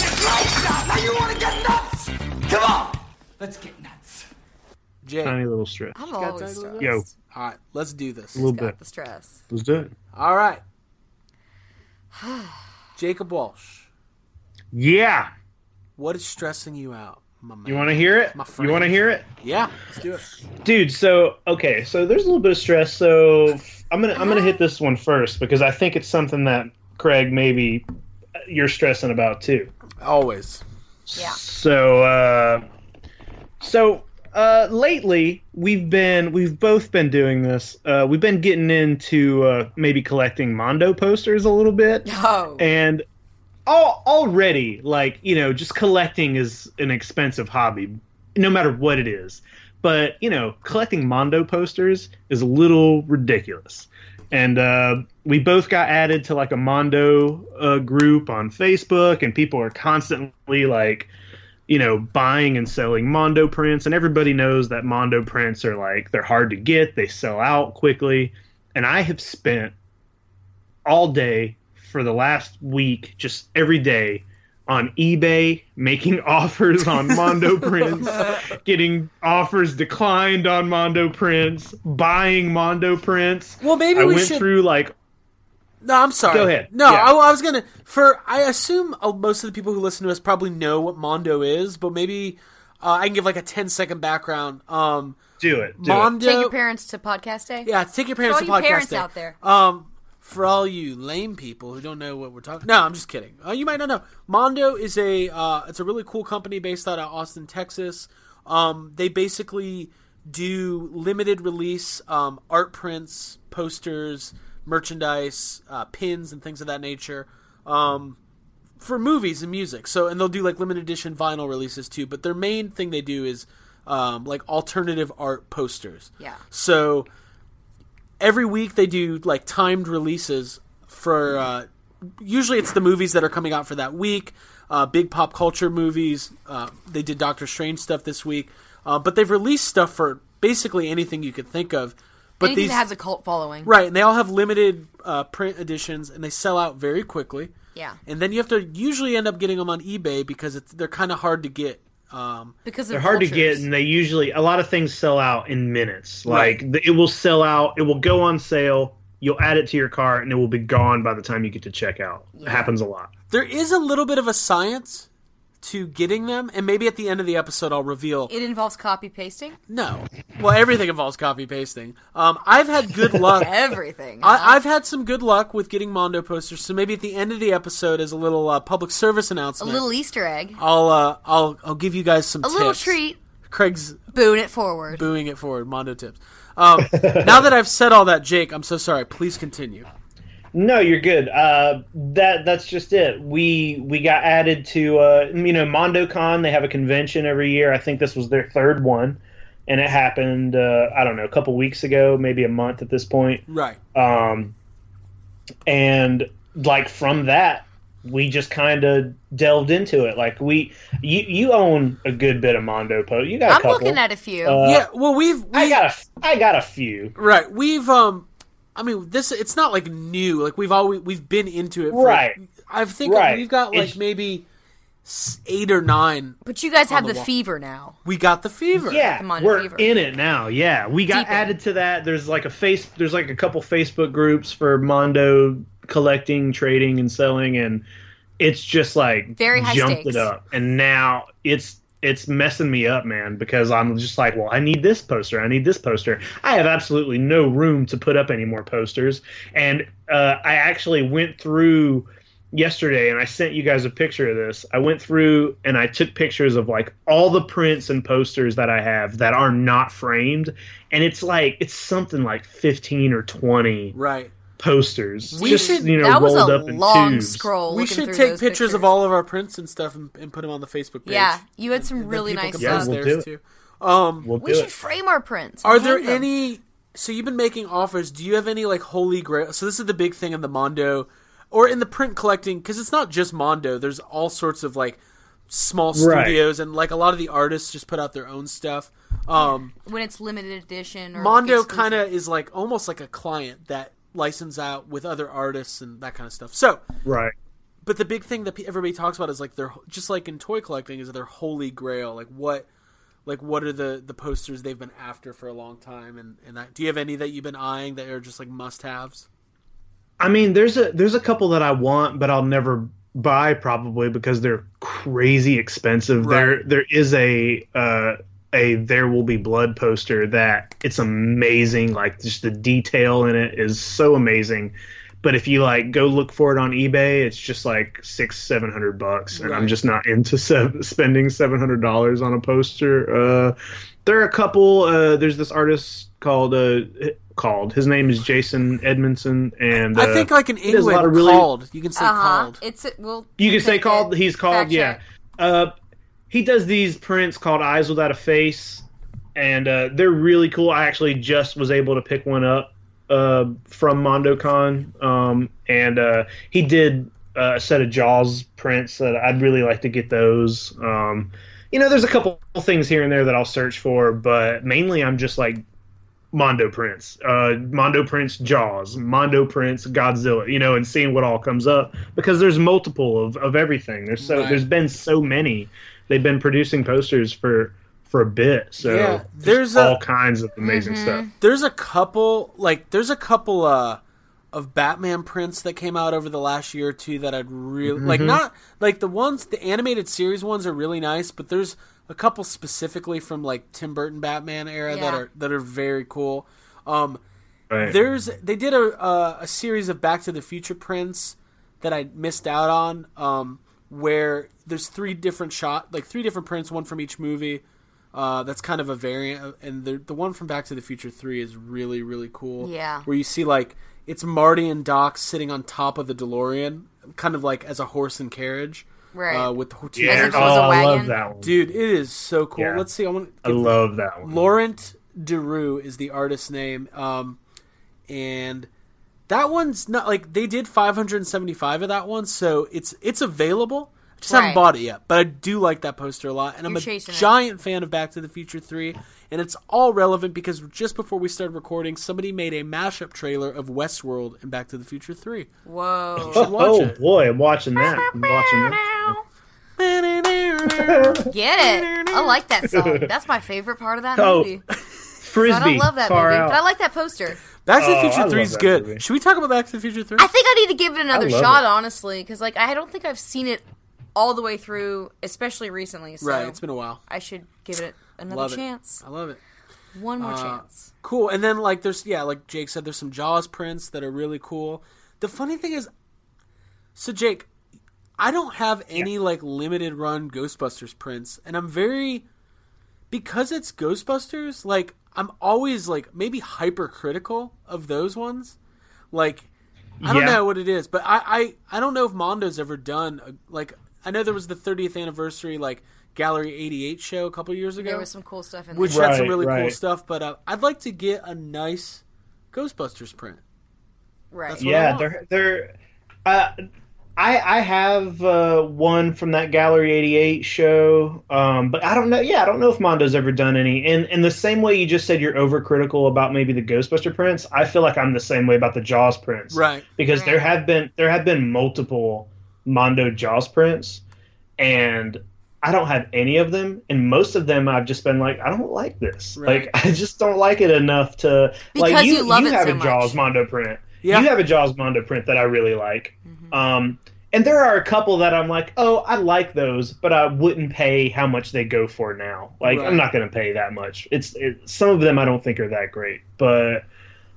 Speaker 8: Jay.
Speaker 9: Tiny little strip.
Speaker 4: I'm always
Speaker 8: that?
Speaker 4: stressed.
Speaker 9: Yo,
Speaker 8: All right, let's do this.
Speaker 9: a little bit.
Speaker 4: Got the stress.
Speaker 9: Let's do it.
Speaker 8: All
Speaker 4: <sighs>
Speaker 8: right. Jacob Walsh,
Speaker 9: Yeah.
Speaker 8: what is stressing you out, my man?
Speaker 9: You want to hear it?
Speaker 8: My
Speaker 9: You want to
Speaker 8: friend.
Speaker 9: hear it?
Speaker 8: Yeah, let's do it.
Speaker 9: dude so okay so there's a little bit of stress so i'm gonna i'm gonna hit this one first because i think it's something that craig maybe uh, you're stressing about too
Speaker 8: Always.
Speaker 9: so uh so uh lately we've been we've both been doing this uh we've been getting into uh maybe collecting mondo posters a little bit
Speaker 4: Oh,
Speaker 9: and all, already like you know just collecting is an expensive hobby no matter what it is but you know collecting mondo posters is a little ridiculous and uh, we both got added to like a mondo uh, group on facebook and people are constantly like you know buying and selling mondo prints and everybody knows that mondo prints are like they're hard to get they sell out quickly and i have spent all day for the last week, just every day on eBay, making <laughs> offers on Mondo prints, getting offers declined on Mondo prints, buying Mondo prints.
Speaker 8: Well, maybe
Speaker 9: I
Speaker 8: we
Speaker 9: went
Speaker 8: should.
Speaker 9: through like
Speaker 8: No, I'm sorry.
Speaker 9: Go ahead.
Speaker 8: No,
Speaker 9: Yeah.
Speaker 8: I, I was gonna. For I assume uh, most of the people who listen to us probably know what Mondo is, but maybe uh, I can give like a 10 second background. Um,
Speaker 9: do it. Do it.
Speaker 8: Mondo.
Speaker 4: take your parents to podcast day.
Speaker 8: yeah, take your parents
Speaker 4: all
Speaker 8: to
Speaker 4: you
Speaker 8: podcast
Speaker 4: parents
Speaker 8: day.
Speaker 4: out there.
Speaker 8: Um, for all you lame people who don't know what we're talking, no, I'm just kidding. Uh, you might not know. Mondo is a uh, it's a really cool company based out of Austin, Texas. Um, they basically do limited release um, art prints, posters, merchandise, uh, pins, and things of that nature. Um, for movies and music. So and they'll do like limited edition vinyl releases too. But their main thing they do is um, like alternative art posters.
Speaker 4: Yeah.
Speaker 8: So every week they do like timed releases for uh, usually it's the movies that are coming out for that week. Uh, big pop culture movies. Uh, they did Doctor Strange stuff this week, uh, but they've released stuff for basically anything you could think of. But
Speaker 4: Anything
Speaker 8: these
Speaker 4: that has a cult following.
Speaker 8: Right, and they all have limited uh, print editions, and they sell out very quickly.
Speaker 4: Yeah.
Speaker 8: and then you have to usually end up getting them on eBay because it's, they're kind of hard to get. Um,
Speaker 4: Because
Speaker 9: They're hard to get, and they usually a lot of things sell out in minutes. Like th- it will sell out, it will go on sale. You'll add it to your cart, and it will be gone by the time you get to checkout. It happens a lot.
Speaker 8: there is a little bit of a science to getting them, and maybe at the end of the episode I'll reveal.
Speaker 4: It involves copy pasting
Speaker 8: no, well, everything involves copy pasting. Um, I've had good
Speaker 4: <laughs>
Speaker 8: luck.
Speaker 4: everything.
Speaker 8: I, I've had some good luck with getting Mondo posters, so maybe at the end of the episode, as a little uh, public service
Speaker 4: a
Speaker 8: announcement,
Speaker 4: little Easter egg,
Speaker 8: I'll uh, I'll I'll give you guys some
Speaker 4: a little
Speaker 8: tips.
Speaker 4: treat,
Speaker 8: Craig's
Speaker 4: boon it forward.
Speaker 8: booing it forward. Mondo tips.
Speaker 9: <laughs>
Speaker 8: Um, now that I've said all that, Jake, I'm so sorry. Please continue.
Speaker 9: No, you're good. Uh, that that's just it. We we got added to uh, you know MondoCon. They have a convention every year. I think this was their third one, and it happened. Uh, I don't know, a couple weeks ago, maybe a month at this point.
Speaker 8: Right.
Speaker 9: Um, and like from that, we just kind of delved into it. Like we, you you own a good bit of Mondo Po. You got a
Speaker 4: I'm
Speaker 9: couple.
Speaker 4: looking at a few.
Speaker 9: Uh,
Speaker 8: yeah. Well, we've we,
Speaker 9: I got a I got a few.
Speaker 8: right. We've um. I mean, this it's not like new. Like we've always we've been into it. For,
Speaker 9: Right.
Speaker 8: I think
Speaker 9: Right.
Speaker 8: we've got like
Speaker 9: It's-
Speaker 8: maybe s- eight or nine.
Speaker 4: but you guys have
Speaker 8: the
Speaker 4: the,
Speaker 8: wall.
Speaker 4: fever now.
Speaker 8: We got the fever.
Speaker 9: Yeah,
Speaker 4: Come on,
Speaker 9: we're
Speaker 4: Fever.
Speaker 9: in it now. Yeah, we got
Speaker 4: Deep in.
Speaker 9: added to that. There's like a face. There's like a couple Facebook groups for Mondo collecting, trading, and selling, and it's just like
Speaker 4: Very high
Speaker 9: jumped
Speaker 4: stakes.
Speaker 9: it up. And now it's it's messing me up, man, because I'm just like, well, I need this poster. I need this poster. I have absolutely no room to put up any more posters. And uh, I actually went through yesterday and I sent you guys a picture of this. I went through and I took pictures of like all the prints and posters that I have that are not framed and it's like it's something like 15 or 20
Speaker 8: Right.
Speaker 9: posters
Speaker 8: We
Speaker 9: just
Speaker 8: should-
Speaker 9: you know
Speaker 4: that was
Speaker 9: rolled
Speaker 4: a
Speaker 9: up in
Speaker 4: long
Speaker 9: tubes.
Speaker 4: scroll.
Speaker 8: we
Speaker 4: looking
Speaker 8: should
Speaker 4: through
Speaker 8: take
Speaker 4: those
Speaker 8: pictures, of all of our prints and stuff and, and put them on the Facebook page.
Speaker 4: Yeah, you had some
Speaker 8: Then
Speaker 4: really
Speaker 8: people
Speaker 4: nice
Speaker 8: can
Speaker 4: stuff.
Speaker 9: Yeah,
Speaker 8: post
Speaker 9: we'll
Speaker 8: theirs
Speaker 9: do it.
Speaker 8: too. Um,
Speaker 9: We'll
Speaker 4: we
Speaker 9: do
Speaker 4: should
Speaker 9: it.
Speaker 4: frame our prints. and
Speaker 8: Are there
Speaker 4: hang them.
Speaker 8: any so you've been making offers. Do you have any like holy grail? So this is the big thing in the Mondo or in the print collecting because it's not just Mondo. There's all sorts of like small
Speaker 9: Right.
Speaker 8: studios and like a lot of the artists just put out their own stuff. Um,
Speaker 4: when it's limited edition or
Speaker 8: Mondo kind of is like almost like a client that license out with other artists and that kind of stuff. So,
Speaker 9: Right.
Speaker 8: but the big thing that pe- everybody talks about is like their just like in toy collecting is their holy grail. Like what, like what are the the posters they've been after for a long time? And and that, do you have any that you've been eyeing that are just like must haves?
Speaker 9: I mean, there's a there's a couple that I want, but I'll never buy probably because they're crazy expensive. There
Speaker 8: Right.
Speaker 9: there is a uh, a There Will Be Blood poster that it's amazing. Like just the detail in it is so amazing. But if you like go look for it on eBay, it's just like six seven hundred bucks, and I'm
Speaker 8: Right.
Speaker 9: just not into sev- spending seven hundred dollars on a poster. Uh, there are a couple. Uh, there's this artist called uh, called his name is Jason Edmondson, and
Speaker 8: I
Speaker 9: uh,
Speaker 8: think like in
Speaker 9: a lot
Speaker 8: England,
Speaker 9: of really-
Speaker 8: called. You can say
Speaker 4: uh huh.
Speaker 8: called.
Speaker 4: It's well.
Speaker 9: you can say
Speaker 4: take
Speaker 9: called.
Speaker 4: it.
Speaker 9: He's called.
Speaker 4: Fact
Speaker 9: yeah.
Speaker 4: check.
Speaker 9: Uh, he does these prints called Eyes Without a Face, and uh, they're really cool. I actually just was able to pick one up uh, from MondoCon, um, and uh, he did uh, a set of Jaws prints that I'd really like to get those. Um, you know, there's a couple things here and there that I'll search for, but mainly I'm just like Mondo Prince, uh, Mondo Prince Jaws, Mondo Prince Godzilla, you know, and seeing what all comes up because there's multiple of, of everything. There's so
Speaker 8: Right.
Speaker 9: there's been so many. They've been producing posters for for a bit, so
Speaker 8: Yeah, there's
Speaker 9: there's all
Speaker 8: a-
Speaker 9: kinds of amazing stuff.
Speaker 8: there's a couple like there's a couple uh of Batman prints that came out over the last year or two that I'd really like not like the ones the animated series ones are really nice, but there's a couple specifically from like Tim Burton Batman era that
Speaker 4: Yeah.
Speaker 8: are that are very cool. Um
Speaker 9: Right.
Speaker 8: there's they did a a, a series of Back to the Future prints that I missed out on um where there's three different shot like three different prints, one from each movie. Uh, that's kind of a variant, of- and the the one from Back to the Future Three is really really cool.
Speaker 4: Yeah.
Speaker 8: where you see like it's Marty and Doc sitting on top of the DeLorean, kind of like as a horse and carriage,
Speaker 4: Right.
Speaker 8: Uh, with the ho- two
Speaker 9: yeah.
Speaker 4: if it
Speaker 9: Oh,
Speaker 4: was a
Speaker 9: I love
Speaker 4: wagon.
Speaker 9: that one.
Speaker 8: dude, it is so cool.
Speaker 9: Yeah.
Speaker 8: Let's see, I want
Speaker 9: I love that one.
Speaker 8: Laurent Derue is the artist's name, um, and that one's not like they did 575 of that one, so it's it's available. I just haven't
Speaker 4: Right.
Speaker 8: bought it yet, but I do like that poster a lot, and I'm
Speaker 4: You're
Speaker 8: a
Speaker 4: chasing it.
Speaker 8: giant fan of Back to the Future Three, and it's all relevant because just before we started recording, somebody made a mashup trailer of Westworld and Back to the Future Three.
Speaker 4: Whoa.
Speaker 8: should watch
Speaker 9: oh
Speaker 8: it.
Speaker 9: boy, I'm watching that. I'm watching
Speaker 4: <laughs>
Speaker 9: that.
Speaker 4: Get it? I like that song. That's my favorite part of that
Speaker 9: Oh,
Speaker 4: movie.
Speaker 9: Frisbee.
Speaker 4: I don't love that
Speaker 9: far
Speaker 4: movie,
Speaker 9: out.
Speaker 4: but I like that poster.
Speaker 8: Back to the
Speaker 9: <laughs> Oh, I
Speaker 8: Future
Speaker 9: love
Speaker 8: Three is
Speaker 9: that
Speaker 8: good.
Speaker 9: movie.
Speaker 8: Should we talk about Back to the Future Three?
Speaker 4: I think I need to give it another
Speaker 9: love
Speaker 4: shot,
Speaker 9: it.
Speaker 4: honestly, because like I don't think I've seen it all the way through, especially recently. So
Speaker 8: Right, it's been a while.
Speaker 4: I should give it another
Speaker 8: Love
Speaker 4: chance.
Speaker 8: it. Uh, I love it.
Speaker 4: One more chance.
Speaker 8: cool. And then like there's yeah, like Jake said, there's some Jaws prints that are really cool. The funny thing is, so Jake, I don't have any like limited run Ghostbusters prints, and I'm very because it's Ghostbusters. Like I'm always like maybe hypercritical of those ones. Like I don't
Speaker 9: Yeah.
Speaker 8: know what it is, but I I, I don't know if Mondo's ever done a, like I know there was the 30th anniversary like Gallery 88 show a couple years ago
Speaker 4: There was some cool stuff in there.
Speaker 8: which had some
Speaker 9: Right,
Speaker 8: really cool
Speaker 9: right.
Speaker 8: stuff. But uh, I'd like to get a nice Ghostbusters print.
Speaker 4: right.
Speaker 8: what I
Speaker 9: yeah
Speaker 8: want.
Speaker 9: they're they're uh, i i have uh, one from that gallery 88 show um, but i don't know yeah i don't know if mondo's ever done any and in the same way you just said you're overcritical about maybe the ghostbuster prints i feel like i'm the same way about the jaws prints
Speaker 8: Right.
Speaker 9: because there have been there have been multiple mondo jaws prints and I don't have any of them, and most of them I've just been like, I don't like this.
Speaker 8: Right.
Speaker 9: Like, <laughs> I just don't like it enough to like
Speaker 4: Because you love it
Speaker 9: have
Speaker 4: so
Speaker 9: a
Speaker 4: much.
Speaker 9: Jaws Mondo print.
Speaker 8: Yeah. Mm-hmm.
Speaker 9: You have a Jaws Mondo print that I really like. Um, and there are a couple that I'm like, oh, I like those, but I wouldn't pay how much they go for now. Like,
Speaker 8: Right.
Speaker 9: I'm not going to pay that much. It's it, some of them I don't think are that great, but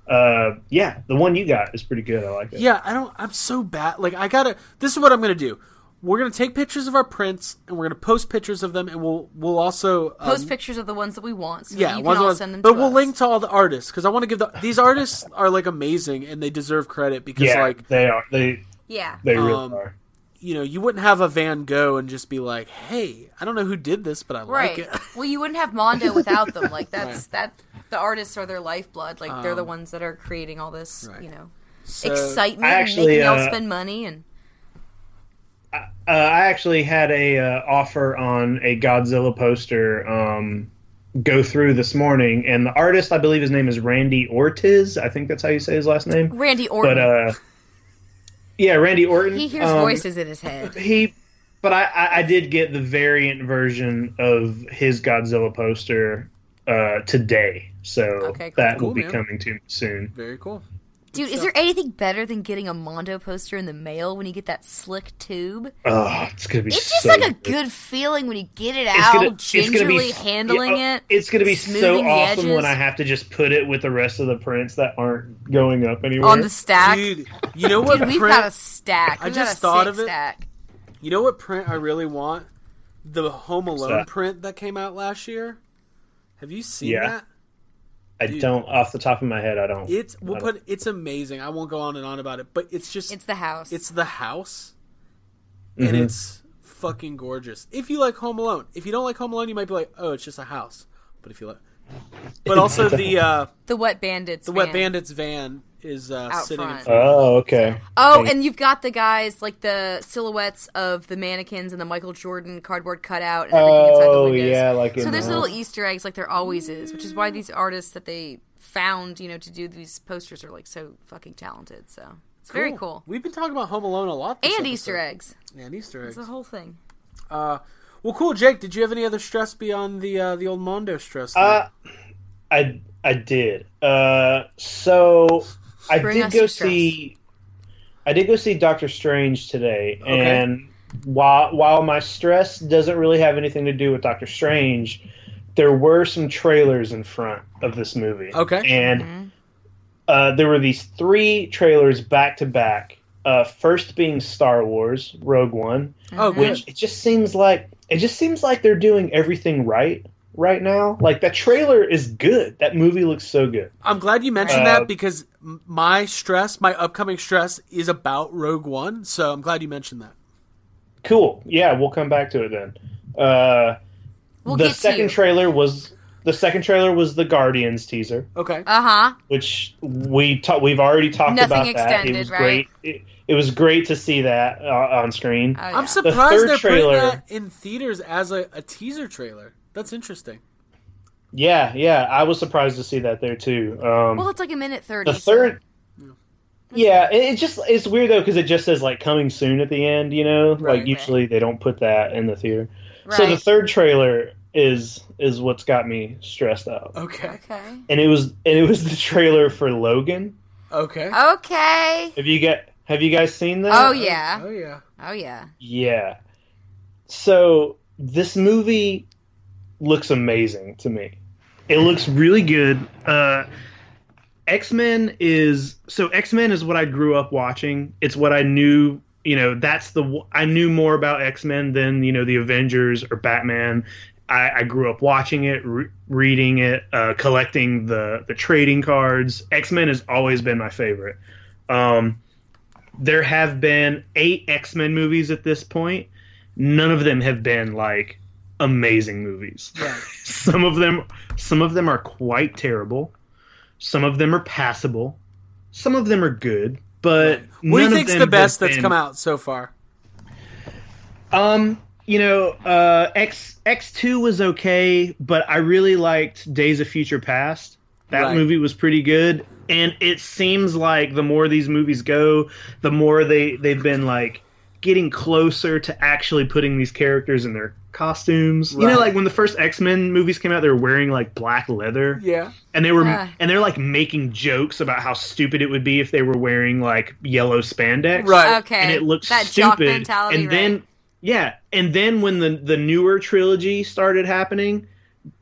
Speaker 9: uh, yeah, the one you got is pretty good. I like it.
Speaker 8: Yeah, I don't. I'm so bad. Like I gotta. This is what I'm gonna do. We're gonna take pictures of our prints and we're gonna post pictures of them, and we'll we'll also um,
Speaker 4: Post pictures of the ones that we want. So that
Speaker 8: Yeah,
Speaker 4: you
Speaker 8: ones-
Speaker 4: can all
Speaker 8: ones-
Speaker 4: send them.
Speaker 8: but
Speaker 4: to
Speaker 8: we'll
Speaker 4: us.
Speaker 8: link to all the artists because I want to give the these artists are like amazing and they deserve credit because
Speaker 9: yeah,
Speaker 8: like
Speaker 9: they are. They
Speaker 8: <laughs>
Speaker 4: Yeah.
Speaker 9: they really
Speaker 8: Um,
Speaker 9: are.
Speaker 8: you know you wouldn't have a Van Gogh and just be like, hey, I don't know who did this, but I
Speaker 4: Right.
Speaker 8: like it. <laughs>
Speaker 4: Well, you wouldn't have Mondo without them. Like that's that. the artists are their lifeblood. Like they're the
Speaker 8: Um,
Speaker 4: ones that are creating all this,
Speaker 8: right.
Speaker 4: you know,
Speaker 8: So-
Speaker 4: excitement,
Speaker 9: I
Speaker 4: and
Speaker 9: actually,
Speaker 4: making y'all
Speaker 9: uh,
Speaker 4: spend money, and
Speaker 9: Uh, I actually had a uh, offer on a Godzilla poster um, go through this morning, and the artist, I believe his name is Randy Ortiz. I think that's how you say his last name.
Speaker 4: Randy Orton.
Speaker 9: But uh, yeah, Randy Orton.
Speaker 4: he hears
Speaker 9: um,
Speaker 4: voices in his head.
Speaker 9: He, but I, I, I did get the variant version of his Godzilla poster uh, today, so
Speaker 4: Okay, cool.
Speaker 9: that
Speaker 8: Cool,
Speaker 9: will be
Speaker 8: man.
Speaker 9: coming to me soon.
Speaker 8: Very cool.
Speaker 4: Dude, is there anything better than getting a Mondo poster in the mail when you get that slick tube?
Speaker 9: Oh, it's gonna be.
Speaker 4: It's just
Speaker 9: so
Speaker 4: like a
Speaker 9: good.
Speaker 4: good feeling when you get it
Speaker 9: it's
Speaker 4: out,
Speaker 9: gonna, it's gonna
Speaker 4: gingerly
Speaker 9: be,
Speaker 4: handling
Speaker 9: yeah, oh,
Speaker 4: it.
Speaker 9: It's gonna be so
Speaker 4: smoothing the
Speaker 9: awesome when
Speaker 4: edges.
Speaker 9: I have to just put it with the rest of the prints that aren't going up anywhere.
Speaker 4: on the stack. Dude,
Speaker 8: Dude, you know what
Speaker 4: we've
Speaker 8: print?
Speaker 4: got a stack.
Speaker 8: I
Speaker 4: We've
Speaker 8: just
Speaker 4: got a
Speaker 8: thought
Speaker 4: sick
Speaker 8: of it.
Speaker 4: Stack.
Speaker 8: You know what print I really want? The Home Alone
Speaker 9: that?
Speaker 8: print that came out last year. Have you seen
Speaker 9: Yeah.
Speaker 8: that?
Speaker 9: I don't, off the top of my head, I don't.
Speaker 8: It's we'll
Speaker 9: I
Speaker 8: put it's amazing. I won't go on and on about it, but it's just
Speaker 4: It's the house.
Speaker 8: it's the house and
Speaker 9: Mm-hmm.
Speaker 8: it's fucking gorgeous. If you like Home Alone, if you don't like Home Alone, you might be like, "Oh, it's just a house." But if you like
Speaker 9: <laughs>
Speaker 8: But also the uh
Speaker 4: the wet bandits.
Speaker 8: the Wet
Speaker 4: van.
Speaker 8: Bandits van is uh
Speaker 4: Out
Speaker 8: sitting in
Speaker 4: front.
Speaker 8: front.
Speaker 9: Oh, okay.
Speaker 4: Oh,
Speaker 9: Thank-
Speaker 4: and you've got the guys like the silhouettes of the mannequins and the Michael Jordan cardboard cutout and everything inside the
Speaker 9: Oh,
Speaker 4: windows.
Speaker 9: yeah, like
Speaker 4: so
Speaker 9: in
Speaker 4: there's
Speaker 9: the-
Speaker 4: little Easter eggs like there always is, which is why these artists that they found, you know, to do these posters are like so fucking talented. So it's very
Speaker 9: Oh.
Speaker 4: cool.
Speaker 8: We've been talking about Home Alone a lot this
Speaker 4: And
Speaker 8: episode.
Speaker 4: Easter eggs.
Speaker 8: And Easter eggs.
Speaker 4: It's the whole thing.
Speaker 8: Well, cool, Jake. Did you have any other stress beyond the uh, the old Mondo stress? thing?
Speaker 9: Uh, I I did. Uh, so I
Speaker 4: Bring us
Speaker 9: did go
Speaker 4: some stress.
Speaker 9: see. I did go see Doctor Strange today,
Speaker 8: Okay.
Speaker 9: and while while my stress doesn't really have anything to do with Doctor Strange, there were some trailers in front of this movie.
Speaker 8: Okay.
Speaker 9: and
Speaker 4: Mm-hmm.
Speaker 9: uh, there were these three trailers back to back. Uh, first being Star Wars Rogue One,
Speaker 8: oh, good.
Speaker 9: which it just seems like it just seems like they're doing everything right right now like that trailer is good that movie looks so good
Speaker 8: I'm glad you mentioned
Speaker 9: Uh,
Speaker 8: that because m- my stress, my upcoming stress, is about Rogue One. So I'm glad you mentioned that.
Speaker 9: cool yeah we'll come back to it then uh
Speaker 4: We'll
Speaker 9: the
Speaker 4: get to
Speaker 9: second
Speaker 4: you.
Speaker 9: trailer was the second trailer was the guardians teaser
Speaker 8: Okay.
Speaker 4: uh huh.
Speaker 9: which we ta- we've already talked
Speaker 4: Nothing
Speaker 9: about that
Speaker 4: extended,
Speaker 9: it was
Speaker 4: right?
Speaker 9: great it, it was great to see that uh, on screen
Speaker 4: Oh, yeah.
Speaker 8: I'm surprised
Speaker 9: third
Speaker 8: they're
Speaker 9: trailer-
Speaker 8: putting that in theaters as a, a teaser trailer. That's interesting.
Speaker 9: yeah yeah i was surprised to see that there too um
Speaker 4: Well, it's like a minute thirty.
Speaker 9: the
Speaker 4: so-
Speaker 9: third yeah it, it just it's weird though because it just says like coming soon at the end you know
Speaker 8: Right.
Speaker 9: like usually they don't put that in the theater so
Speaker 4: Right.
Speaker 9: the third trailer is is what's got me stressed out
Speaker 8: Okay.
Speaker 4: Okay.
Speaker 9: and it was and it was the trailer for logan
Speaker 8: Okay.
Speaker 4: Okay.
Speaker 9: have you got have you guys seen that
Speaker 4: Oh yeah.
Speaker 8: Oh yeah.
Speaker 4: Oh yeah.
Speaker 9: yeah so this movie looks amazing to me it looks really good uh X Men is so X Men is what I grew up watching. It's what I knew. You know, that's the I knew more about X Men than you know the Avengers or Batman. I, I grew up watching it, re- reading it, uh, collecting the the trading cards. X Men has always been my favorite. Um, there have been eight X Men movies at this point. None of them have been like amazing movies. some of them, some of them are quite terrible. Some of them are passable. Some of them are good, but
Speaker 8: What do
Speaker 9: none
Speaker 8: you
Speaker 9: of
Speaker 8: think's
Speaker 9: them
Speaker 8: the
Speaker 9: have
Speaker 8: best that's
Speaker 9: been-
Speaker 8: come out so far?
Speaker 9: Um, you know, uh, X X two was okay, but I really liked Days of Future Past. That
Speaker 8: Right.
Speaker 9: movie was pretty good, and it seems like the more these movies go, the more they they've been like getting closer to actually putting these characters in their costumes. You
Speaker 8: Right.
Speaker 9: know, like when the first X Men movies came out, they were wearing like black leather
Speaker 8: Yeah.
Speaker 9: and they were
Speaker 4: Yeah.
Speaker 9: and they're like making jokes about how stupid it would be if they were wearing like yellow spandex
Speaker 8: Right.
Speaker 4: Okay.
Speaker 9: and it looks
Speaker 4: that jock
Speaker 9: stupid
Speaker 4: mentality.
Speaker 9: and then
Speaker 4: right?
Speaker 9: yeah and then when the the newer trilogy started happening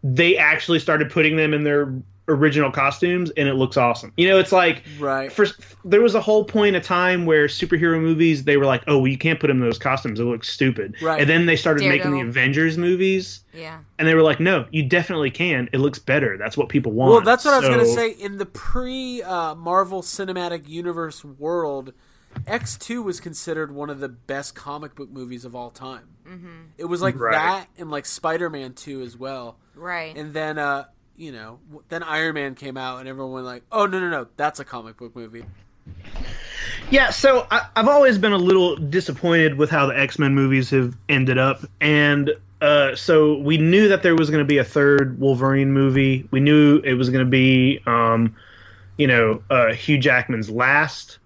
Speaker 9: they actually started putting them in their original costumes and it looks awesome you know it's like
Speaker 8: Right.
Speaker 9: for there was a whole point of time where superhero movies they were like oh well you can't put them in those costumes it looks stupid
Speaker 8: Right.
Speaker 9: and then they started making
Speaker 4: Daredevil.
Speaker 9: the avengers movies
Speaker 4: yeah.
Speaker 9: and they were like, "No, you definitely can. It looks better. That's what people want."
Speaker 8: Well, that's what I was going to
Speaker 9: So-
Speaker 8: say. In the pre uh, Marvel Cinematic Universe world, X2 was considered one of the best comic book movies of all time. Mm-hmm. It was like
Speaker 9: Right.
Speaker 8: that and like Spider Man 2 as well.
Speaker 4: Right.
Speaker 8: And then uh, you know, w- then Iron Man came out, and everyone went like, "Oh no, no, no, that's a comic book movie."
Speaker 9: Yeah, so I, I've always been a little disappointed with how the X Men movies have ended up, and uh, so we knew that there was going to be a third Wolverine movie. We knew it was going to be, um, you know, uh, Hugh Jackman's last,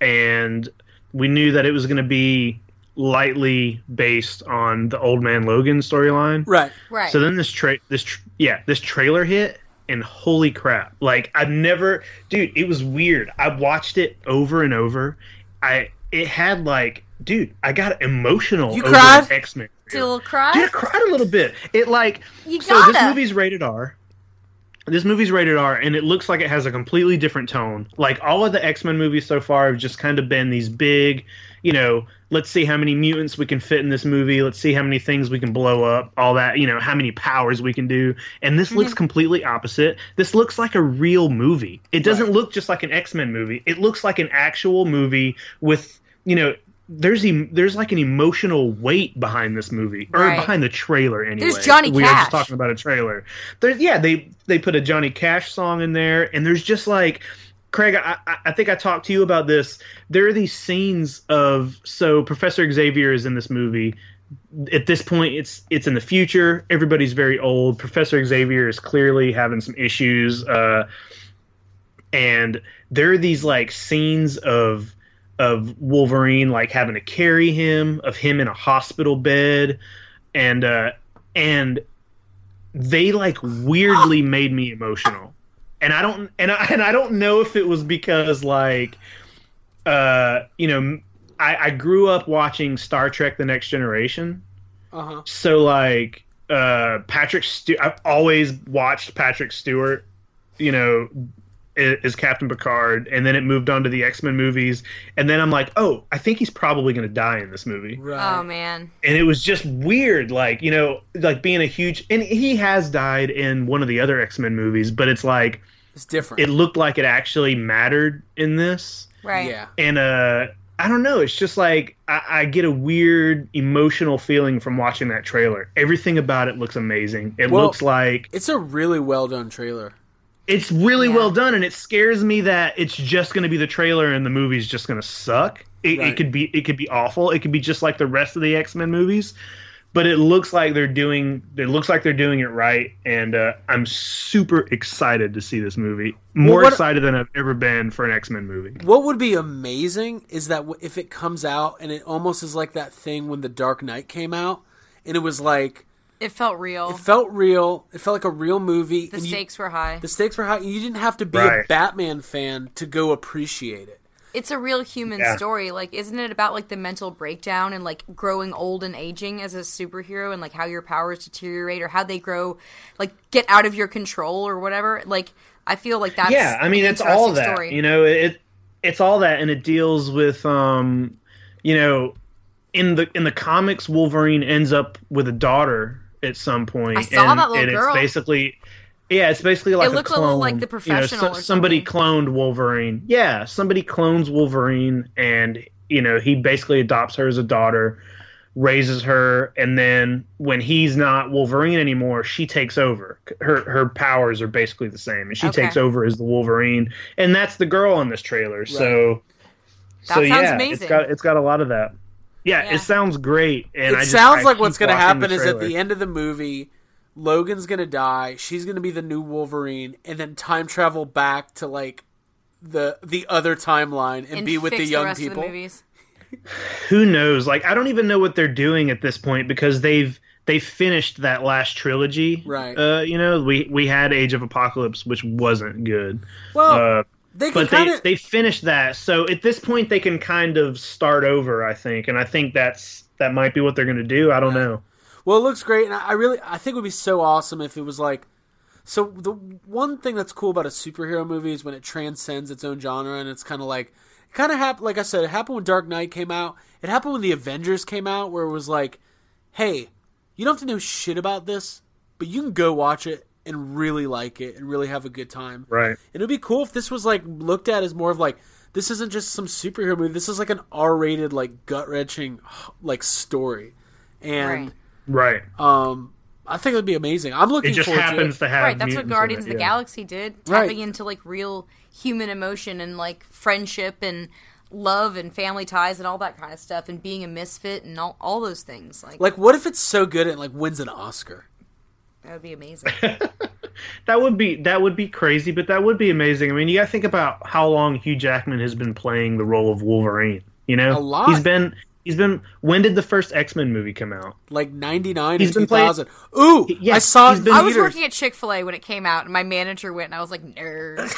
Speaker 9: and we knew that it was going to be lightly based on the Old Man Logan storyline.
Speaker 8: Right.
Speaker 4: Right.
Speaker 9: So then this tra- this tr- yeah, this trailer hit and holy crap. Like I've never dude, it was weird. I watched it over and over. I it had like dude, I got emotional
Speaker 8: You
Speaker 9: over
Speaker 8: cried?
Speaker 9: an X-Men.
Speaker 4: Did a
Speaker 9: trailer.
Speaker 4: little cry.
Speaker 9: Yeah, I cried a little bit. It like
Speaker 4: You
Speaker 9: so this
Speaker 4: gotta.
Speaker 9: movie's rated R. This movie's rated R, and it looks like it has a completely different tone. Like all of the X Men movies so far have just kind of been these big, you know, let's see how many mutants we can fit in this movie, let's see how many things we can blow up, all that, you know, how many powers we can do. And this
Speaker 4: Mhm.
Speaker 9: looks completely opposite. This looks like a real movie. It doesn't look just like an X Men movie. It looks like an actual movie with, you know, there's em- there's like an emotional weight behind this movie or
Speaker 4: Right.
Speaker 9: behind the trailer anyway.
Speaker 4: There's Johnny
Speaker 9: we are
Speaker 4: Cash.
Speaker 9: just talking about a trailer. There's yeah, they they put a Johnny Cash song in there, and there's just like Craig. I, I- I think I talked to you about this. There are these scenes of so Professor Xavier is in this movie. At this point, it's it's in the future. Everybody's very old. Professor Xavier is clearly having some issues. Uh, and there are these like scenes of of Wolverine like having to carry him, of him in a hospital bed, and uh, and they like weirdly made me emotional, and I don't and I and I don't know if it was because like uh you know I, I grew up watching Star Trek: The Next Generation,
Speaker 8: Uh huh.
Speaker 9: so like uh Patrick Stu I've always watched Patrick Stewart, you know, i- is Captain Picard and then it moved on to the X-Men movies and then I'm like, "Oh, I think he's probably going to die in this movie."
Speaker 8: Right.
Speaker 4: Oh man.
Speaker 9: And it was just weird like, you know, like being a huge and he has died in one of the other X-Men movies, but it's like
Speaker 8: it's different.
Speaker 9: it looked like it actually mattered in this
Speaker 4: Right.
Speaker 8: Yeah.
Speaker 9: and uh i don't know it's just like I, I get a weird emotional feeling from watching that trailer everything about it looks amazing it
Speaker 8: Well-
Speaker 9: looks like
Speaker 8: It's a really well done trailer.
Speaker 9: it's really
Speaker 4: Yeah.
Speaker 9: well done and it scares me that it's just going to be the trailer and the movie's just going to suck it,
Speaker 8: Right.
Speaker 9: it could be it could be awful it could be just like the rest of the x-men movies but it looks like they're doing it looks like they're doing it right and uh, i'm super excited to see this movie more
Speaker 8: what-
Speaker 9: excited than i've ever been for an x-men movie
Speaker 8: What would be amazing is that w- if it comes out and it almost is like that thing when The Dark Knight came out, and it was like
Speaker 4: It felt real.
Speaker 8: it felt real. It felt like a real movie.
Speaker 4: the
Speaker 8: and you-
Speaker 4: stakes were high.
Speaker 8: the stakes were high. and You didn't have to be a
Speaker 9: Right.
Speaker 8: Batman fan to go appreciate it.
Speaker 4: it's a real human
Speaker 9: Yeah.
Speaker 4: story. Like, isn't it about like the mental breakdown and like growing old and aging as a superhero and like how your powers deteriorate or how they grow, like get out of your control or whatever? Like, I feel like that's
Speaker 9: yeah i mean
Speaker 4: an
Speaker 9: it's all
Speaker 4: interesting
Speaker 9: that
Speaker 4: story.
Speaker 9: you know it it's all that and it deals with um you know in the in the comics wolverine ends up with a daughter at some point
Speaker 4: I saw
Speaker 9: and,
Speaker 4: that little
Speaker 9: and
Speaker 4: girl.
Speaker 9: it's basically yeah it's basically like
Speaker 4: looked a
Speaker 9: a clone
Speaker 4: little like The
Speaker 9: you know,
Speaker 4: Professional or
Speaker 9: somebody
Speaker 4: something.
Speaker 9: cloned wolverine yeah somebody clones wolverine and you know he basically adopts her as a daughter raises her and then when he's not Wolverine anymore she takes over her her powers are basically the same and she
Speaker 4: Okay.
Speaker 9: takes over as the Wolverine and that's the girl in this trailer so
Speaker 4: That
Speaker 9: so
Speaker 4: sounds
Speaker 9: yeah
Speaker 4: amazing.
Speaker 9: it's got it's got a lot of that yeah,
Speaker 4: Yeah.
Speaker 9: it sounds great
Speaker 8: it
Speaker 9: and I just-
Speaker 8: sounds
Speaker 9: I
Speaker 8: like what's
Speaker 9: keep
Speaker 8: going to
Speaker 9: watching the
Speaker 8: happen is at the
Speaker 9: trailer.
Speaker 8: end of the movie, Logan's going to die. She's going to be the new Wolverine, and then time travel back to like the the other timeline and,
Speaker 4: And
Speaker 8: be with
Speaker 4: fix
Speaker 8: the young
Speaker 4: rest of
Speaker 8: people.
Speaker 4: movies.
Speaker 9: who knows like I don't even know what they're doing at this point because they've they finished that last trilogy
Speaker 8: Right.
Speaker 9: uh you know we we had Age of Apocalypse which wasn't good
Speaker 8: well,
Speaker 9: uh
Speaker 8: they can
Speaker 9: but they,
Speaker 8: kind of
Speaker 9: they finished that so at this point they can kind of start over i think and i think that's that might be what they're going to do i don't know
Speaker 8: Well, it looks great, and I I really I think it would be so awesome if it was like. So the one thing that's cool about a superhero movie is when it transcends its own genre, and it's kind of like it kind of happened. Like I said, it happened when Dark Knight came out. It happened when the Avengers came out, where it was like, hey, you don't have to know shit about this, but you can go watch it and really like it and really have a good time.
Speaker 9: right
Speaker 8: And it'd be cool if this was like looked at as more of like this isn't just some superhero movie. This is like an R-rated, like gut-wrenching, like story, and
Speaker 4: Right.
Speaker 9: right
Speaker 8: um, I think it'd be amazing. I'm looking
Speaker 9: It just
Speaker 8: forward
Speaker 9: happens
Speaker 8: to
Speaker 9: to, have
Speaker 4: right, that's what
Speaker 9: mutants in
Speaker 4: Guardians
Speaker 9: it,
Speaker 4: of the
Speaker 9: yeah.
Speaker 4: Galaxy did,
Speaker 8: Right.
Speaker 4: tapping into like real human emotion and like friendship and love and family ties and all that kind of stuff and being a misfit and all, all those things. Like,
Speaker 8: it. Like, what if it's so good it like wins an Oscar?
Speaker 4: that would be
Speaker 9: <laughs>
Speaker 4: amazing.
Speaker 9: That would be that would be crazy, but that would be amazing. I mean, you got to think about how long Hugh Jackman has been playing the role of Wolverine. You know,
Speaker 8: A lot.
Speaker 9: He's been he's been. When did the first X Men movie come out?
Speaker 8: Like 99
Speaker 9: He's
Speaker 8: and
Speaker 9: been playing-
Speaker 8: 2000. Ooh,
Speaker 9: yeah,
Speaker 8: I saw
Speaker 9: he's
Speaker 8: it.
Speaker 9: been-
Speaker 4: I was
Speaker 9: Theaters.
Speaker 4: working at Chick Fil A when it came out, and my manager went, and I was like,
Speaker 8: <laughs>
Speaker 4: "Nerd."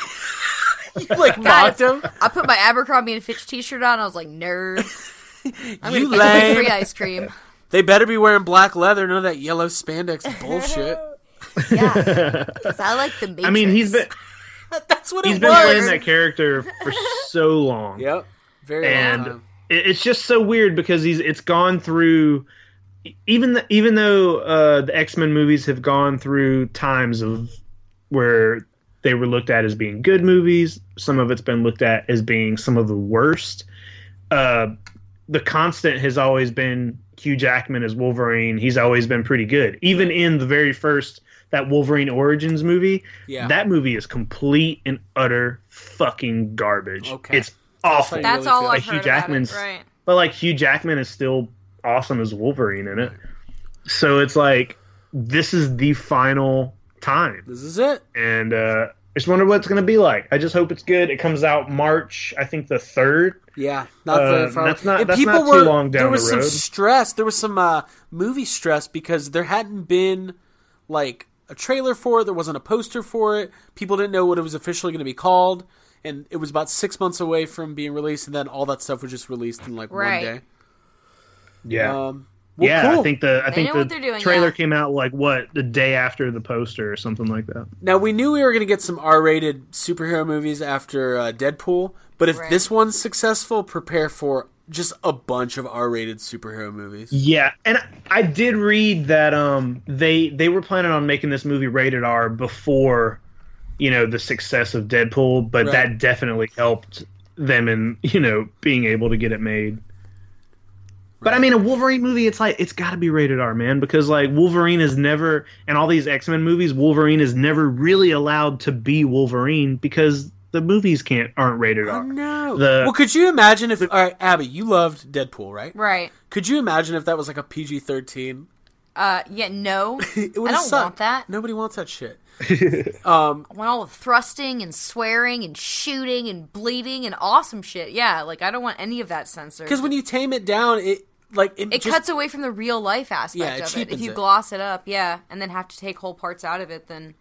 Speaker 8: like mocked him.
Speaker 4: I put my Abercrombie and Fitch T-shirt on. I was like, "Nerd." I'm
Speaker 8: <laughs> You
Speaker 4: gonna get you
Speaker 8: lame.
Speaker 4: free ice cream.
Speaker 8: They better be wearing black leather, none of that yellow spandex
Speaker 4: <laughs>
Speaker 8: bullshit. <laughs>
Speaker 4: Yeah, 'Cause I like the. Matrix.
Speaker 9: I mean,
Speaker 4: <laughs>
Speaker 9: he's been
Speaker 8: That's what
Speaker 9: he's
Speaker 8: it
Speaker 9: been
Speaker 8: was.
Speaker 9: playing that character for so
Speaker 8: <laughs>
Speaker 9: long.
Speaker 8: Yep. Very long
Speaker 9: and
Speaker 8: time.
Speaker 9: it, it's just so weird because he's it's gone through even th even though uh, the X Men movies have gone through times of where they were looked at as being good movies, some of it's been looked at as being some of the worst. Uh, the constant has always been Hugh Jackman as Wolverine. He's always been pretty good, even in the very first that Wolverine Origins movie.
Speaker 8: Yeah.
Speaker 9: That movie is complete and utter fucking garbage.
Speaker 8: Okay.
Speaker 9: It's awful.
Speaker 8: like-
Speaker 4: That's
Speaker 8: really
Speaker 4: all
Speaker 8: feel
Speaker 4: I've
Speaker 8: like
Speaker 4: heard
Speaker 9: Hugh
Speaker 4: about it,
Speaker 9: Jackman's-
Speaker 4: right.
Speaker 9: But like Hugh Jackman is still awesome as Wolverine in it. So it's like this is the final time,
Speaker 8: This is it.
Speaker 9: and uh, I just wonder what it's gonna be like. I just hope it's good. It comes out March, I think the third.
Speaker 8: Yeah, not
Speaker 9: Uh,
Speaker 8: very far.
Speaker 9: that's not-
Speaker 8: And
Speaker 9: that's
Speaker 8: people
Speaker 9: not too
Speaker 8: were,
Speaker 9: long down
Speaker 8: There was
Speaker 9: the
Speaker 8: some
Speaker 9: road.
Speaker 8: stress. There was some uh, movie stress because there hadn't been like a trailer for it. There wasn't a poster for it. People didn't know what it was officially going to be called, and it was about six months away from being released. And then all that stuff was just released in like
Speaker 4: Right.
Speaker 8: one day.
Speaker 9: Yeah.
Speaker 8: Um, well,
Speaker 9: yeah,
Speaker 8: cool.
Speaker 9: I think the I
Speaker 4: They
Speaker 9: think
Speaker 4: know
Speaker 9: the
Speaker 4: what they're doing,
Speaker 9: trailer
Speaker 4: yeah.
Speaker 9: came out like what the day after the poster or something like that.
Speaker 8: Now we knew we were going to get some R-rated superhero movies after uh, Deadpool, but if
Speaker 4: Right.
Speaker 8: this one's successful, prepare for just a bunch of R-rated superhero movies.
Speaker 9: Yeah, and I- I did read that um they they were planning on making this movie rated R before you know the success of Deadpool, but
Speaker 8: Right.
Speaker 9: that definitely helped them in you know being able to get it made. But I mean, a Wolverine movie, it's like it's got to be rated R, man, because like Wolverine is never, and all these X Men movies, Wolverine is never really allowed to be Wolverine because the movies can't aren't rated R.
Speaker 8: Oh, No.
Speaker 9: The-
Speaker 8: well, could you imagine if? all right, Abby, you loved Deadpool, right?
Speaker 4: Right.
Speaker 8: Could you imagine if that was like a PG thirteen?
Speaker 4: Uh, yeah. No, I
Speaker 8: <laughs> It
Speaker 4: don't
Speaker 8: would
Speaker 4: want
Speaker 8: sucked.
Speaker 4: that.
Speaker 8: Nobody wants that shit.
Speaker 4: I want all the thrusting and swearing and shooting and bleeding and awesome shit. Yeah, like I don't want any of that censored.
Speaker 8: Because when you tame it down, it like it,
Speaker 4: it
Speaker 8: just,
Speaker 4: cuts away from the real life aspect
Speaker 8: Yeah, it
Speaker 4: of it. If
Speaker 8: cheapens
Speaker 4: you
Speaker 8: it.
Speaker 4: gloss it up, yeah, and then have to take whole parts out of it, then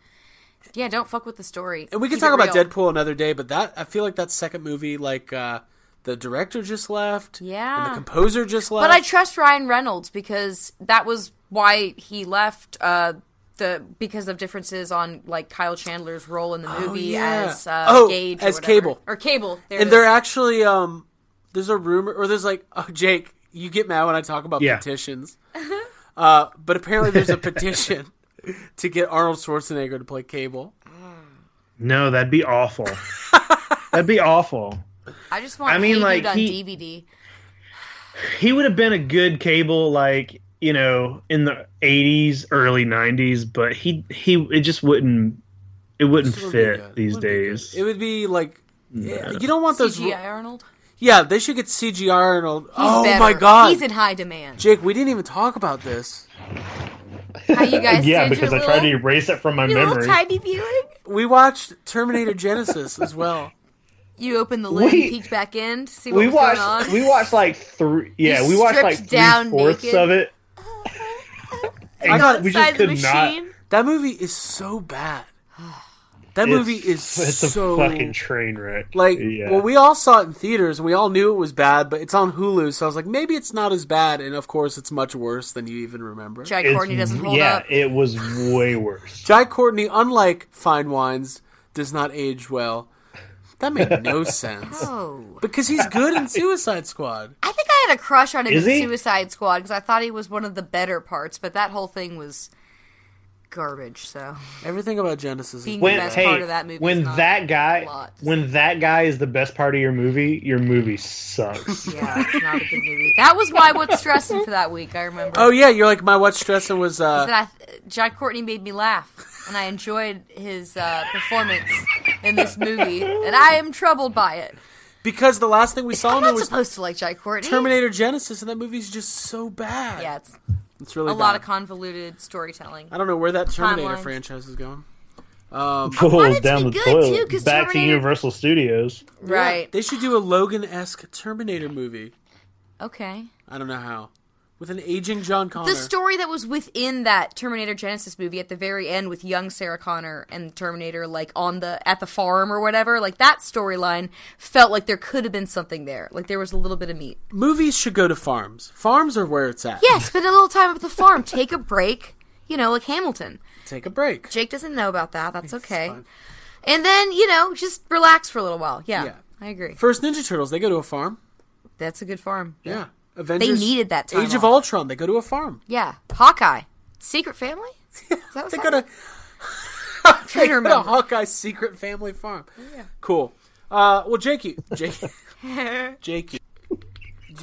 Speaker 4: yeah, don't fuck with the story.
Speaker 8: And we can
Speaker 4: Keep
Speaker 8: talk
Speaker 4: it
Speaker 8: about
Speaker 4: real.
Speaker 8: Deadpool another day, but that I feel like that second movie, like uh the director just left,
Speaker 4: Yeah.
Speaker 8: and the composer just left.
Speaker 4: But I trust Ryan Reynolds because that was why he left. Uh, the because of differences on like Kyle Chandler's role in the movie
Speaker 8: Oh, yeah.
Speaker 4: as uh,
Speaker 8: Oh,
Speaker 4: Gage or
Speaker 8: as
Speaker 4: whatever.
Speaker 8: Cable.
Speaker 4: or Cable. There it
Speaker 8: and they're
Speaker 4: is.
Speaker 8: actually um there's a rumor or there's like <laughs> oh jake you get mad when i talk about
Speaker 9: Yeah.
Speaker 8: petitions uh but apparently there's a petition
Speaker 9: <laughs>
Speaker 8: to get arnold schwarzenegger to play cable
Speaker 9: No, that'd be awful. that'd be awful.
Speaker 4: I just want.
Speaker 9: I
Speaker 4: Hey
Speaker 9: mean,
Speaker 4: Dude
Speaker 9: like,
Speaker 4: on
Speaker 9: he-
Speaker 4: DVD.
Speaker 9: he would have been a good cable like you know in the 80s early 90s but he he it just wouldn't it wouldn't
Speaker 8: It would be
Speaker 9: fit
Speaker 8: good.
Speaker 9: these
Speaker 8: It would be good.
Speaker 9: days
Speaker 8: it would be like yeah, you don't want those
Speaker 4: CGI Arnold.
Speaker 8: yeah they should get cgi arnold
Speaker 4: He's
Speaker 8: oh
Speaker 4: better.
Speaker 8: my god
Speaker 4: he's in
Speaker 8: <laughs>
Speaker 4: high demand.
Speaker 8: jake we didn't even talk about this
Speaker 4: How you guys?
Speaker 9: yeah
Speaker 4: did
Speaker 9: because i
Speaker 4: your
Speaker 9: tried to
Speaker 4: little-
Speaker 9: erase it from my
Speaker 4: your little
Speaker 9: memory
Speaker 4: tiny viewing.
Speaker 8: we watched terminator genesis as well
Speaker 4: You open the lid,
Speaker 9: We-
Speaker 4: and peek back in, to see what
Speaker 9: we
Speaker 4: was going
Speaker 9: watched <laughs>
Speaker 4: on.
Speaker 9: we watched like three yeah
Speaker 4: You
Speaker 9: we watched
Speaker 4: stripped
Speaker 9: like
Speaker 4: down
Speaker 9: three fourths
Speaker 4: naked.
Speaker 9: of it <laughs> And
Speaker 8: I got-
Speaker 9: we
Speaker 4: Inside the
Speaker 9: just could
Speaker 4: machine.
Speaker 9: not
Speaker 8: that movie is so
Speaker 4: <sighs>
Speaker 8: bad that
Speaker 9: It's-
Speaker 8: movie is
Speaker 9: <laughs> it's a
Speaker 8: so
Speaker 9: fucking train wreck
Speaker 8: Like,
Speaker 9: yeah.
Speaker 8: well, we all saw it in theaters. We all knew it was bad, but it's on Hulu, so I was like, maybe it's not as bad. And of course, it's much worse than you even remember.
Speaker 4: Jai
Speaker 9: It's-
Speaker 4: Courtney doesn't hold
Speaker 9: yeah
Speaker 4: up.
Speaker 9: it was way
Speaker 4: <laughs>
Speaker 9: worse
Speaker 8: Jai Courtney, unlike fine wines, does not age well. That made no sense
Speaker 4: Oh.
Speaker 8: because he's good in Suicide Squad.
Speaker 4: I think I had a crush on him
Speaker 9: Is
Speaker 4: in
Speaker 9: he?
Speaker 4: Suicide Squad because I thought he was one of the better parts, but that whole thing was garbage. So
Speaker 8: Everything about Genesis is
Speaker 4: being
Speaker 9: When
Speaker 4: the best
Speaker 9: hey,
Speaker 4: part of that movie.
Speaker 9: when
Speaker 4: is not
Speaker 9: that
Speaker 4: a
Speaker 9: guy
Speaker 4: lot.
Speaker 9: when that guy is the best part of your movie, your movie sucks.
Speaker 4: yeah, it's not a good movie. That was why what's stressing for that week. I remember.
Speaker 8: Oh yeah, you're like my what's stressing was uh
Speaker 4: Is that I, John Courtney made me laugh, and I enjoyed his uh, performance in this movie, and I am troubled by it.
Speaker 8: because the last thing we saw
Speaker 4: I'm
Speaker 8: him in
Speaker 4: not
Speaker 8: was
Speaker 4: supposed to like John Courtney.
Speaker 8: Terminator Genesis, and that movie's just so bad.
Speaker 4: Yeah, it's
Speaker 8: it's really
Speaker 4: a lot
Speaker 8: bad.
Speaker 4: of convoluted storytelling.
Speaker 8: I don't know where that Terminator
Speaker 4: Timelines.
Speaker 8: franchise is going.
Speaker 4: want it
Speaker 9: Pulls
Speaker 4: to
Speaker 9: down
Speaker 4: be
Speaker 9: the
Speaker 4: good, too,
Speaker 9: toilet.
Speaker 4: 'cause
Speaker 9: back to
Speaker 4: Terminator-
Speaker 9: Universal Studios.
Speaker 4: Right.
Speaker 8: They should do a Logan esque Terminator movie.
Speaker 4: Okay.
Speaker 8: I don't know how. With an aging John Connor.
Speaker 4: The story that was within that Terminator Genesis movie at the very end with young Sarah Connor and Terminator like on the at the farm or whatever, like that storyline felt like there could have been something there. Like there was a little bit of meat.
Speaker 8: Movies should go to farms. Farms are where it's at.
Speaker 4: Yeah, spend a little time at the farm, take a break, you know, like Hamilton.
Speaker 8: Take a break.
Speaker 4: Jake doesn't know about
Speaker 8: <laughs>
Speaker 4: that. That's okay. And then, you know, just relax for a little while. Yeah.
Speaker 8: Yeah.
Speaker 4: I agree.
Speaker 8: First Ninja Turtles, they go to a farm.
Speaker 4: That's a good farm.
Speaker 8: Yeah. Avengers.
Speaker 4: needed that time
Speaker 8: Age of
Speaker 4: off.
Speaker 8: Ultron, they go to a farm.
Speaker 4: Yeah. Hawkeye.
Speaker 8: <laughs>
Speaker 4: Secret family? Is that what
Speaker 8: They
Speaker 4: that
Speaker 8: go to, <laughs>
Speaker 4: was?
Speaker 8: they go to
Speaker 4: remember.
Speaker 8: Hawkeye's secret family farm. Cool. Uh, well, Jakey. <laughs> Jakey. Jakey. Do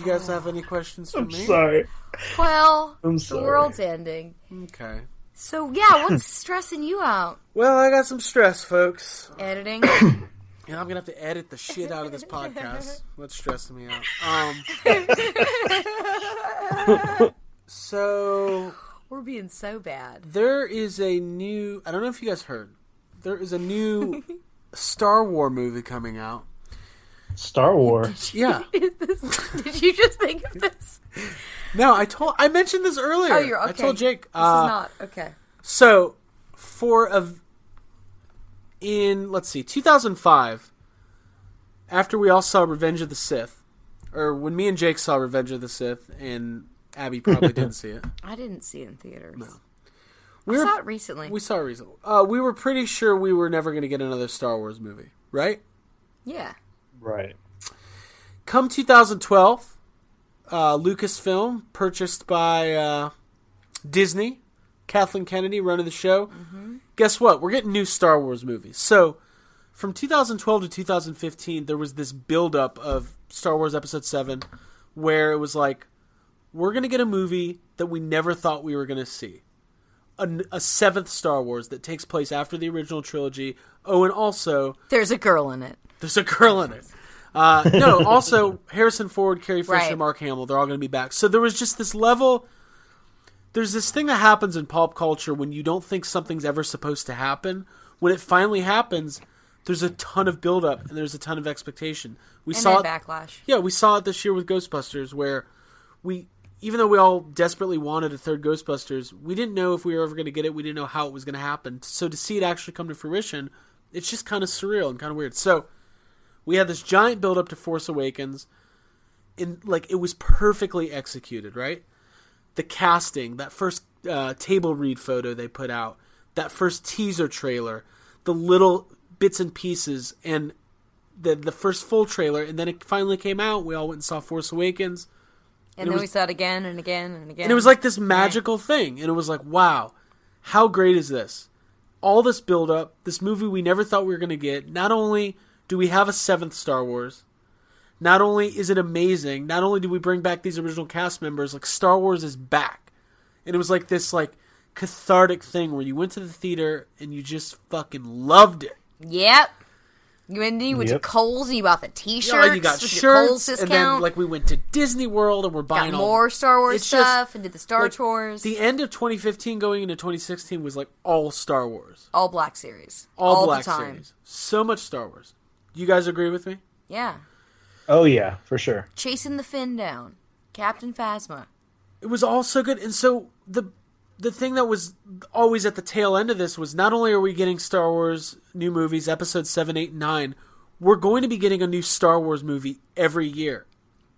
Speaker 8: you guys have any questions for me?
Speaker 9: Sorry.
Speaker 4: Well,
Speaker 9: I'm
Speaker 4: the
Speaker 9: sorry.
Speaker 4: world's ending.
Speaker 8: Okay.
Speaker 4: So
Speaker 8: <laughs>
Speaker 4: yeah, what's stressing you out?
Speaker 8: Well, I got some stress, folks. <coughs>
Speaker 4: Editing.
Speaker 8: Yeah, I'm gonna have to edit the shit out of this <laughs> podcast. That's stressing me out. Um, <laughs> so
Speaker 4: We're being so bad. <laughs>
Speaker 8: there is a new. I don't know if you guys heard. There is a
Speaker 4: <laughs>
Speaker 8: new Star Wars movie coming out.
Speaker 4: <laughs>
Speaker 9: Star Wars.
Speaker 8: Yeah.
Speaker 4: Did you just think of this?
Speaker 8: No, I told. I mentioned this earlier.
Speaker 4: Oh, you're okay.
Speaker 8: I told Jake.
Speaker 4: This
Speaker 8: Uh,
Speaker 4: is not okay.
Speaker 8: So, for a in let's see, 2005, after we all saw Revenge of the Sith, or when me and Jake saw Revenge of the Sith, and
Speaker 4: <laughs>
Speaker 8: Abby probably didn't see it.
Speaker 4: I didn't see it in theaters.
Speaker 8: We
Speaker 4: I
Speaker 8: were,
Speaker 4: saw it recently.
Speaker 8: we saw it recently. Uh, we were pretty sure we were never going to get another Star Wars movie, right?
Speaker 4: yeah.
Speaker 9: Right.
Speaker 8: Come 2012, uh, Lucasfilm purchased by uh, Disney. Kathleen Kennedy running the show. Guess what? We're getting new Star Wars movies. So, from 2012 to 2015, there was this buildup of Star Wars Episode 7 where it was like, we're going to get a movie that we never thought we were going to see. An, a seventh Star Wars that takes place after the original trilogy. Oh, and also,
Speaker 4: There's a girl in it.
Speaker 8: there's a girl in it. Uh, no, also Harrison Ford, Carrie Fisher,
Speaker 4: Right.
Speaker 8: Mark Hamill, they're all going to be back. So there was just this level. There's this thing that happens in pop culture when you don't think something's ever supposed to happen. When it finally happens, there's a ton of buildup and there's a ton of expectation. We
Speaker 4: And
Speaker 8: saw
Speaker 4: then
Speaker 8: it-
Speaker 4: backlash.
Speaker 8: yeah, we saw it this year with Ghostbusters, where we, even though we all desperately wanted a third Ghostbusters, we didn't know if we were ever going to get it. We didn't know how it was going to happen. So to see it actually come to fruition, it's just kind of surreal and kind of weird. So we had this giant build up to Force Awakens, and like it was perfectly executed, right? The casting, that first uh, table read photo they put out, that first teaser trailer, the little bits and pieces, and the the first full trailer, and then it finally came out. We all went and saw Force Awakens,
Speaker 4: And then
Speaker 8: was-
Speaker 4: we saw it again and again and again.
Speaker 8: and it was like this magical thing. And it was like, wow, how great is this? All this build up, this movie we never thought we were going to get. Not only do we have a seventh Star Wars, not only is it amazing, not only do we bring back these original cast members, like Star Wars is back, and it was like this like cathartic thing where you went to the theater and you just fucking loved it.
Speaker 4: Yep. You went, you went
Speaker 9: Yep.
Speaker 4: to Kohl's and you bought the t
Speaker 8: Yeah,
Speaker 4: shirts.
Speaker 8: you got
Speaker 4: with your Kohl's
Speaker 8: shirts, and
Speaker 4: discount.
Speaker 8: then like we went to Disney World and we're buying
Speaker 4: got
Speaker 8: all-
Speaker 4: more Star Wars
Speaker 8: It's just,
Speaker 4: stuff and did the Star
Speaker 8: like,
Speaker 4: Tours.
Speaker 8: The end of 2015 going into 2016 was like all Star Wars,
Speaker 4: all black series.
Speaker 8: all,
Speaker 4: all
Speaker 8: Black
Speaker 4: the time.
Speaker 8: series, so much Star Wars. You guys agree with me?
Speaker 4: Yeah.
Speaker 9: Oh yeah, for sure.
Speaker 4: Chasing the Finn down. Captain Phasma.
Speaker 8: It was all so good, and so the the thing that was always at the tail end of this was not only are we getting Star Wars new movies, Episode seven, eight, and nine, we're going to be getting a new Star Wars movie every year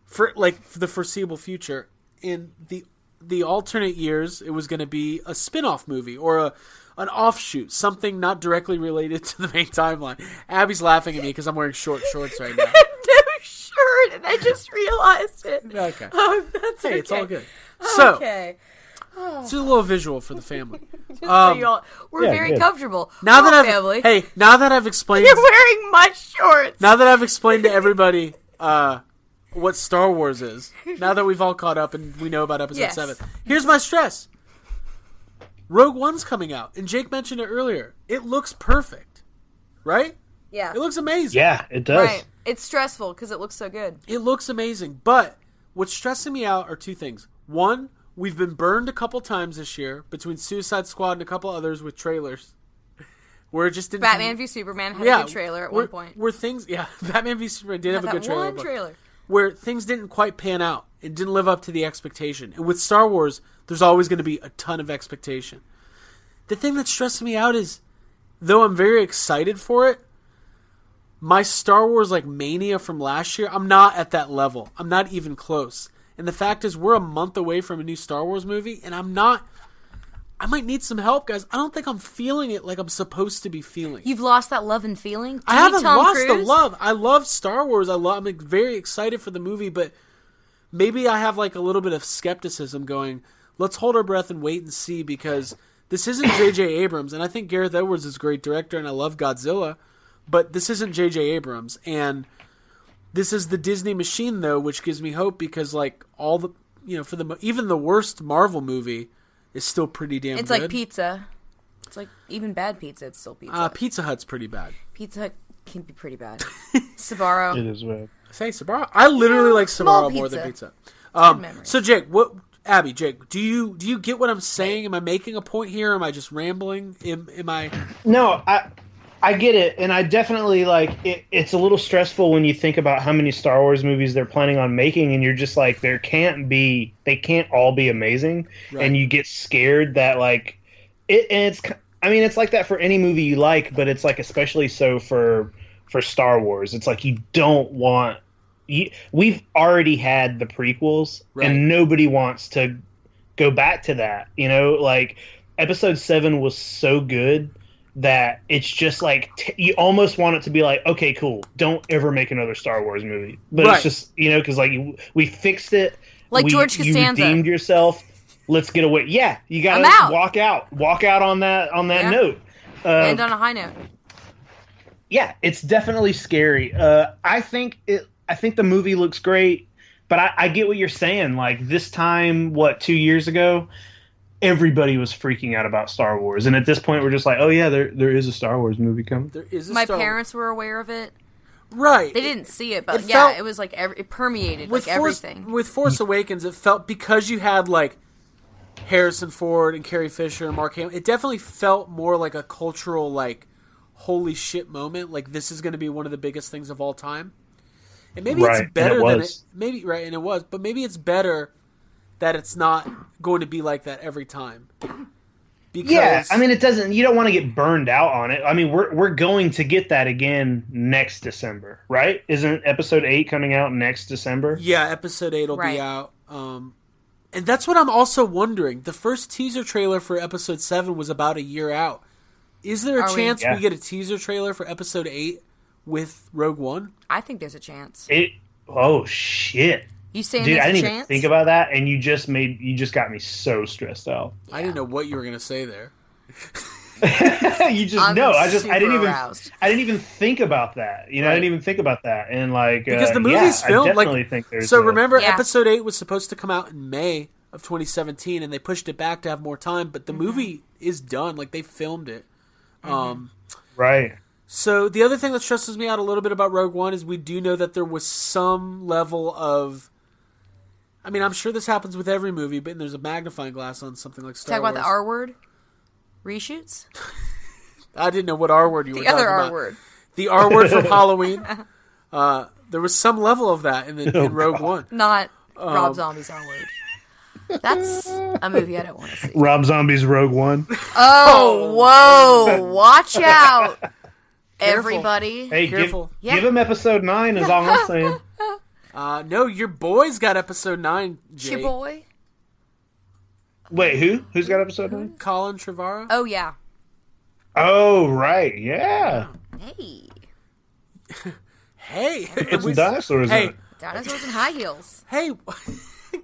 Speaker 8: for like for the foreseeable future. In the the alternate years, it was going to be a spin off movie or a an offshoot, something not directly related to the main timeline. Abby's laughing at me because I'm wearing short shorts right
Speaker 4: <laughs>
Speaker 8: now.
Speaker 4: no
Speaker 8: <laughs>
Speaker 4: shirt, and I just realized it.
Speaker 8: Okay.
Speaker 4: <laughs> Um, that's
Speaker 8: Hey, it's all
Speaker 4: okay.
Speaker 8: good. So
Speaker 4: okay.
Speaker 8: It's just a little visual for the family.
Speaker 4: So
Speaker 8: Um,
Speaker 4: y'all, we're
Speaker 9: yeah,
Speaker 4: very
Speaker 9: good.
Speaker 4: comfortable.
Speaker 8: now that
Speaker 4: Come
Speaker 8: I've
Speaker 4: on, family,
Speaker 8: hey, now that I've explained
Speaker 4: <laughs> you're wearing my shorts.
Speaker 8: now that I've explained to everybody uh, what Star Wars is, now that we've all caught up and we know about episode
Speaker 4: Yes.
Speaker 8: seven, here's my stress. Rogue One's coming out, and Jake mentioned it earlier. It looks perfect, right?
Speaker 4: yeah,
Speaker 8: It looks amazing.
Speaker 9: Yeah, it does.
Speaker 4: right. It's stressful because it looks so good.
Speaker 8: It looks amazing, but what's stressing me out are two things. One, we've been burned a couple times this year between Suicide Squad and a couple others with trailers. Where it just didn't
Speaker 4: Batman v Superman had a good trailer at
Speaker 8: where-
Speaker 4: one point.
Speaker 8: Where things, yeah, <laughs> Batman v Superman did have a
Speaker 4: that
Speaker 8: good trailer,
Speaker 4: one
Speaker 8: but-
Speaker 4: trailer.
Speaker 8: Where things didn't quite pan out. It didn't live up to the expectation. And with Star Wars, there's always going to be a ton of expectation. The thing that's stressing me out is, though I'm very excited for it, my Star Wars like mania from last year, I'm not at that level. I'm not even close. And the fact is, we're a month away from a new Star Wars movie, and I'm not. I might need some help, guys. I don't think I'm feeling it like I'm supposed to be feeling. it.
Speaker 4: You've lost that love and feeling.
Speaker 8: I
Speaker 4: Didn't
Speaker 8: haven't
Speaker 4: Tom
Speaker 8: lost the
Speaker 4: Cruise?
Speaker 8: love. I love Star Wars. I love. I'm very excited for the movie, but maybe I have like a little bit of skepticism going. Let's hold our breath and wait and see because this isn't J.J. Abrams, and I think Gareth Edwards is a great director, and I love Godzilla, but this isn't J.J. Abrams, and this is the Disney machine though, which gives me hope because like all the you know for the mo- even the worst Marvel movie is still pretty damn.
Speaker 4: It's
Speaker 8: good.
Speaker 4: like pizza. It's like even bad pizza. It's still pizza.
Speaker 8: Uh, pizza Hut's pretty bad.
Speaker 4: pizza Hut can be
Speaker 8: <laughs>
Speaker 4: pretty bad.
Speaker 9: It
Speaker 4: Sabaro,
Speaker 9: is bad.
Speaker 8: Say Sabaro. I literally like
Speaker 4: small
Speaker 8: Sabaro more than
Speaker 4: pizza.
Speaker 8: pizza. Um,
Speaker 4: memory.
Speaker 8: so Jake, what Abby, Jake, do you do you get what I'm saying? Am I making a point here? Am I just rambling? Am, am I?
Speaker 9: No, I I get it, and I definitely like it, it's a little stressful when you think about how many Star Wars movies they're planning on making, and you're just like, there can't be, they can't all be amazing,
Speaker 8: Right.
Speaker 9: and you get scared that like it. And it's, ki- I mean, it's like that for any movie you like, but it's like especially so for for Star Wars. It's like you don't want. You, we've already had the prequels,
Speaker 8: Right.
Speaker 9: and nobody wants to go back to that. You know, like episode seven was so good that it's just like t- you almost want it to be like, okay, cool, don't ever make another Star Wars movie. But
Speaker 8: Right.
Speaker 9: it's just you know because like you, we fixed it,
Speaker 4: Like
Speaker 9: we-
Speaker 4: George Costanza.
Speaker 9: you redeemed yourself. Let's get away. Yeah, you gotta
Speaker 4: I'm out.
Speaker 9: walk out, walk out on that on that
Speaker 4: Yeah.
Speaker 9: note. Uh,
Speaker 4: end on a high note.
Speaker 9: yeah, it's definitely scary. Uh, I think it. I think the movie looks great, but I, I get what you're saying. Like this time, what two years ago, everybody was freaking out about Star Wars, and at this point, we're just like, oh yeah, there there is a Star Wars movie coming.
Speaker 8: There is a
Speaker 4: My
Speaker 8: Star-
Speaker 4: parents were aware of it.
Speaker 8: right?
Speaker 4: They didn't see it, but
Speaker 8: It
Speaker 4: yeah,
Speaker 8: felt-
Speaker 4: it was like every, it permeated
Speaker 8: with
Speaker 4: like
Speaker 8: Force,
Speaker 4: everything.
Speaker 8: with Force
Speaker 9: Mm.
Speaker 8: Awakens, it felt because you had like Harrison Ford and Carrie Fisher and Mark Hamill. It definitely felt more like a cultural like holy shit moment. Like this is going to be one of the biggest things of all time. And maybe
Speaker 9: Right, and
Speaker 8: it's
Speaker 9: it
Speaker 8: better than it
Speaker 9: was.
Speaker 8: maybe right, and it was, but maybe it's better that it's not going to be like that every time. Because
Speaker 9: Yeah, I mean, it doesn't. You don't want to get burned out on it. I mean, we're we're going to get that again next December, right? Isn't Episode Eight coming out next December?
Speaker 8: Yeah, episode eight will
Speaker 4: Right.
Speaker 8: be out. Um, and that's what I'm also wondering. The first teaser trailer for episode seven was about a year out. Is there a
Speaker 4: Are we-
Speaker 8: chance we,
Speaker 9: Yeah.
Speaker 8: get a teaser trailer for episode eight with Rogue One?
Speaker 4: I think there's a chance.
Speaker 9: It. Oh shit,
Speaker 4: You saying
Speaker 9: dude!
Speaker 4: there's
Speaker 9: I didn't
Speaker 4: a
Speaker 9: even
Speaker 4: chance?
Speaker 9: think about that, and you just made you just got me so stressed out.
Speaker 8: I didn't know what you were going to say there.
Speaker 4: <laughs>
Speaker 9: you just
Speaker 4: I'm
Speaker 9: know. I just I
Speaker 4: super
Speaker 9: didn't even
Speaker 4: aroused.
Speaker 9: I didn't even think about that. You know, I didn't even think about that. And like
Speaker 8: Because
Speaker 9: uh,
Speaker 8: the movie's
Speaker 9: yeah, I
Speaker 8: filmed
Speaker 9: definitely
Speaker 8: like
Speaker 9: think there's
Speaker 8: so.
Speaker 9: a-
Speaker 8: remember,
Speaker 4: Yeah.
Speaker 8: episode eight was supposed to come out in May of 2017, and they pushed it back to have more time. But
Speaker 4: Mm-hmm.
Speaker 8: the movie is done; like they filmed it. Um,
Speaker 9: right?
Speaker 8: So the other thing that stresses me out a little bit about Rogue One is we do know that there was some level of. I mean, I'm sure this happens with every movie, but there's a magnifying glass on something like Star
Speaker 4: Talk about
Speaker 8: Wars.
Speaker 4: the R word. Reshoots?
Speaker 8: I didn't know what R word you were
Speaker 4: The
Speaker 8: talking
Speaker 4: other R
Speaker 8: about.
Speaker 4: word.
Speaker 8: The R word from
Speaker 4: <laughs>
Speaker 8: Halloween. Uh, there was some level of that in, the, in Rogue One.
Speaker 4: Not
Speaker 8: Um,
Speaker 4: Rob Zombie's R word. That's a movie I don't want to see.
Speaker 9: Rob Zombie's
Speaker 8: <laughs>
Speaker 9: Rogue One.
Speaker 4: Oh, whoa. Watch out, everybody.
Speaker 9: Hey, give,
Speaker 8: Careful.
Speaker 4: Yeah.
Speaker 9: give him episode nine. Is all I'm saying.
Speaker 4: <laughs>
Speaker 8: Uh, no, your boy's got episode nine.
Speaker 4: Your
Speaker 8: Jake.
Speaker 4: boy?
Speaker 9: Wait, who? Who's got episode nine?
Speaker 8: Colin Trevorrow.
Speaker 4: Oh, yeah.
Speaker 9: Oh, right. Yeah,
Speaker 4: Hey.
Speaker 8: Hey, <laughs>
Speaker 9: put some dinosaurs
Speaker 8: hey,
Speaker 9: in it.
Speaker 4: Dinosaurs in high heels.
Speaker 8: hey, <laughs> Did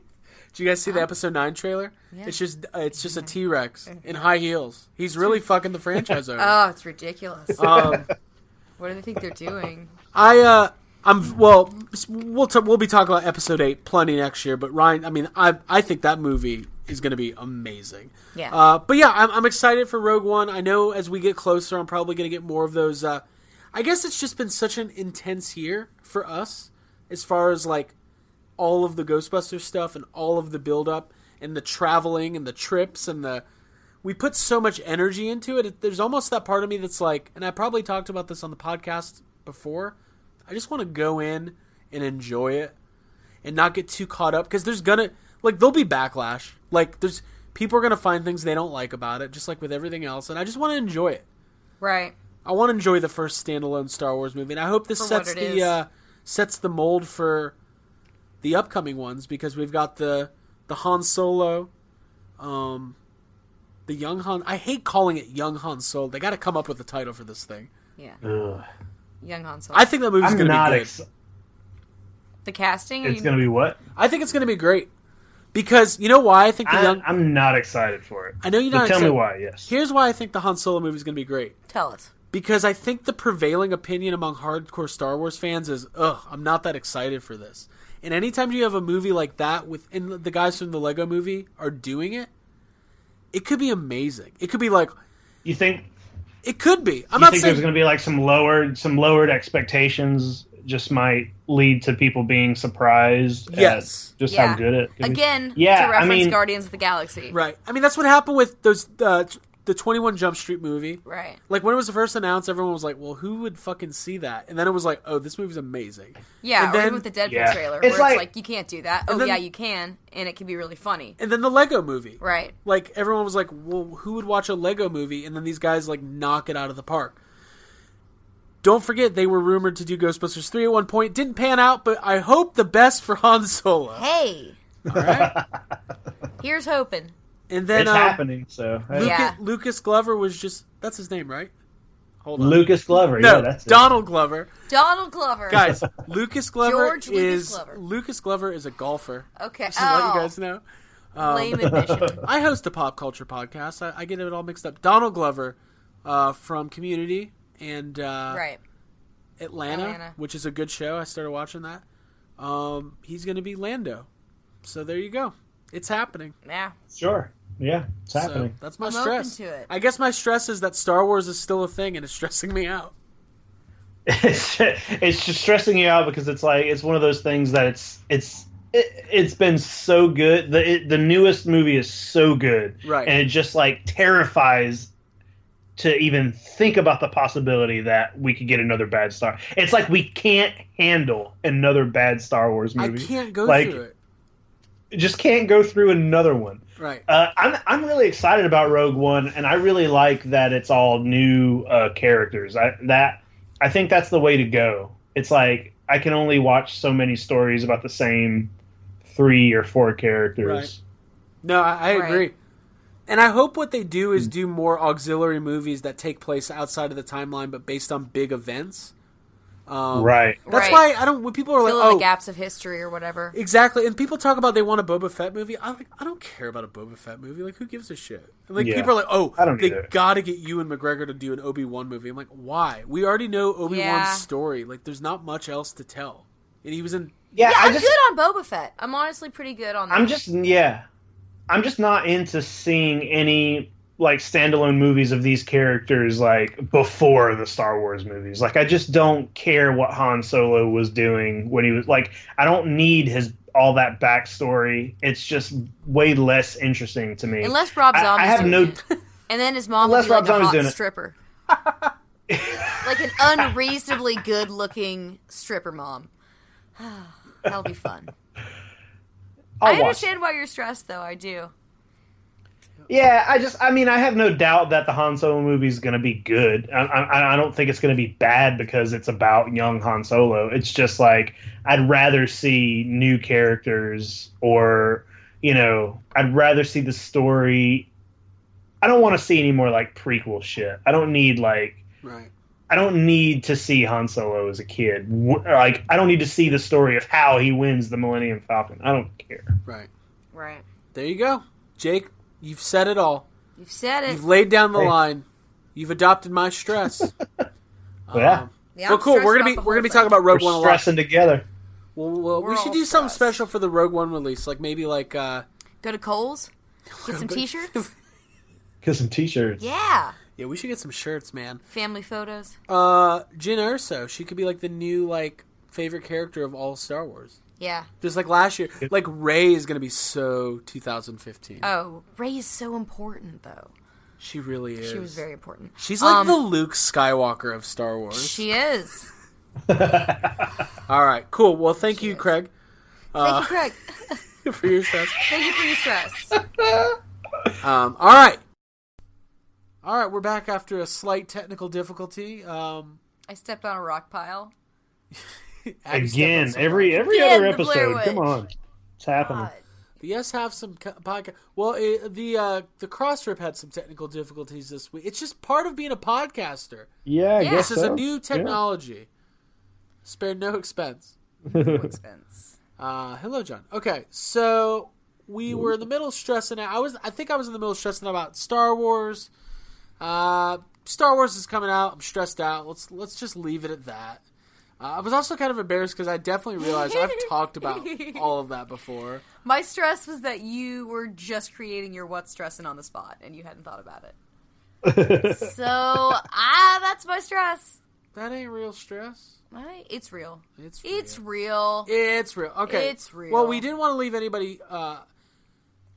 Speaker 8: you guys see the episode nine trailer?
Speaker 4: Yeah.
Speaker 8: It's just uh, it's just a T Rex in high heels. He's
Speaker 4: <laughs>
Speaker 8: really fucking the franchise over.
Speaker 4: Oh, it's ridiculous.
Speaker 8: Um,
Speaker 4: what do they think they're doing?
Speaker 8: I uh I'm well we'll t- we'll be talking about episode 8 plenty next year but Ryan I mean I I think that movie is going to be amazing.
Speaker 4: Yeah.
Speaker 8: Uh but yeah, I'm I'm excited for Rogue One. I know as we get closer I'm probably going to get more of those uh I guess it's just been such an intense year for us as far as like all of the Ghostbusters stuff and all of the build up and the traveling and the trips and the we put so much energy into it. it. There's almost that part of me that's like, and I probably talked about this on the podcast before. I just want to go in and enjoy it and not get too caught up because there's gonna like there'll be backlash. Like there's people are gonna find things they don't like about it, just like with everything else. And I just want to enjoy it.
Speaker 4: Right.
Speaker 8: I want to enjoy the first standalone Star Wars movie, and I hope this
Speaker 4: For what
Speaker 8: sets
Speaker 4: it
Speaker 8: the
Speaker 4: is.
Speaker 8: uh, sets the mold for the upcoming ones because we've got the the Han Solo, um, the young Han. I hate calling it young Han Solo. They got to come up with a title for this thing.
Speaker 4: Yeah.
Speaker 9: Ugh.
Speaker 4: Young Han Solo.
Speaker 8: I think that movie's
Speaker 9: I'm
Speaker 8: going to be
Speaker 9: not
Speaker 8: good.
Speaker 9: excited.
Speaker 4: the casting.
Speaker 9: It's going to be what?
Speaker 8: I think it's going to be great because you know why I think the
Speaker 9: I,
Speaker 8: young.
Speaker 9: I'm not excited for it.
Speaker 8: I know you're
Speaker 9: But
Speaker 8: not.
Speaker 9: tell
Speaker 8: excited.
Speaker 9: me why. Yes.
Speaker 8: Here's why I think the Han Solo movie is going to be great.
Speaker 4: Tell us.
Speaker 8: because I think the prevailing opinion among hardcore Star Wars fans is, ugh, I'm not that excited for this. And anytime you have a movie like that with and the guys from the Lego movie are doing it, it could be amazing. It could be like
Speaker 9: you think?
Speaker 8: it could be. I'm
Speaker 9: you
Speaker 8: not
Speaker 9: think
Speaker 8: saying
Speaker 9: there's going to be like some lowered, some lowered expectations? Just might lead to people being surprised. at
Speaker 8: Yes.
Speaker 9: just
Speaker 4: Yeah.
Speaker 9: how good it. could be.
Speaker 4: Again,
Speaker 9: Yeah,
Speaker 4: to
Speaker 9: I
Speaker 4: reference
Speaker 9: mean-
Speaker 4: Guardians of the Galaxy.
Speaker 8: right. I mean that's what happened with those uh, t- the 21 Jump Street movie.
Speaker 4: Right.
Speaker 8: Like when it was first announced, everyone was like, "Well, who would fucking see that?" And then it was like, "Oh, this movie's amazing."
Speaker 4: Yeah,
Speaker 8: And
Speaker 4: or
Speaker 8: then-
Speaker 4: even with the Deadpool
Speaker 9: Yeah.
Speaker 4: trailer,
Speaker 9: It's
Speaker 4: where
Speaker 9: like-
Speaker 4: it's like you can't do that. Oh
Speaker 8: then-
Speaker 4: yeah, you can, and it can be really funny.
Speaker 8: And then the Lego movie.
Speaker 4: Right.
Speaker 8: like everyone was like, "Well, who would watch a Lego movie?" And then these guys like knock it out of the park. Don't forget they were rumored to do Ghostbusters three at one point. Didn't pan out, but I hope the best for Han
Speaker 9: <laughs>
Speaker 8: Solo.
Speaker 4: Hey,
Speaker 8: All right?
Speaker 4: here's hoping.
Speaker 8: <laughs> And then
Speaker 9: it's
Speaker 8: um,
Speaker 9: happening. So hey.
Speaker 8: Lucas,
Speaker 4: Yeah.
Speaker 8: Lucas Glover was just that's his name, right? Hold on,
Speaker 9: Lucas Glover.
Speaker 8: no,
Speaker 9: yeah, that's it.
Speaker 8: Donald Glover.
Speaker 4: Donald Glover.
Speaker 9: <laughs>
Speaker 8: Guys, Lucas Glover
Speaker 4: George Lucas
Speaker 8: is
Speaker 4: Glover.
Speaker 8: Lucas Glover is a golfer.
Speaker 4: Okay.
Speaker 8: Just to
Speaker 4: oh,
Speaker 8: let you guys know.
Speaker 9: Um,
Speaker 4: lame admission.
Speaker 9: <laughs>
Speaker 8: I host a pop culture podcast. I, I get it all mixed up. Donald Glover uh, from Community and uh,
Speaker 4: right.
Speaker 8: Atlanta,
Speaker 4: Atlanta.
Speaker 8: which is a good show. I started watching that. Um, he's going to be Lando. So there you go. It's happening.
Speaker 4: Yeah.
Speaker 9: Sure. Yeah, it's
Speaker 8: So
Speaker 9: happening.
Speaker 8: that's my
Speaker 4: I'm open
Speaker 8: stress.
Speaker 4: to it.
Speaker 8: I guess my stress is that Star Wars is still a thing and it's <laughs> stressing me out.
Speaker 9: <laughs> it's it's just stressing you out because it's like it's one of those things that it's it's it, it's been so good the it, the newest movie is so good
Speaker 8: Right.
Speaker 9: and it just like terrifies to even think about the possibility that we could get another bad star it's like we can't handle another bad star wars
Speaker 8: I
Speaker 9: movie
Speaker 8: can't go
Speaker 9: like
Speaker 8: through it.
Speaker 9: just can't go through another one
Speaker 8: Right.
Speaker 9: uh, I'm I'm really excited about Rogue One, and I really like that it's all new uh, characters. I that I think that's the way to go. It's like I can only watch so many stories about the same three or four characters.
Speaker 8: No, I, I
Speaker 4: Right.
Speaker 8: agree. And I hope what they do
Speaker 9: Hmm.
Speaker 8: is do more auxiliary movies that take place outside of the timeline, but based on big events. Um,
Speaker 9: Right.
Speaker 8: That's why
Speaker 4: Right.
Speaker 8: I don't. When people are
Speaker 4: Fill
Speaker 8: like,
Speaker 4: in
Speaker 8: "Oh,
Speaker 4: the gaps of history or whatever.
Speaker 8: Exactly, and people talk about they want a Boba Fett movie. I like I don't care about a Boba Fett movie. Like who gives a shit? And, like
Speaker 9: Yeah.
Speaker 8: people are like, oh,
Speaker 9: I don't
Speaker 8: they
Speaker 9: either.
Speaker 8: got to get you and McGregor to do an Obi wan movie. I'm like, why? We already know Obi Wan's
Speaker 4: Yeah.
Speaker 8: story. Like there's not much else to tell. And he was in
Speaker 9: Yeah,
Speaker 4: yeah,
Speaker 9: I
Speaker 4: I'm
Speaker 9: just
Speaker 4: good on Boba Fett. I'm honestly pretty good on that.
Speaker 9: I'm just yeah, I'm just not into seeing any like standalone movies of these characters like before the Star Wars movies. Like I just don't care what Han Solo was doing when he was like I don't need his all that backstory. It's just way less interesting to me.
Speaker 4: unless Rob
Speaker 9: I- I
Speaker 4: Zombie's
Speaker 9: have
Speaker 4: doing
Speaker 9: no-
Speaker 4: it. <laughs> and then his mom will
Speaker 9: Unless
Speaker 4: be like
Speaker 9: Rob
Speaker 4: a
Speaker 9: Zombie's
Speaker 4: hot
Speaker 9: doing it.
Speaker 4: stripper,
Speaker 9: <laughs>
Speaker 4: like an unreasonably good-looking stripper mom. <sighs> That'll be fun.
Speaker 9: I'll watch it.
Speaker 4: understand why you're stressed, though. I do.
Speaker 9: Yeah, I just, I mean, I have no doubt that the Han Solo movie is going to be good. I, I, I don't think it's going to be bad because it's about young Han Solo. It's just like I'd rather see new characters, or you know, I'd rather see the story. I don't want to see any more like prequel shit. I don't need like
Speaker 8: right.
Speaker 9: I don't need to see Han Solo as a kid. W- Like I don't need to see the story of how he wins the Millennium Falcon. I don't care.
Speaker 8: Right.
Speaker 4: Right.
Speaker 8: There you go. Jake, you've said it all.
Speaker 4: You've said it.
Speaker 8: You've laid down the
Speaker 9: Hey.
Speaker 8: line. You've adopted my
Speaker 9: <laughs>
Speaker 8: stress. Um,
Speaker 9: yeah,
Speaker 4: yeah,
Speaker 8: well, cool.
Speaker 4: I'm stressed
Speaker 8: We're
Speaker 4: about
Speaker 8: gonna be
Speaker 4: the
Speaker 8: we're gonna
Speaker 4: whole
Speaker 8: be
Speaker 4: thing.
Speaker 8: talking about Rogue
Speaker 9: we're
Speaker 8: One a lot.
Speaker 9: stressing together.
Speaker 8: Well, well,
Speaker 4: We're
Speaker 8: we should
Speaker 4: all
Speaker 8: do something
Speaker 4: stressed.
Speaker 8: special for the Rogue One release, like maybe like uh,
Speaker 4: Go to Cole's.
Speaker 8: <laughs>
Speaker 4: Get some T-shirts.
Speaker 9: Get some t-shirts.
Speaker 4: yeah.
Speaker 8: yeah, we should get some shirts, man.
Speaker 4: Family photos.
Speaker 8: Uh, Jin Erso, she could be like the new like favorite character of all Star Wars.
Speaker 4: Yeah.
Speaker 8: Just like last year, like Ray is gonna be so 2015.
Speaker 4: Oh, Ray is so important though.
Speaker 8: she really is.
Speaker 4: She was very important.
Speaker 8: She's like
Speaker 4: Um,
Speaker 8: the Luke Skywalker of Star Wars.
Speaker 4: She is.
Speaker 8: all right, cool. Well, thank you,
Speaker 4: is.
Speaker 8: Craig, <laughs> Uh.
Speaker 4: Thank you, Craig.
Speaker 8: for your stress.
Speaker 4: Thank you for your stress.
Speaker 8: Um, all right. All right, we're back after a slight technical difficulty. Um,
Speaker 4: I stepped on a rock pile.
Speaker 8: Abby stepped on
Speaker 9: Again,
Speaker 8: some-
Speaker 9: every every
Speaker 4: Again,
Speaker 9: other
Speaker 4: the Blair
Speaker 9: episode. Come
Speaker 4: Witch.
Speaker 9: on, it's
Speaker 4: Uh,
Speaker 9: happening.
Speaker 8: The Yes have some co- podcast. Well, eh, the uh, the Crossrip had some technical difficulties this week. It's just part of being a podcaster.
Speaker 9: Yeah, I <laughs>
Speaker 4: Yeah.
Speaker 9: guess
Speaker 8: This is
Speaker 9: so.
Speaker 8: a new technology. Spare no expense.
Speaker 4: No expense.
Speaker 8: Uh, hello, John. Okay, so we were in the middle of stressing out. I was, I think, I was in the middle of stressing out about Star Wars. Uh, Star Wars is coming out. I'm stressed out. Let's let's just leave it at that. Uh, I was also kind of embarrassed because I definitely realized I've talked
Speaker 4: <laughs>
Speaker 8: about all of that before.
Speaker 4: My stress was that you were just creating your what's stressing on the spot and you hadn't thought about
Speaker 9: <laughs>
Speaker 4: it. so ah, that's my stress.
Speaker 8: That ain't real stress.
Speaker 4: My- It's real.
Speaker 8: It's real.
Speaker 4: It's real.
Speaker 8: It's real. Okay.
Speaker 4: It's real.
Speaker 8: Well, we didn't want to leave anybody. Uh,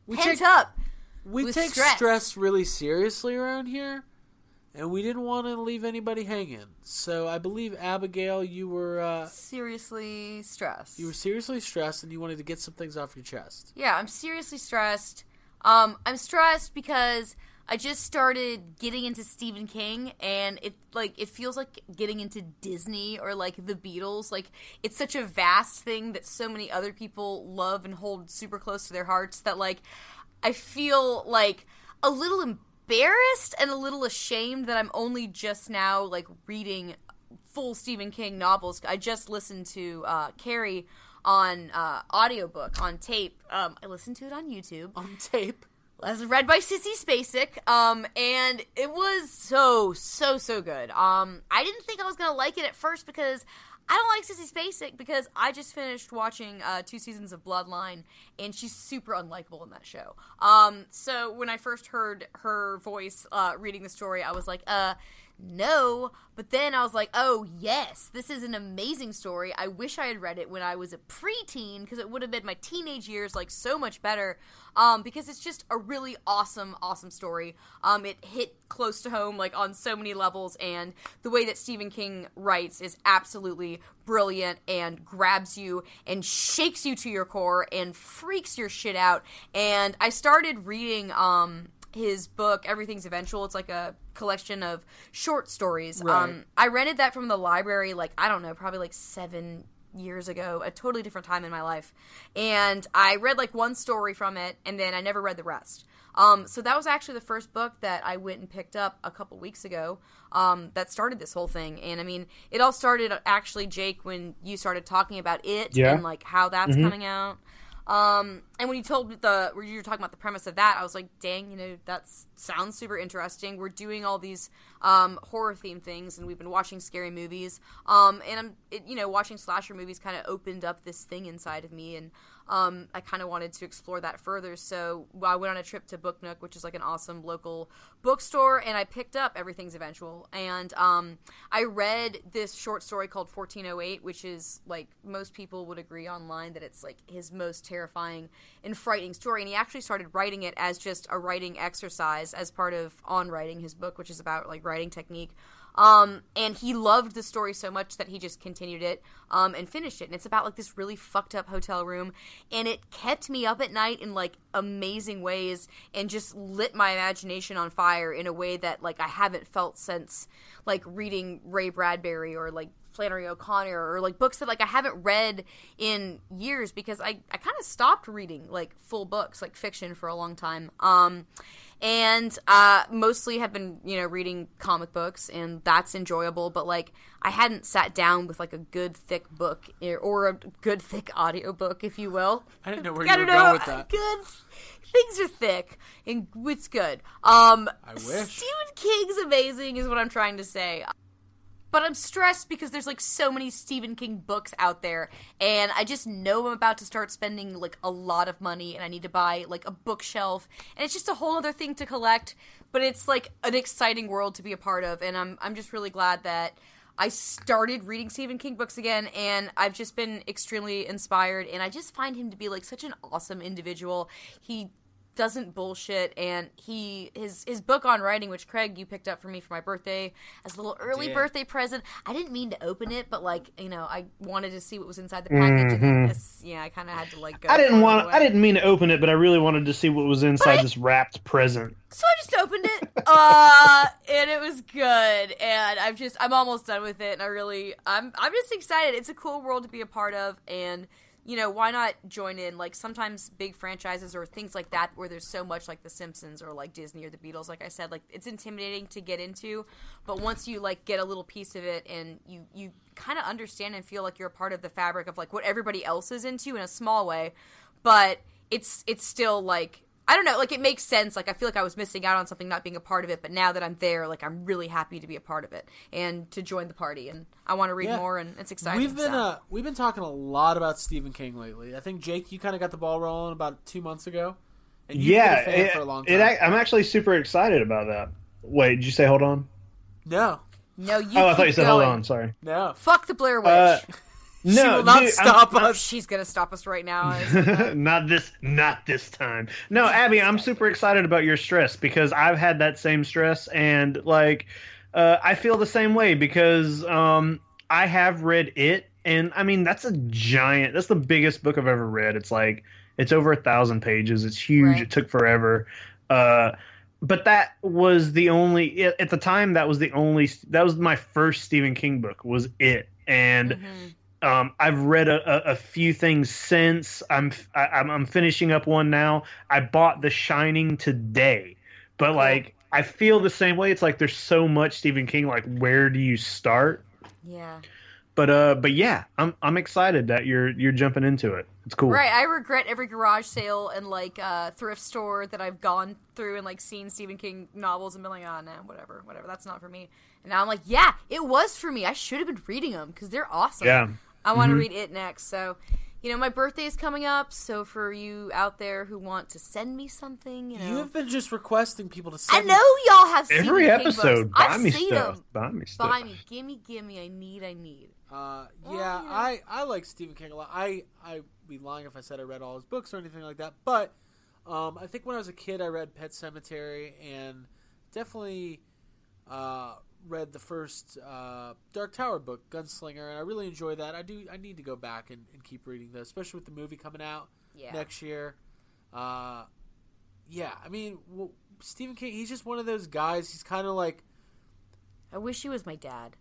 Speaker 8: we
Speaker 4: Pent
Speaker 8: take
Speaker 4: up.
Speaker 8: we
Speaker 4: with
Speaker 8: take stress.
Speaker 4: stress.
Speaker 8: really seriously around here, and we didn't want to leave anybody hanging. So I believe Abigail, you were uh,
Speaker 4: Seriously stressed.
Speaker 8: you were seriously stressed, and you wanted to get some things off your chest.
Speaker 4: Yeah, I'm seriously stressed. Um, I'm stressed because I just started getting into Stephen King, and it like it feels like getting into Disney or like the Beatles. Like it's such a vast thing that so many other people love and hold super close to their hearts that like I feel like a little embarrassed and a little ashamed that I'm only just now like reading full Stephen King novels. I just listened to uh, Carrie on uh, audiobook on tape. Um, I listened to it on YouTube.
Speaker 8: On tape.
Speaker 4: As read by Sissy Spacek, um, and it was so so so good. Um, I didn't think I was gonna like it at first because I don't like Sissy Spacek because I just finished watching uh, two seasons of Bloodline, and she's super unlikable in that show. Um, so when I first heard her voice uh, reading the story, I was like, uh. No, but then I was like, oh, yes, this is an amazing story. I wish I had read it when I was a preteen because it would have made my teenage years like so much better um, because it's just a really awesome, awesome story. Um, it hit close to home, like on so many levels, and the way that Stephen King writes is absolutely brilliant and grabs you and shakes you to your core and freaks your shit out. And I started reading um, his book, Everything's Eventual. It's like a collection of short stories. Um, I rented that from the library, like, I don't know, probably like seven years ago, a totally different time in my life. And I read like one story from it, and then I never read the rest. Um, so that was actually the first book that I went and picked up a couple weeks ago um, that started this whole thing. And I mean, it all started uh, actually, Jake, when you started talking about it
Speaker 9: Yeah.
Speaker 4: and like how that's coming out. Um, and when you told me the when you were talking about the premise of that, I was like, dang, you know, that sounds super interesting. We're doing all these um, horror themed things, and we've been watching scary movies. Um, and I'm, it, you know, watching slasher movies kind of opened up this thing inside of me, and um, I kind of wanted to explore that further. So I went on a trip to Book Nook, which is like an awesome local bookstore, and I picked up Everything's Eventual, and um, I read this short story called 1408, which is like most people would agree online that it's like his most terrifying and frightening story. And he actually started writing it as just a writing exercise as part of on writing his book, which is about like writing technique. Um, and he loved the story so much that he just continued it um, and finished it. And it's about like this really fucked up hotel room, and it kept me up at night in like amazing ways, and just lit my imagination on fire in a way that like I haven't felt since like reading Ray Bradbury or like Flannery O'Connor or like books that like I haven't read in years because I, I kind of stopped reading like full books like fiction for a long time. Um, and uh, mostly have been you know reading comic books and that's enjoyable but like i hadn't sat down with like a good thick book eh, or a good thick <laughs> audiobook if you will
Speaker 8: I didn't know where you
Speaker 4: gotta
Speaker 8: were
Speaker 4: know
Speaker 8: going with
Speaker 4: <laughs>
Speaker 8: that.
Speaker 4: good things are thick and it's good um i
Speaker 8: wish.
Speaker 4: stephen king's amazing is what i'm trying to say but I'm stressed because there's like so many Stephen King books out there, and I just know I'm about to start spending like a lot of money, and I need to buy like a bookshelf, and it's just a whole other thing to collect. But it's like an exciting world to be a part of, and I'm I'm just really glad that I started reading Stephen King books again, and I've just been extremely inspired, and I just find him to be like such an awesome individual. He doesn't bullshit and he his his book on writing which craig you picked up for me for my birthday as a little early birthday present i didn't mean to open it but like you know i wanted to see what was inside the package and then this, yeah i kind of had to like go
Speaker 9: Mm-hmm. I
Speaker 4: throw
Speaker 9: didn't
Speaker 4: it
Speaker 9: want.
Speaker 4: away.
Speaker 9: I didn't mean to open it, but I really wanted to see what was inside this wrapped present.
Speaker 4: so i just opened it uh and it was good and i'm just i'm almost done with it and i really i'm i'm just excited it's a cool world to be a part of and you know why not join in like sometimes big franchises or things like that where there's so much like the simpsons or like disney or the beatles like i said like it's intimidating to get into but once you like get a little piece of it and you you kind of understand and feel like you're a part of the fabric of like what everybody else is into in a small way but it's it's still like i don't know like it makes sense like i feel like i was missing out on something not being a part of it but now that i'm there like i'm really happy to be a part of it and to join the party and i want to read
Speaker 8: Yeah.
Speaker 4: more and it's exciting
Speaker 8: We've been
Speaker 4: so.
Speaker 8: uh, we've been talking a lot about Stephen King lately. I think Jake, you kind of got the ball rolling about two months ago, and you've
Speaker 9: yeah,
Speaker 8: been a fan
Speaker 9: it,
Speaker 8: for a long
Speaker 9: it
Speaker 8: time.
Speaker 9: ac- I'm actually super excited about that. Wait, did you say hold on?
Speaker 8: no,
Speaker 4: no you
Speaker 9: oh, I
Speaker 4: keep
Speaker 9: thought you said
Speaker 4: going.
Speaker 9: hold on. Sorry.
Speaker 8: no,
Speaker 4: fuck the blair witch
Speaker 9: Uh, No,
Speaker 8: she will not
Speaker 9: dude, I'm-
Speaker 8: stop us.
Speaker 4: <laughs> she's gonna stop us
Speaker 8: <laughs>
Speaker 4: right now
Speaker 9: <laughs> not this not this time no abby i'm super excited about your stress because i've had that same stress and like uh, i feel the same way because um, i have read it and i mean that's a giant that's the biggest book i've ever read it's like it's over a thousand pages it's huge
Speaker 4: Right.
Speaker 9: it took forever uh, but that was the only at at the time that was the only that was my first stephen king book was it and
Speaker 4: Mhm.
Speaker 9: um, I've read a, a, a few things since. I'm, I, I'm I'm finishing up one now. I bought The Shining today, but like I feel the same way. It's like there's so much Stephen King. Like where do you start?
Speaker 4: yeah
Speaker 9: But uh, but yeah, I'm I'm excited that you're you're jumping into it. It's cool.
Speaker 4: Right, I regret every garage sale and like uh, thrift store that I've gone through and like seen Stephen King novels and been like, ah, no, whatever, whatever, that's not for me. And now I'm like, yeah, it was for me. I should have been reading them because they're awesome.
Speaker 9: Yeah. Mm-hmm.
Speaker 4: I want to read it next. So, you know, my birthday is coming up. So for you out there who want to send me something, you know,
Speaker 8: You have been just requesting people to.
Speaker 4: I
Speaker 8: Send
Speaker 4: know y'all have Stephen
Speaker 9: Every
Speaker 4: King
Speaker 9: episode,
Speaker 4: books.
Speaker 9: buy
Speaker 4: I've
Speaker 9: me
Speaker 4: seen
Speaker 9: stuff.
Speaker 4: them.
Speaker 9: Buy me stuff.
Speaker 4: Buy me, gimme, gimme. I need, I need.
Speaker 8: Uh, yeah,
Speaker 4: you know.
Speaker 8: I, I like Stephen King a lot. I I'd be lying if I said I read all his books or anything like that. But um, I think when I was a kid, I read Pet Cemetery and definitely uh, read the first uh, Dark Tower book, Gunslinger, and I really enjoy that. I do. I need to go back and, and keep reading those, especially with the movie coming out
Speaker 4: Yeah.
Speaker 8: next year. Uh, yeah, I mean w Stephen King. He's just one of those guys. He's kind of like.
Speaker 4: I wish he was my dad.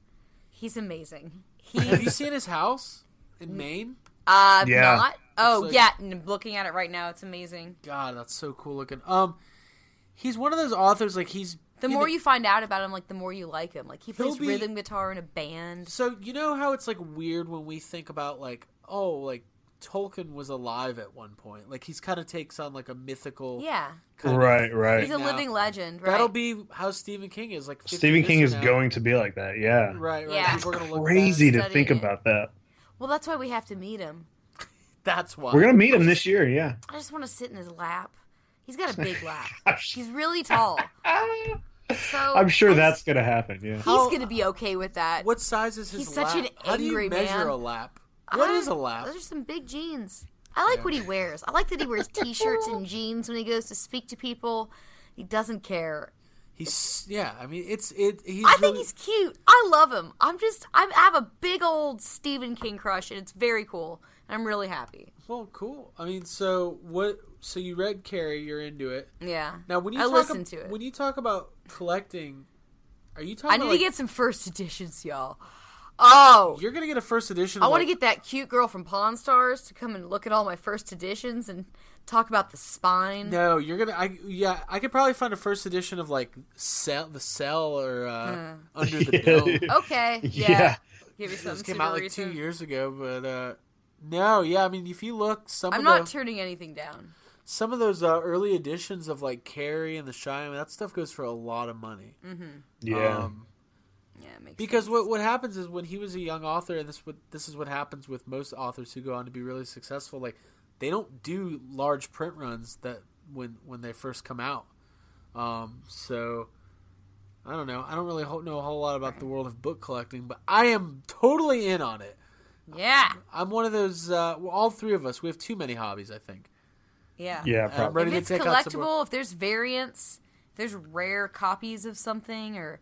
Speaker 4: He's amazing.
Speaker 8: Have you
Speaker 4: He's
Speaker 8: seen his house in Maine?
Speaker 4: uh,
Speaker 9: Yeah.
Speaker 4: not. Oh
Speaker 8: like-
Speaker 4: yeah, n- looking at it right now, it's amazing.
Speaker 8: God, that's so cool looking. Um, he's one of those authors like he's
Speaker 4: The
Speaker 8: you
Speaker 4: more
Speaker 8: know-
Speaker 4: you find out about him, like the more you like him. Like he
Speaker 8: He'll
Speaker 4: plays
Speaker 8: be-
Speaker 4: rhythm guitar in a band.
Speaker 8: So you know how it's like weird when we think about like oh like Tolkien was alive at one point. Like he's kind of takes on like a mythical
Speaker 4: Yeah,
Speaker 8: kind of-
Speaker 9: Right, right.
Speaker 4: he's a
Speaker 8: now.
Speaker 4: living legend. Right?
Speaker 8: That'll be how Stephen King is like. 50
Speaker 9: Stephen
Speaker 8: years
Speaker 9: King
Speaker 8: from
Speaker 9: is
Speaker 8: now.
Speaker 9: going to be like that. Yeah.
Speaker 8: right. right.
Speaker 4: Yeah.
Speaker 8: People are gonna look back.
Speaker 9: Crazy to
Speaker 4: Studying
Speaker 9: think
Speaker 4: it.
Speaker 9: about that.
Speaker 4: well. That's why we have to meet him.
Speaker 8: That's why
Speaker 9: We're gonna meet him this year. Yeah.
Speaker 4: I just want to sit in his lap. He's got a
Speaker 9: <laughs>
Speaker 4: big lap.
Speaker 9: I'm
Speaker 4: He's really tall.
Speaker 9: sure-
Speaker 4: So
Speaker 9: <laughs> I'm sure
Speaker 4: I
Speaker 9: that's
Speaker 4: just-
Speaker 9: gonna happen. Yeah.
Speaker 4: he's gonna be okay with that.
Speaker 8: What size is his?
Speaker 4: He's such
Speaker 8: lap?
Speaker 4: an
Speaker 8: How do you
Speaker 4: angry
Speaker 8: measure
Speaker 4: man.
Speaker 8: a lap? What
Speaker 4: I-
Speaker 8: is a lap?
Speaker 4: Those are some big jeans. I like what he wears. I like that he
Speaker 8: <laughs>
Speaker 4: wears t-shirts and jeans when he goes to speak to people. He doesn't care.
Speaker 8: He's yeah. I mean, it's it. He's
Speaker 4: I think
Speaker 8: really-
Speaker 4: he's cute. I love him. I'm just I'm, I have a big old Stephen King crush, and it's very cool. And I'm really happy.
Speaker 8: well, Oh, cool. I mean, so what? So you read Carrie? You're into it.
Speaker 4: Yeah.
Speaker 8: Now, when you
Speaker 4: I
Speaker 8: talk
Speaker 4: listen
Speaker 8: ab-
Speaker 4: to it,
Speaker 8: when you talk about collecting, are you talking?
Speaker 4: I need
Speaker 8: about,
Speaker 4: to
Speaker 8: like,
Speaker 4: get some first editions, y'all. Oh,
Speaker 8: You're gonna get a first edition.
Speaker 4: I
Speaker 8: of,
Speaker 4: want to
Speaker 8: like-
Speaker 4: get that cute girl from Pawn Stars to come and look at all my first editions and talk about the spine.
Speaker 8: No, you're gonna. I yeah, I could probably find a first edition of like cell, the cell or uh, under the
Speaker 9: Yeah.
Speaker 8: dome. <laughs>
Speaker 4: Okay, yeah.
Speaker 9: <laughs> Yeah.
Speaker 4: Give me
Speaker 8: This
Speaker 4: something
Speaker 8: came
Speaker 4: super
Speaker 8: out like
Speaker 4: recent.
Speaker 8: two years ago, but uh, no, yeah. I mean, if you look, some
Speaker 4: I'm
Speaker 8: of
Speaker 4: not
Speaker 8: the,
Speaker 4: turning anything down.
Speaker 8: some of those uh, early editions of like Carrie and the Shy, Man, that stuff goes for a lot of money.
Speaker 4: Mm.
Speaker 9: Yeah.
Speaker 8: Um,
Speaker 4: Yeah, it makes
Speaker 8: because
Speaker 4: sense.
Speaker 8: what what happens is when he was a young author, and this what this is what happens with most authors who go on to be really successful. Like they don't do large print runs that when when they first come out. Um, so I don't know. I don't really ho- know a whole lot about the world of book collecting, but I am totally in on it.
Speaker 4: Yeah,
Speaker 8: I'm one of those. Uh, well, all three of us we have too many hobbies. I think.
Speaker 4: yeah,
Speaker 8: And
Speaker 9: yeah,
Speaker 8: I'm
Speaker 9: probably.
Speaker 8: ready
Speaker 4: If it's
Speaker 8: to take out some. more-
Speaker 4: collectible, if there's variants, if there's rare copies of something, or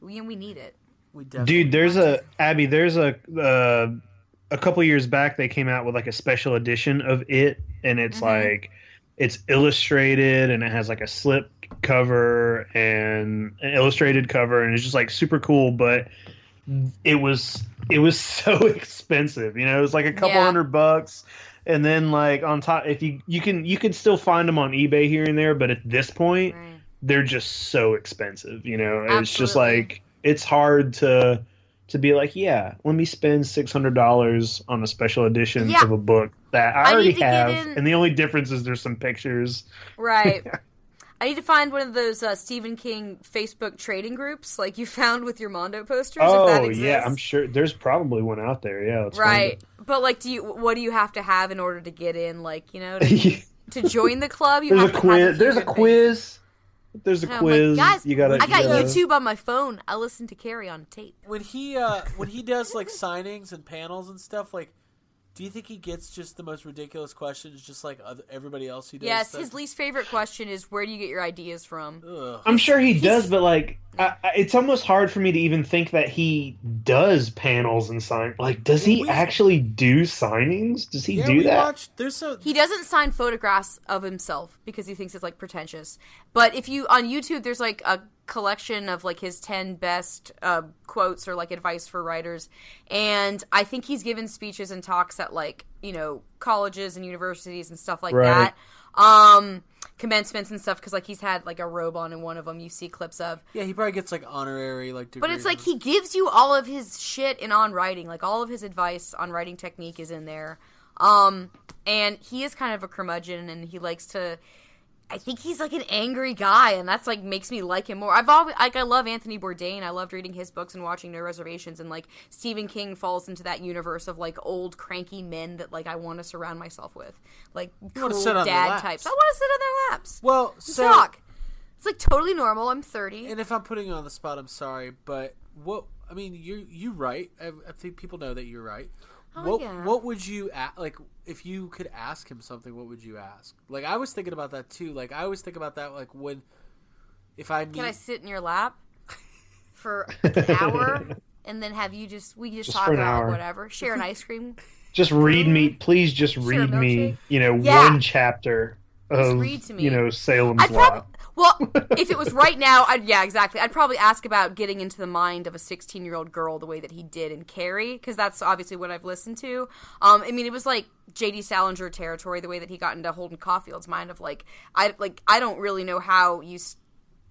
Speaker 4: we we need it.
Speaker 8: We definitely-
Speaker 9: Dude, there's a Abby. There's a uh, a couple years back they came out with like a special edition of it, and it's
Speaker 8: Mm-hmm.
Speaker 9: like it's illustrated and it has like a slip cover and an illustrated cover, and it's just like super cool. But it was it was <laughs> so expensive. You know, it was like a couple
Speaker 4: Yeah.
Speaker 9: hundred bucks. And then, like on top, if you you can you can still find them on eBay here and there, but at this point,
Speaker 4: Right.
Speaker 9: they're just so expensive you know it's just
Speaker 4: Absolutely.
Speaker 9: like it's hard to to be like yeah let me spend $600 on a special edition
Speaker 4: Yeah.
Speaker 9: of a book that i,
Speaker 4: I
Speaker 9: already
Speaker 4: need to get
Speaker 9: have
Speaker 4: in-
Speaker 9: and the only difference is there's some pictures <laughs>
Speaker 4: Right. I need to find one of those uh, Stephen King Facebook trading groups, like you <laughs> found with your Mondo posters. if that
Speaker 9: oh
Speaker 4: exists.
Speaker 9: yeah i'm sure there's probably one out there yeah let's find
Speaker 4: Right,
Speaker 9: it. <laughs>
Speaker 4: but like, do you? What do you have to have in order to get in? Like, you know,
Speaker 9: <laughs>
Speaker 4: to, to join the club, you
Speaker 9: there's
Speaker 4: have
Speaker 9: a
Speaker 4: to
Speaker 9: quiz
Speaker 4: Have
Speaker 9: there's a
Speaker 4: few good
Speaker 9: quiz there's
Speaker 4: things.
Speaker 9: a
Speaker 4: And I'm like,
Speaker 9: quiz
Speaker 4: guys.
Speaker 9: you gotta
Speaker 4: Oh I got
Speaker 9: you gotta-
Speaker 4: YouTube on my phone. I listen to Carrie on tape.
Speaker 8: when he uh when he does like signings and panels and stuff like do you think he gets just the most ridiculous questions just like other, everybody else who does
Speaker 4: Yes,
Speaker 8: that-
Speaker 4: his least favorite question is where do you get your ideas from?
Speaker 8: Ugh.
Speaker 9: I'm sure he does, but like, I, I, it's almost hard for me to even think that he does panels and sign. Like, does he
Speaker 8: We-
Speaker 9: actually do signings? Does he
Speaker 8: yeah,
Speaker 9: do
Speaker 8: we
Speaker 9: that?
Speaker 8: watched there's so
Speaker 4: He doesn't sign photographs of himself because he thinks it's like pretentious. But if you on YouTube, there's like a collection of like his 10 best uh, quotes or like advice for writers. And I think he's given speeches and talks at like, you know, colleges and universities and stuff like
Speaker 9: Right.
Speaker 4: that. Um, commencements and stuff because like he's had like a robe on in one of them you see clips of.
Speaker 8: yeah he probably gets like honorary like degrees
Speaker 4: But it's like he gives you all of his shit in on writing, like all of his advice on writing technique is in there. Um, and he is kind of a curmudgeon, and he likes to. I think he's like an angry guy, and that's like makes me like him more. I've always like I love Anthony Bourdain. I loved reading his books and watching No Reservations, and like Stephen King falls into that universe of like old cranky men that like I want to surround myself with, like cool
Speaker 8: wanna sit on their
Speaker 4: dad
Speaker 8: laps.
Speaker 4: types. I want to sit on their laps.
Speaker 8: well
Speaker 4: and
Speaker 8: so
Speaker 4: talk. It's like totally normal. I'm 30.
Speaker 8: and if I'm putting you on the spot I'm sorry but what I mean you you right I, I think people know that you're right what
Speaker 4: Oh, yeah.
Speaker 8: what would you a- like if you could ask him something what would you ask like I was thinking about that too like I always think about that like when if I meet
Speaker 4: Can I sit in your lap for an
Speaker 9: <laughs>
Speaker 4: hour and then have you just we just,
Speaker 9: Just
Speaker 4: talk
Speaker 9: for an
Speaker 4: about
Speaker 9: hour.
Speaker 4: whatever, share an ice
Speaker 9: <laughs>
Speaker 4: cream,
Speaker 9: Just read me, please. Just read
Speaker 4: milkshake.
Speaker 9: me. You know,
Speaker 4: Yeah.
Speaker 9: one chapter of
Speaker 4: read to me.
Speaker 9: you know Salem's
Speaker 4: I'd probably
Speaker 9: Lot.
Speaker 4: well,
Speaker 9: <laughs>
Speaker 4: if it was right now, I'd yeah, exactly. I'd probably ask about getting into the mind of a 16-year-old girl the way that he did in Carrie, because that's obviously what I've listened to. Um, I mean, it was like J.D. Salinger territory the way that he got into Holden Caulfield's mind of like I like I don't really know how you. s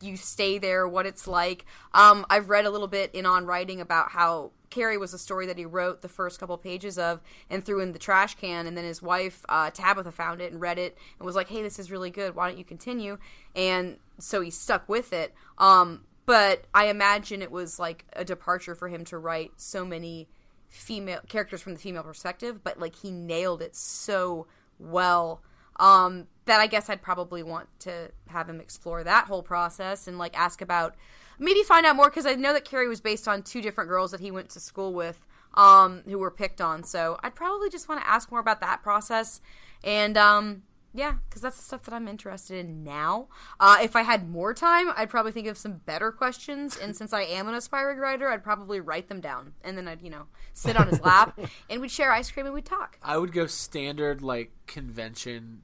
Speaker 4: you stay there, what it's like. Um, I've read a little bit in on writing about how Carrie was a story that he wrote the first couple pages of and threw in the trash can, and then his wife uh, Tabitha found it and read it and was like, "Hey, this is really good. Why don't you continue?" And so he stuck with it. Um, but I imagine it was like a departure for him to write so many female characters from the female perspective, but like he nailed it so well um, that I guess I'd probably want to have him explore that whole process and like ask about maybe find out more because I know that Carrie was based on two different girls that he went to school with um, who were picked on. So I'd probably just want to ask more about that process and um, yeah, because that's the stuff that I'm interested in now. Uh, if I had more time, I'd probably think of some better questions. And since I am an aspiring writer, I'd probably write them down. And then I'd, you know, sit on his
Speaker 9: <laughs>
Speaker 4: lap and we'd share ice cream and we'd talk.
Speaker 8: I would go standard like convention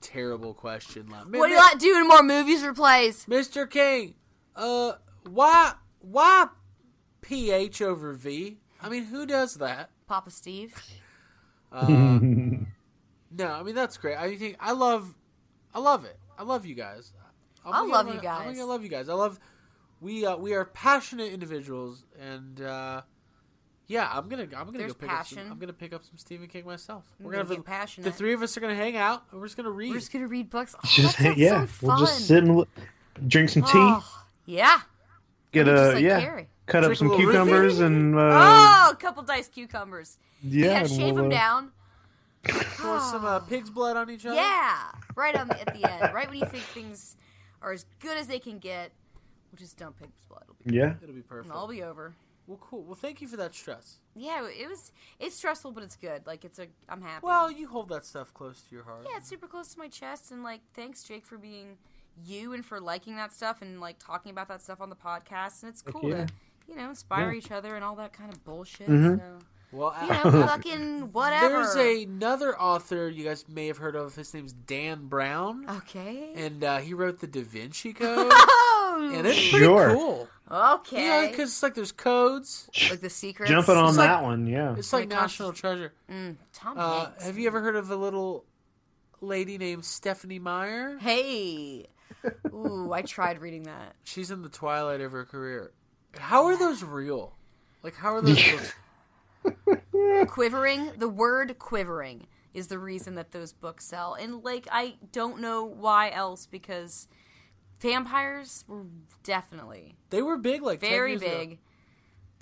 Speaker 8: terrible question like
Speaker 4: What do you like doing more movies or plays?
Speaker 8: Mr. King, uh why why PH over V? I mean, who does that?
Speaker 4: Papa Steve.
Speaker 8: Uh, no, I mean that's great. I think I love, I love it. I love you guys. I'm
Speaker 4: I
Speaker 8: gonna-
Speaker 4: love you
Speaker 8: I'm gonna-
Speaker 4: guys.
Speaker 8: I love you guys. I love. We uh, we are passionate individuals, and uh, yeah, I'm gonna I'm gonna
Speaker 4: There's
Speaker 8: go pick up.
Speaker 4: passion.
Speaker 8: Some, I'm gonna pick up some Stephen King myself.
Speaker 4: I'm
Speaker 8: We're
Speaker 4: gonna
Speaker 8: gonna, have
Speaker 4: get
Speaker 8: the,
Speaker 4: passionate.
Speaker 8: the three of us are gonna hang out. and We're just gonna read.
Speaker 4: We're just gonna read books. Oh,
Speaker 9: Just
Speaker 4: that sounds
Speaker 9: yeah,
Speaker 4: so fun.
Speaker 9: we'll just sit and l- drink some tea,
Speaker 4: Oh, yeah.
Speaker 9: get
Speaker 4: just
Speaker 9: a
Speaker 4: like
Speaker 9: yeah,
Speaker 4: Carrie.
Speaker 9: cut up
Speaker 8: Drink a
Speaker 9: some
Speaker 8: little root beer.
Speaker 9: cucumbers and uh,
Speaker 4: oh, a couple diced cucumbers.
Speaker 9: yeah,
Speaker 4: Yeah,
Speaker 9: and
Speaker 4: shave
Speaker 9: we'll,
Speaker 4: them
Speaker 9: uh,
Speaker 4: down.
Speaker 8: pour some uh, pig's blood on each other.
Speaker 4: Ah. Yeah, right on the, at the end, right when you think things are as good as they can get, we'll just dump pig's blood. It'll be,
Speaker 9: Yeah,
Speaker 8: it'll be perfect.
Speaker 4: it'll all be over.
Speaker 8: Well, cool. Well, thank you for that stress.
Speaker 4: Yeah, it was. It's stressful, but it's good. Like it's a. I'm happy.
Speaker 8: Well, you hold that stuff close to your heart.
Speaker 4: yeah, it's super close to my chest, and like, thanks Jake for being you and for liking that stuff and like talking about that stuff on the podcast, and it's cool
Speaker 9: yeah.
Speaker 4: to you know inspire
Speaker 9: Yeah. Mm-hmm.
Speaker 4: each other and all that kind of bullshit. So.
Speaker 8: Well,
Speaker 4: You
Speaker 8: I-
Speaker 4: know,
Speaker 9: <laughs>
Speaker 4: fucking whatever.
Speaker 8: <laughs> There's another author you guys may have heard of. His name's Dan Brown,
Speaker 4: Uh-huh. Okay.
Speaker 8: and uh, he wrote the Da
Speaker 4: <laughs>
Speaker 8: Vinci Code,
Speaker 4: Oh,
Speaker 8: and it's pretty
Speaker 9: Sure.
Speaker 8: cool.
Speaker 4: okay.
Speaker 8: You know, because it's like there's codes.
Speaker 4: like the secrets.
Speaker 9: jumping on
Speaker 8: It's like-
Speaker 9: that one. Yeah,
Speaker 8: It's like
Speaker 4: Like conscious-
Speaker 8: National Treasure.
Speaker 4: Tom
Speaker 8: Uh,
Speaker 4: Hanks.
Speaker 8: have you ever heard of a little lady named Stephanie Meyer?
Speaker 4: Hey. Ooh, I tried reading that.
Speaker 8: She's in the twilight of her career. How are those real? Like, how are those? books-
Speaker 4: Quivering, the word quivering is the reason that those books sell. And like I don't know why else because vampires were definitely
Speaker 8: They were big, like 10
Speaker 4: very
Speaker 8: years ago.
Speaker 4: big.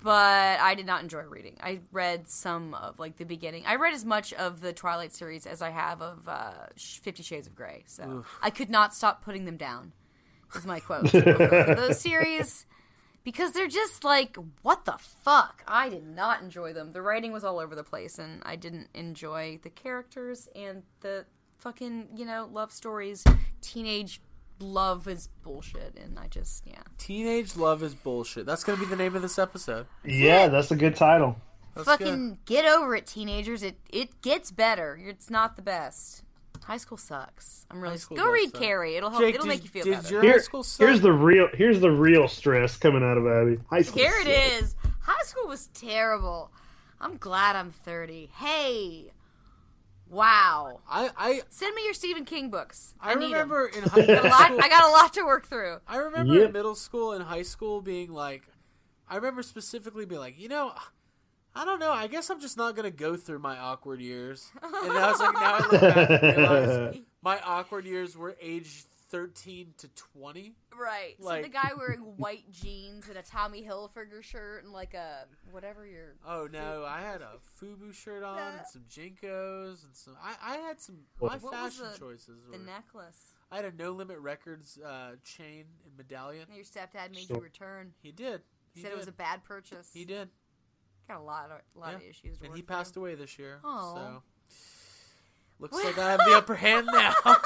Speaker 4: But I did not enjoy reading. I read some of like the beginning. I read as much of the Twilight series as I have of uh, Sh- Fifty Shades of Grey. So I could not stop putting them down. Is my
Speaker 8: <laughs>
Speaker 4: quote for those series because they're just like what the fuck. I did not enjoy them. The writing was all over the place, and I didn't enjoy the characters and the fucking you know love stories. Teenage love is bullshit, and I just yeah.
Speaker 8: Teenage love is bullshit. That's gonna be the name of this episode.
Speaker 9: yeah, that's a good title.
Speaker 8: That's
Speaker 4: fucking get over it, teenagers. It it gets better. It's not the best. High school sucks. I'm really
Speaker 8: school
Speaker 4: go
Speaker 8: does
Speaker 4: read
Speaker 8: suck.
Speaker 4: Carrie. Oh, It'll help.
Speaker 8: Jake,
Speaker 4: it'll
Speaker 8: did-
Speaker 4: make you feel
Speaker 8: did
Speaker 4: better.
Speaker 8: your-
Speaker 9: Here,
Speaker 8: High school sucks.
Speaker 9: here's the real here's the real stress coming out of Abby. High school.
Speaker 4: Here it
Speaker 9: sucks.
Speaker 4: is. High school was terrible. I'm glad I'm 30. Hey, wow.
Speaker 8: I I
Speaker 4: Send me your Stephen King books. I,
Speaker 8: I
Speaker 4: need 'em.
Speaker 8: remember
Speaker 4: <laughs>
Speaker 8: in high middle
Speaker 4: A lot-
Speaker 8: school.
Speaker 4: I got a lot to work through.
Speaker 8: I remember
Speaker 9: Yep.
Speaker 8: in middle school and high school being like, I remember specifically being like, you know, I don't know. I guess I'm just not gonna go through my awkward years. And I was like, now I look back and
Speaker 9: <laughs>
Speaker 8: realize my awkward years were aged 13 to 20.
Speaker 4: Right.
Speaker 8: Like-
Speaker 4: so the guy wearing white jeans and a Tommy Hilfiger shirt and like a whatever your
Speaker 8: Oh no, I had a FUBU shirt on and some JNCOs and some. I, I had some my
Speaker 4: What was
Speaker 8: fashion
Speaker 4: the-
Speaker 8: choices.
Speaker 4: the
Speaker 8: were-
Speaker 4: necklace.
Speaker 8: I had a No Limit Records uh, chain and medallion.
Speaker 4: Your stepdad made
Speaker 9: Sure.
Speaker 4: you return.
Speaker 8: He did. He
Speaker 4: He said
Speaker 8: did.
Speaker 4: it was a bad purchase.
Speaker 8: he did.
Speaker 4: got a lot of, lot of
Speaker 8: Yeah.
Speaker 4: issues. to
Speaker 8: and
Speaker 4: work
Speaker 8: he passed
Speaker 4: through.
Speaker 8: away this year.
Speaker 4: Aw.
Speaker 8: So looks like I have the upper hand
Speaker 4: <laughs>
Speaker 8: now. <laughs>
Speaker 9: <laughs>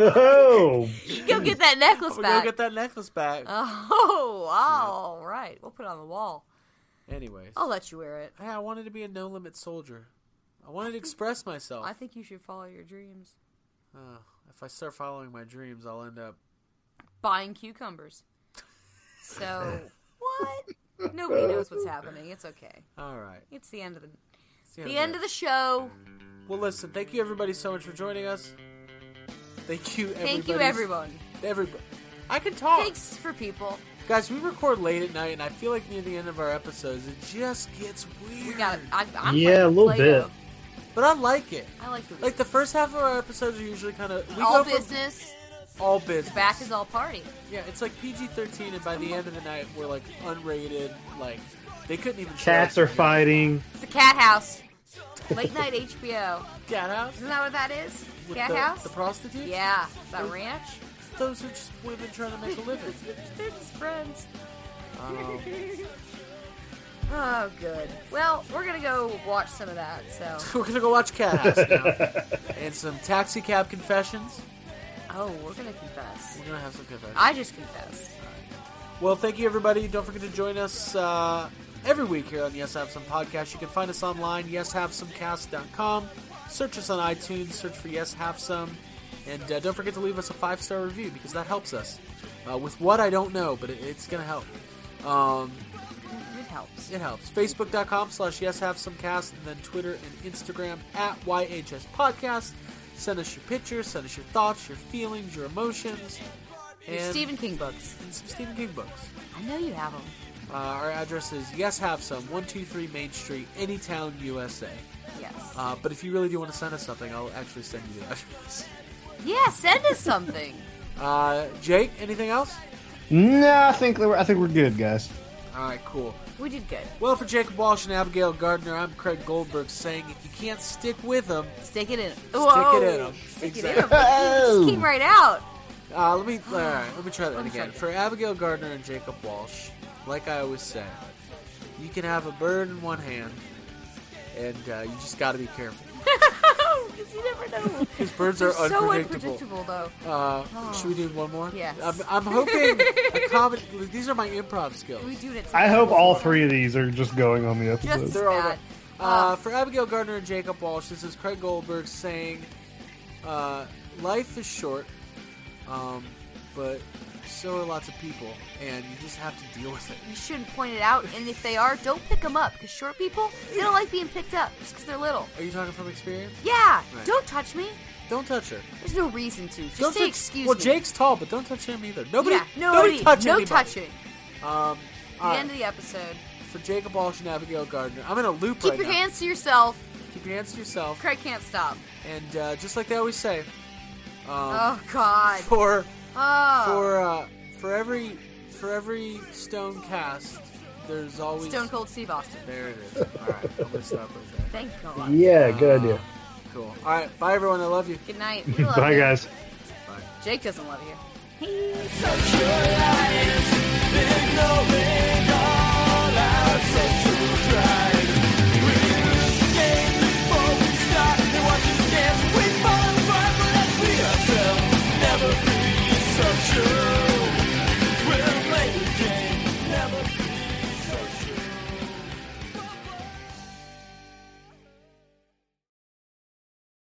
Speaker 9: Oh,
Speaker 4: Go get that necklace
Speaker 8: We're
Speaker 4: back.
Speaker 8: gonna get that necklace back.
Speaker 4: <laughs> Oh, all right. We'll put it on the wall.
Speaker 8: Anyways,
Speaker 4: I'll let you wear it.
Speaker 8: hey, I wanted to be a no limit soldier. I wanted to express myself.
Speaker 4: I think you should follow your dreams.
Speaker 8: Oh, if I start following my dreams, I'll end up.
Speaker 4: Buying cucumbers. So
Speaker 8: <laughs>
Speaker 4: what? Nobody knows what's happening. It's okay.
Speaker 8: All right.
Speaker 4: It's the end of the
Speaker 8: It's
Speaker 4: the end of the show.
Speaker 8: Well, listen. Thank you everybody so much for joining us. Thank you. Everybody.
Speaker 4: Thank you, everyone.
Speaker 8: Everybody. I can talk.
Speaker 4: Thanks for people.
Speaker 8: Guys, we record late at night, and I feel like near the end of our episodes, it just gets weird.
Speaker 4: We got. I, I'm
Speaker 9: Yeah, a
Speaker 4: playing
Speaker 9: little
Speaker 4: Play-Doh.
Speaker 9: bit.
Speaker 8: But I like it.
Speaker 4: I like the
Speaker 8: Like the first half of our episodes are usually kind of we
Speaker 4: all
Speaker 8: go from
Speaker 4: business.
Speaker 8: all business.
Speaker 4: Back is all party.
Speaker 8: yeah, it's like PG thirteen, and by the end of the night, we're like unrated. Like they couldn't even. show
Speaker 9: cats
Speaker 8: us
Speaker 9: are
Speaker 8: the
Speaker 9: fighting.
Speaker 4: It's the cat house. Late night HBO.
Speaker 8: Cat house.
Speaker 4: Isn't that what that is?
Speaker 8: With
Speaker 4: Cat
Speaker 8: the,
Speaker 4: house?
Speaker 8: The prostitutes.
Speaker 4: yeah. Is that <laughs> ranch?
Speaker 8: Those are just women trying to make a living.
Speaker 4: <laughs> They're just friends.
Speaker 8: Um,
Speaker 4: Oh, good. Well, we're gonna go watch some of that. So.
Speaker 8: we're gonna go watch Cat House now, and some taxi cab confessions.
Speaker 4: Oh, we're gonna confess.
Speaker 8: We're gonna have some confessions.
Speaker 4: I just confessed.
Speaker 8: Well, thank you, everybody. Don't forget to join us uh, every week here on Yes Have Some Podcast. You can find us online, yeshavesomecast.com. Search us on iTunes, search for Yes Have Some. And uh, don't forget to leave us a five star review because that helps us. Uh, with what I don't know, but it, it's going to help. Um,
Speaker 4: It helps.
Speaker 8: It helps. Facebook.com slash yes have some cast, and then Twitter and Instagram at YHS Podcast. Send us your pictures, send us your thoughts, your feelings, your emotions, and,
Speaker 4: Stephen King books.
Speaker 8: and some Stephen King books.
Speaker 4: I know you have them.
Speaker 8: Uh, our address is yes have some 123 Main Street, Anytown, USA.
Speaker 4: Yes.
Speaker 8: Uh, but if you really do want to send us something, I'll actually send you the <laughs> address.
Speaker 4: yeah, send us something. <laughs>
Speaker 8: Uh, Jake, anything else?
Speaker 9: No, I think we're, I think we're good, guys.
Speaker 8: All right, cool.
Speaker 4: we did good.
Speaker 8: Well, for Jacob Walsh and Abigail Gardner, I'm Craig Goldberg saying if you can't stick with them,
Speaker 4: Stick it in. Oh.
Speaker 8: stick
Speaker 4: Stick
Speaker 8: it in them.
Speaker 4: Stick it in. Just came right out. <laughs>
Speaker 8: Uh, let me all right, let me try that
Speaker 4: One
Speaker 8: again.
Speaker 4: second.
Speaker 8: For Abigail Gardner and Jacob Walsh, like I always say, you can have a bird in one hand, and uh, you just got to be careful
Speaker 4: Because you never <laughs> know.
Speaker 8: because birds are
Speaker 4: They're so
Speaker 8: unpredictable.
Speaker 4: unpredictable, though.
Speaker 8: Uh, Should we do one more?
Speaker 4: Yes.
Speaker 8: I'm, I'm hoping a comedy. These are my improv skills.
Speaker 4: We do it.
Speaker 9: I hope all three of these are just going on the episode.
Speaker 4: Just
Speaker 8: They're all
Speaker 4: that.
Speaker 8: Uh, for Abigail Gardner and Jacob Walsh, this is Craig Goldberg saying, uh, "Life is short, um, but so are lots of people, and you just have to deal with it."
Speaker 4: You shouldn't point it out, and if they are, don't pick them up. Because short people, they don't like being picked up just because they're little.
Speaker 8: Are you talking from experience?
Speaker 4: Yeah,
Speaker 8: Right.
Speaker 4: don't touch me.
Speaker 8: Don't touch her.
Speaker 4: There's no reason to. Just
Speaker 8: don't
Speaker 4: say
Speaker 8: touch-
Speaker 4: excuse
Speaker 8: Well,
Speaker 4: me.
Speaker 8: Jake's tall, but don't touch him either. Nobody,
Speaker 4: yeah,
Speaker 8: nobody, touch
Speaker 4: no
Speaker 8: anybody.
Speaker 4: touching.
Speaker 8: Um,
Speaker 4: The
Speaker 8: all
Speaker 4: end
Speaker 8: right.
Speaker 4: of the episode.
Speaker 8: for Jacob Walsh and Abigail Gardner, I'm in a loop
Speaker 4: Keep
Speaker 8: right
Speaker 4: your
Speaker 8: now.
Speaker 4: hands to yourself.
Speaker 8: Keep your hands to yourself,
Speaker 4: Craig can't stop.
Speaker 8: and uh, just like they always say, um,
Speaker 4: Oh God.
Speaker 8: for
Speaker 4: Oh.
Speaker 8: for uh, for every for every stone cast, there's always
Speaker 4: Stone Cold Steve Austin.
Speaker 8: There it is. All right, I'm gonna stop right there.
Speaker 4: Thank God.
Speaker 9: yeah, good idea.
Speaker 8: Cool. All right, bye everyone. I love you.
Speaker 4: Good night.
Speaker 9: <laughs>
Speaker 4: We love
Speaker 9: Bye,
Speaker 4: you.
Speaker 9: guys.
Speaker 4: Jake doesn't love you.
Speaker 7: Such your lies, big no big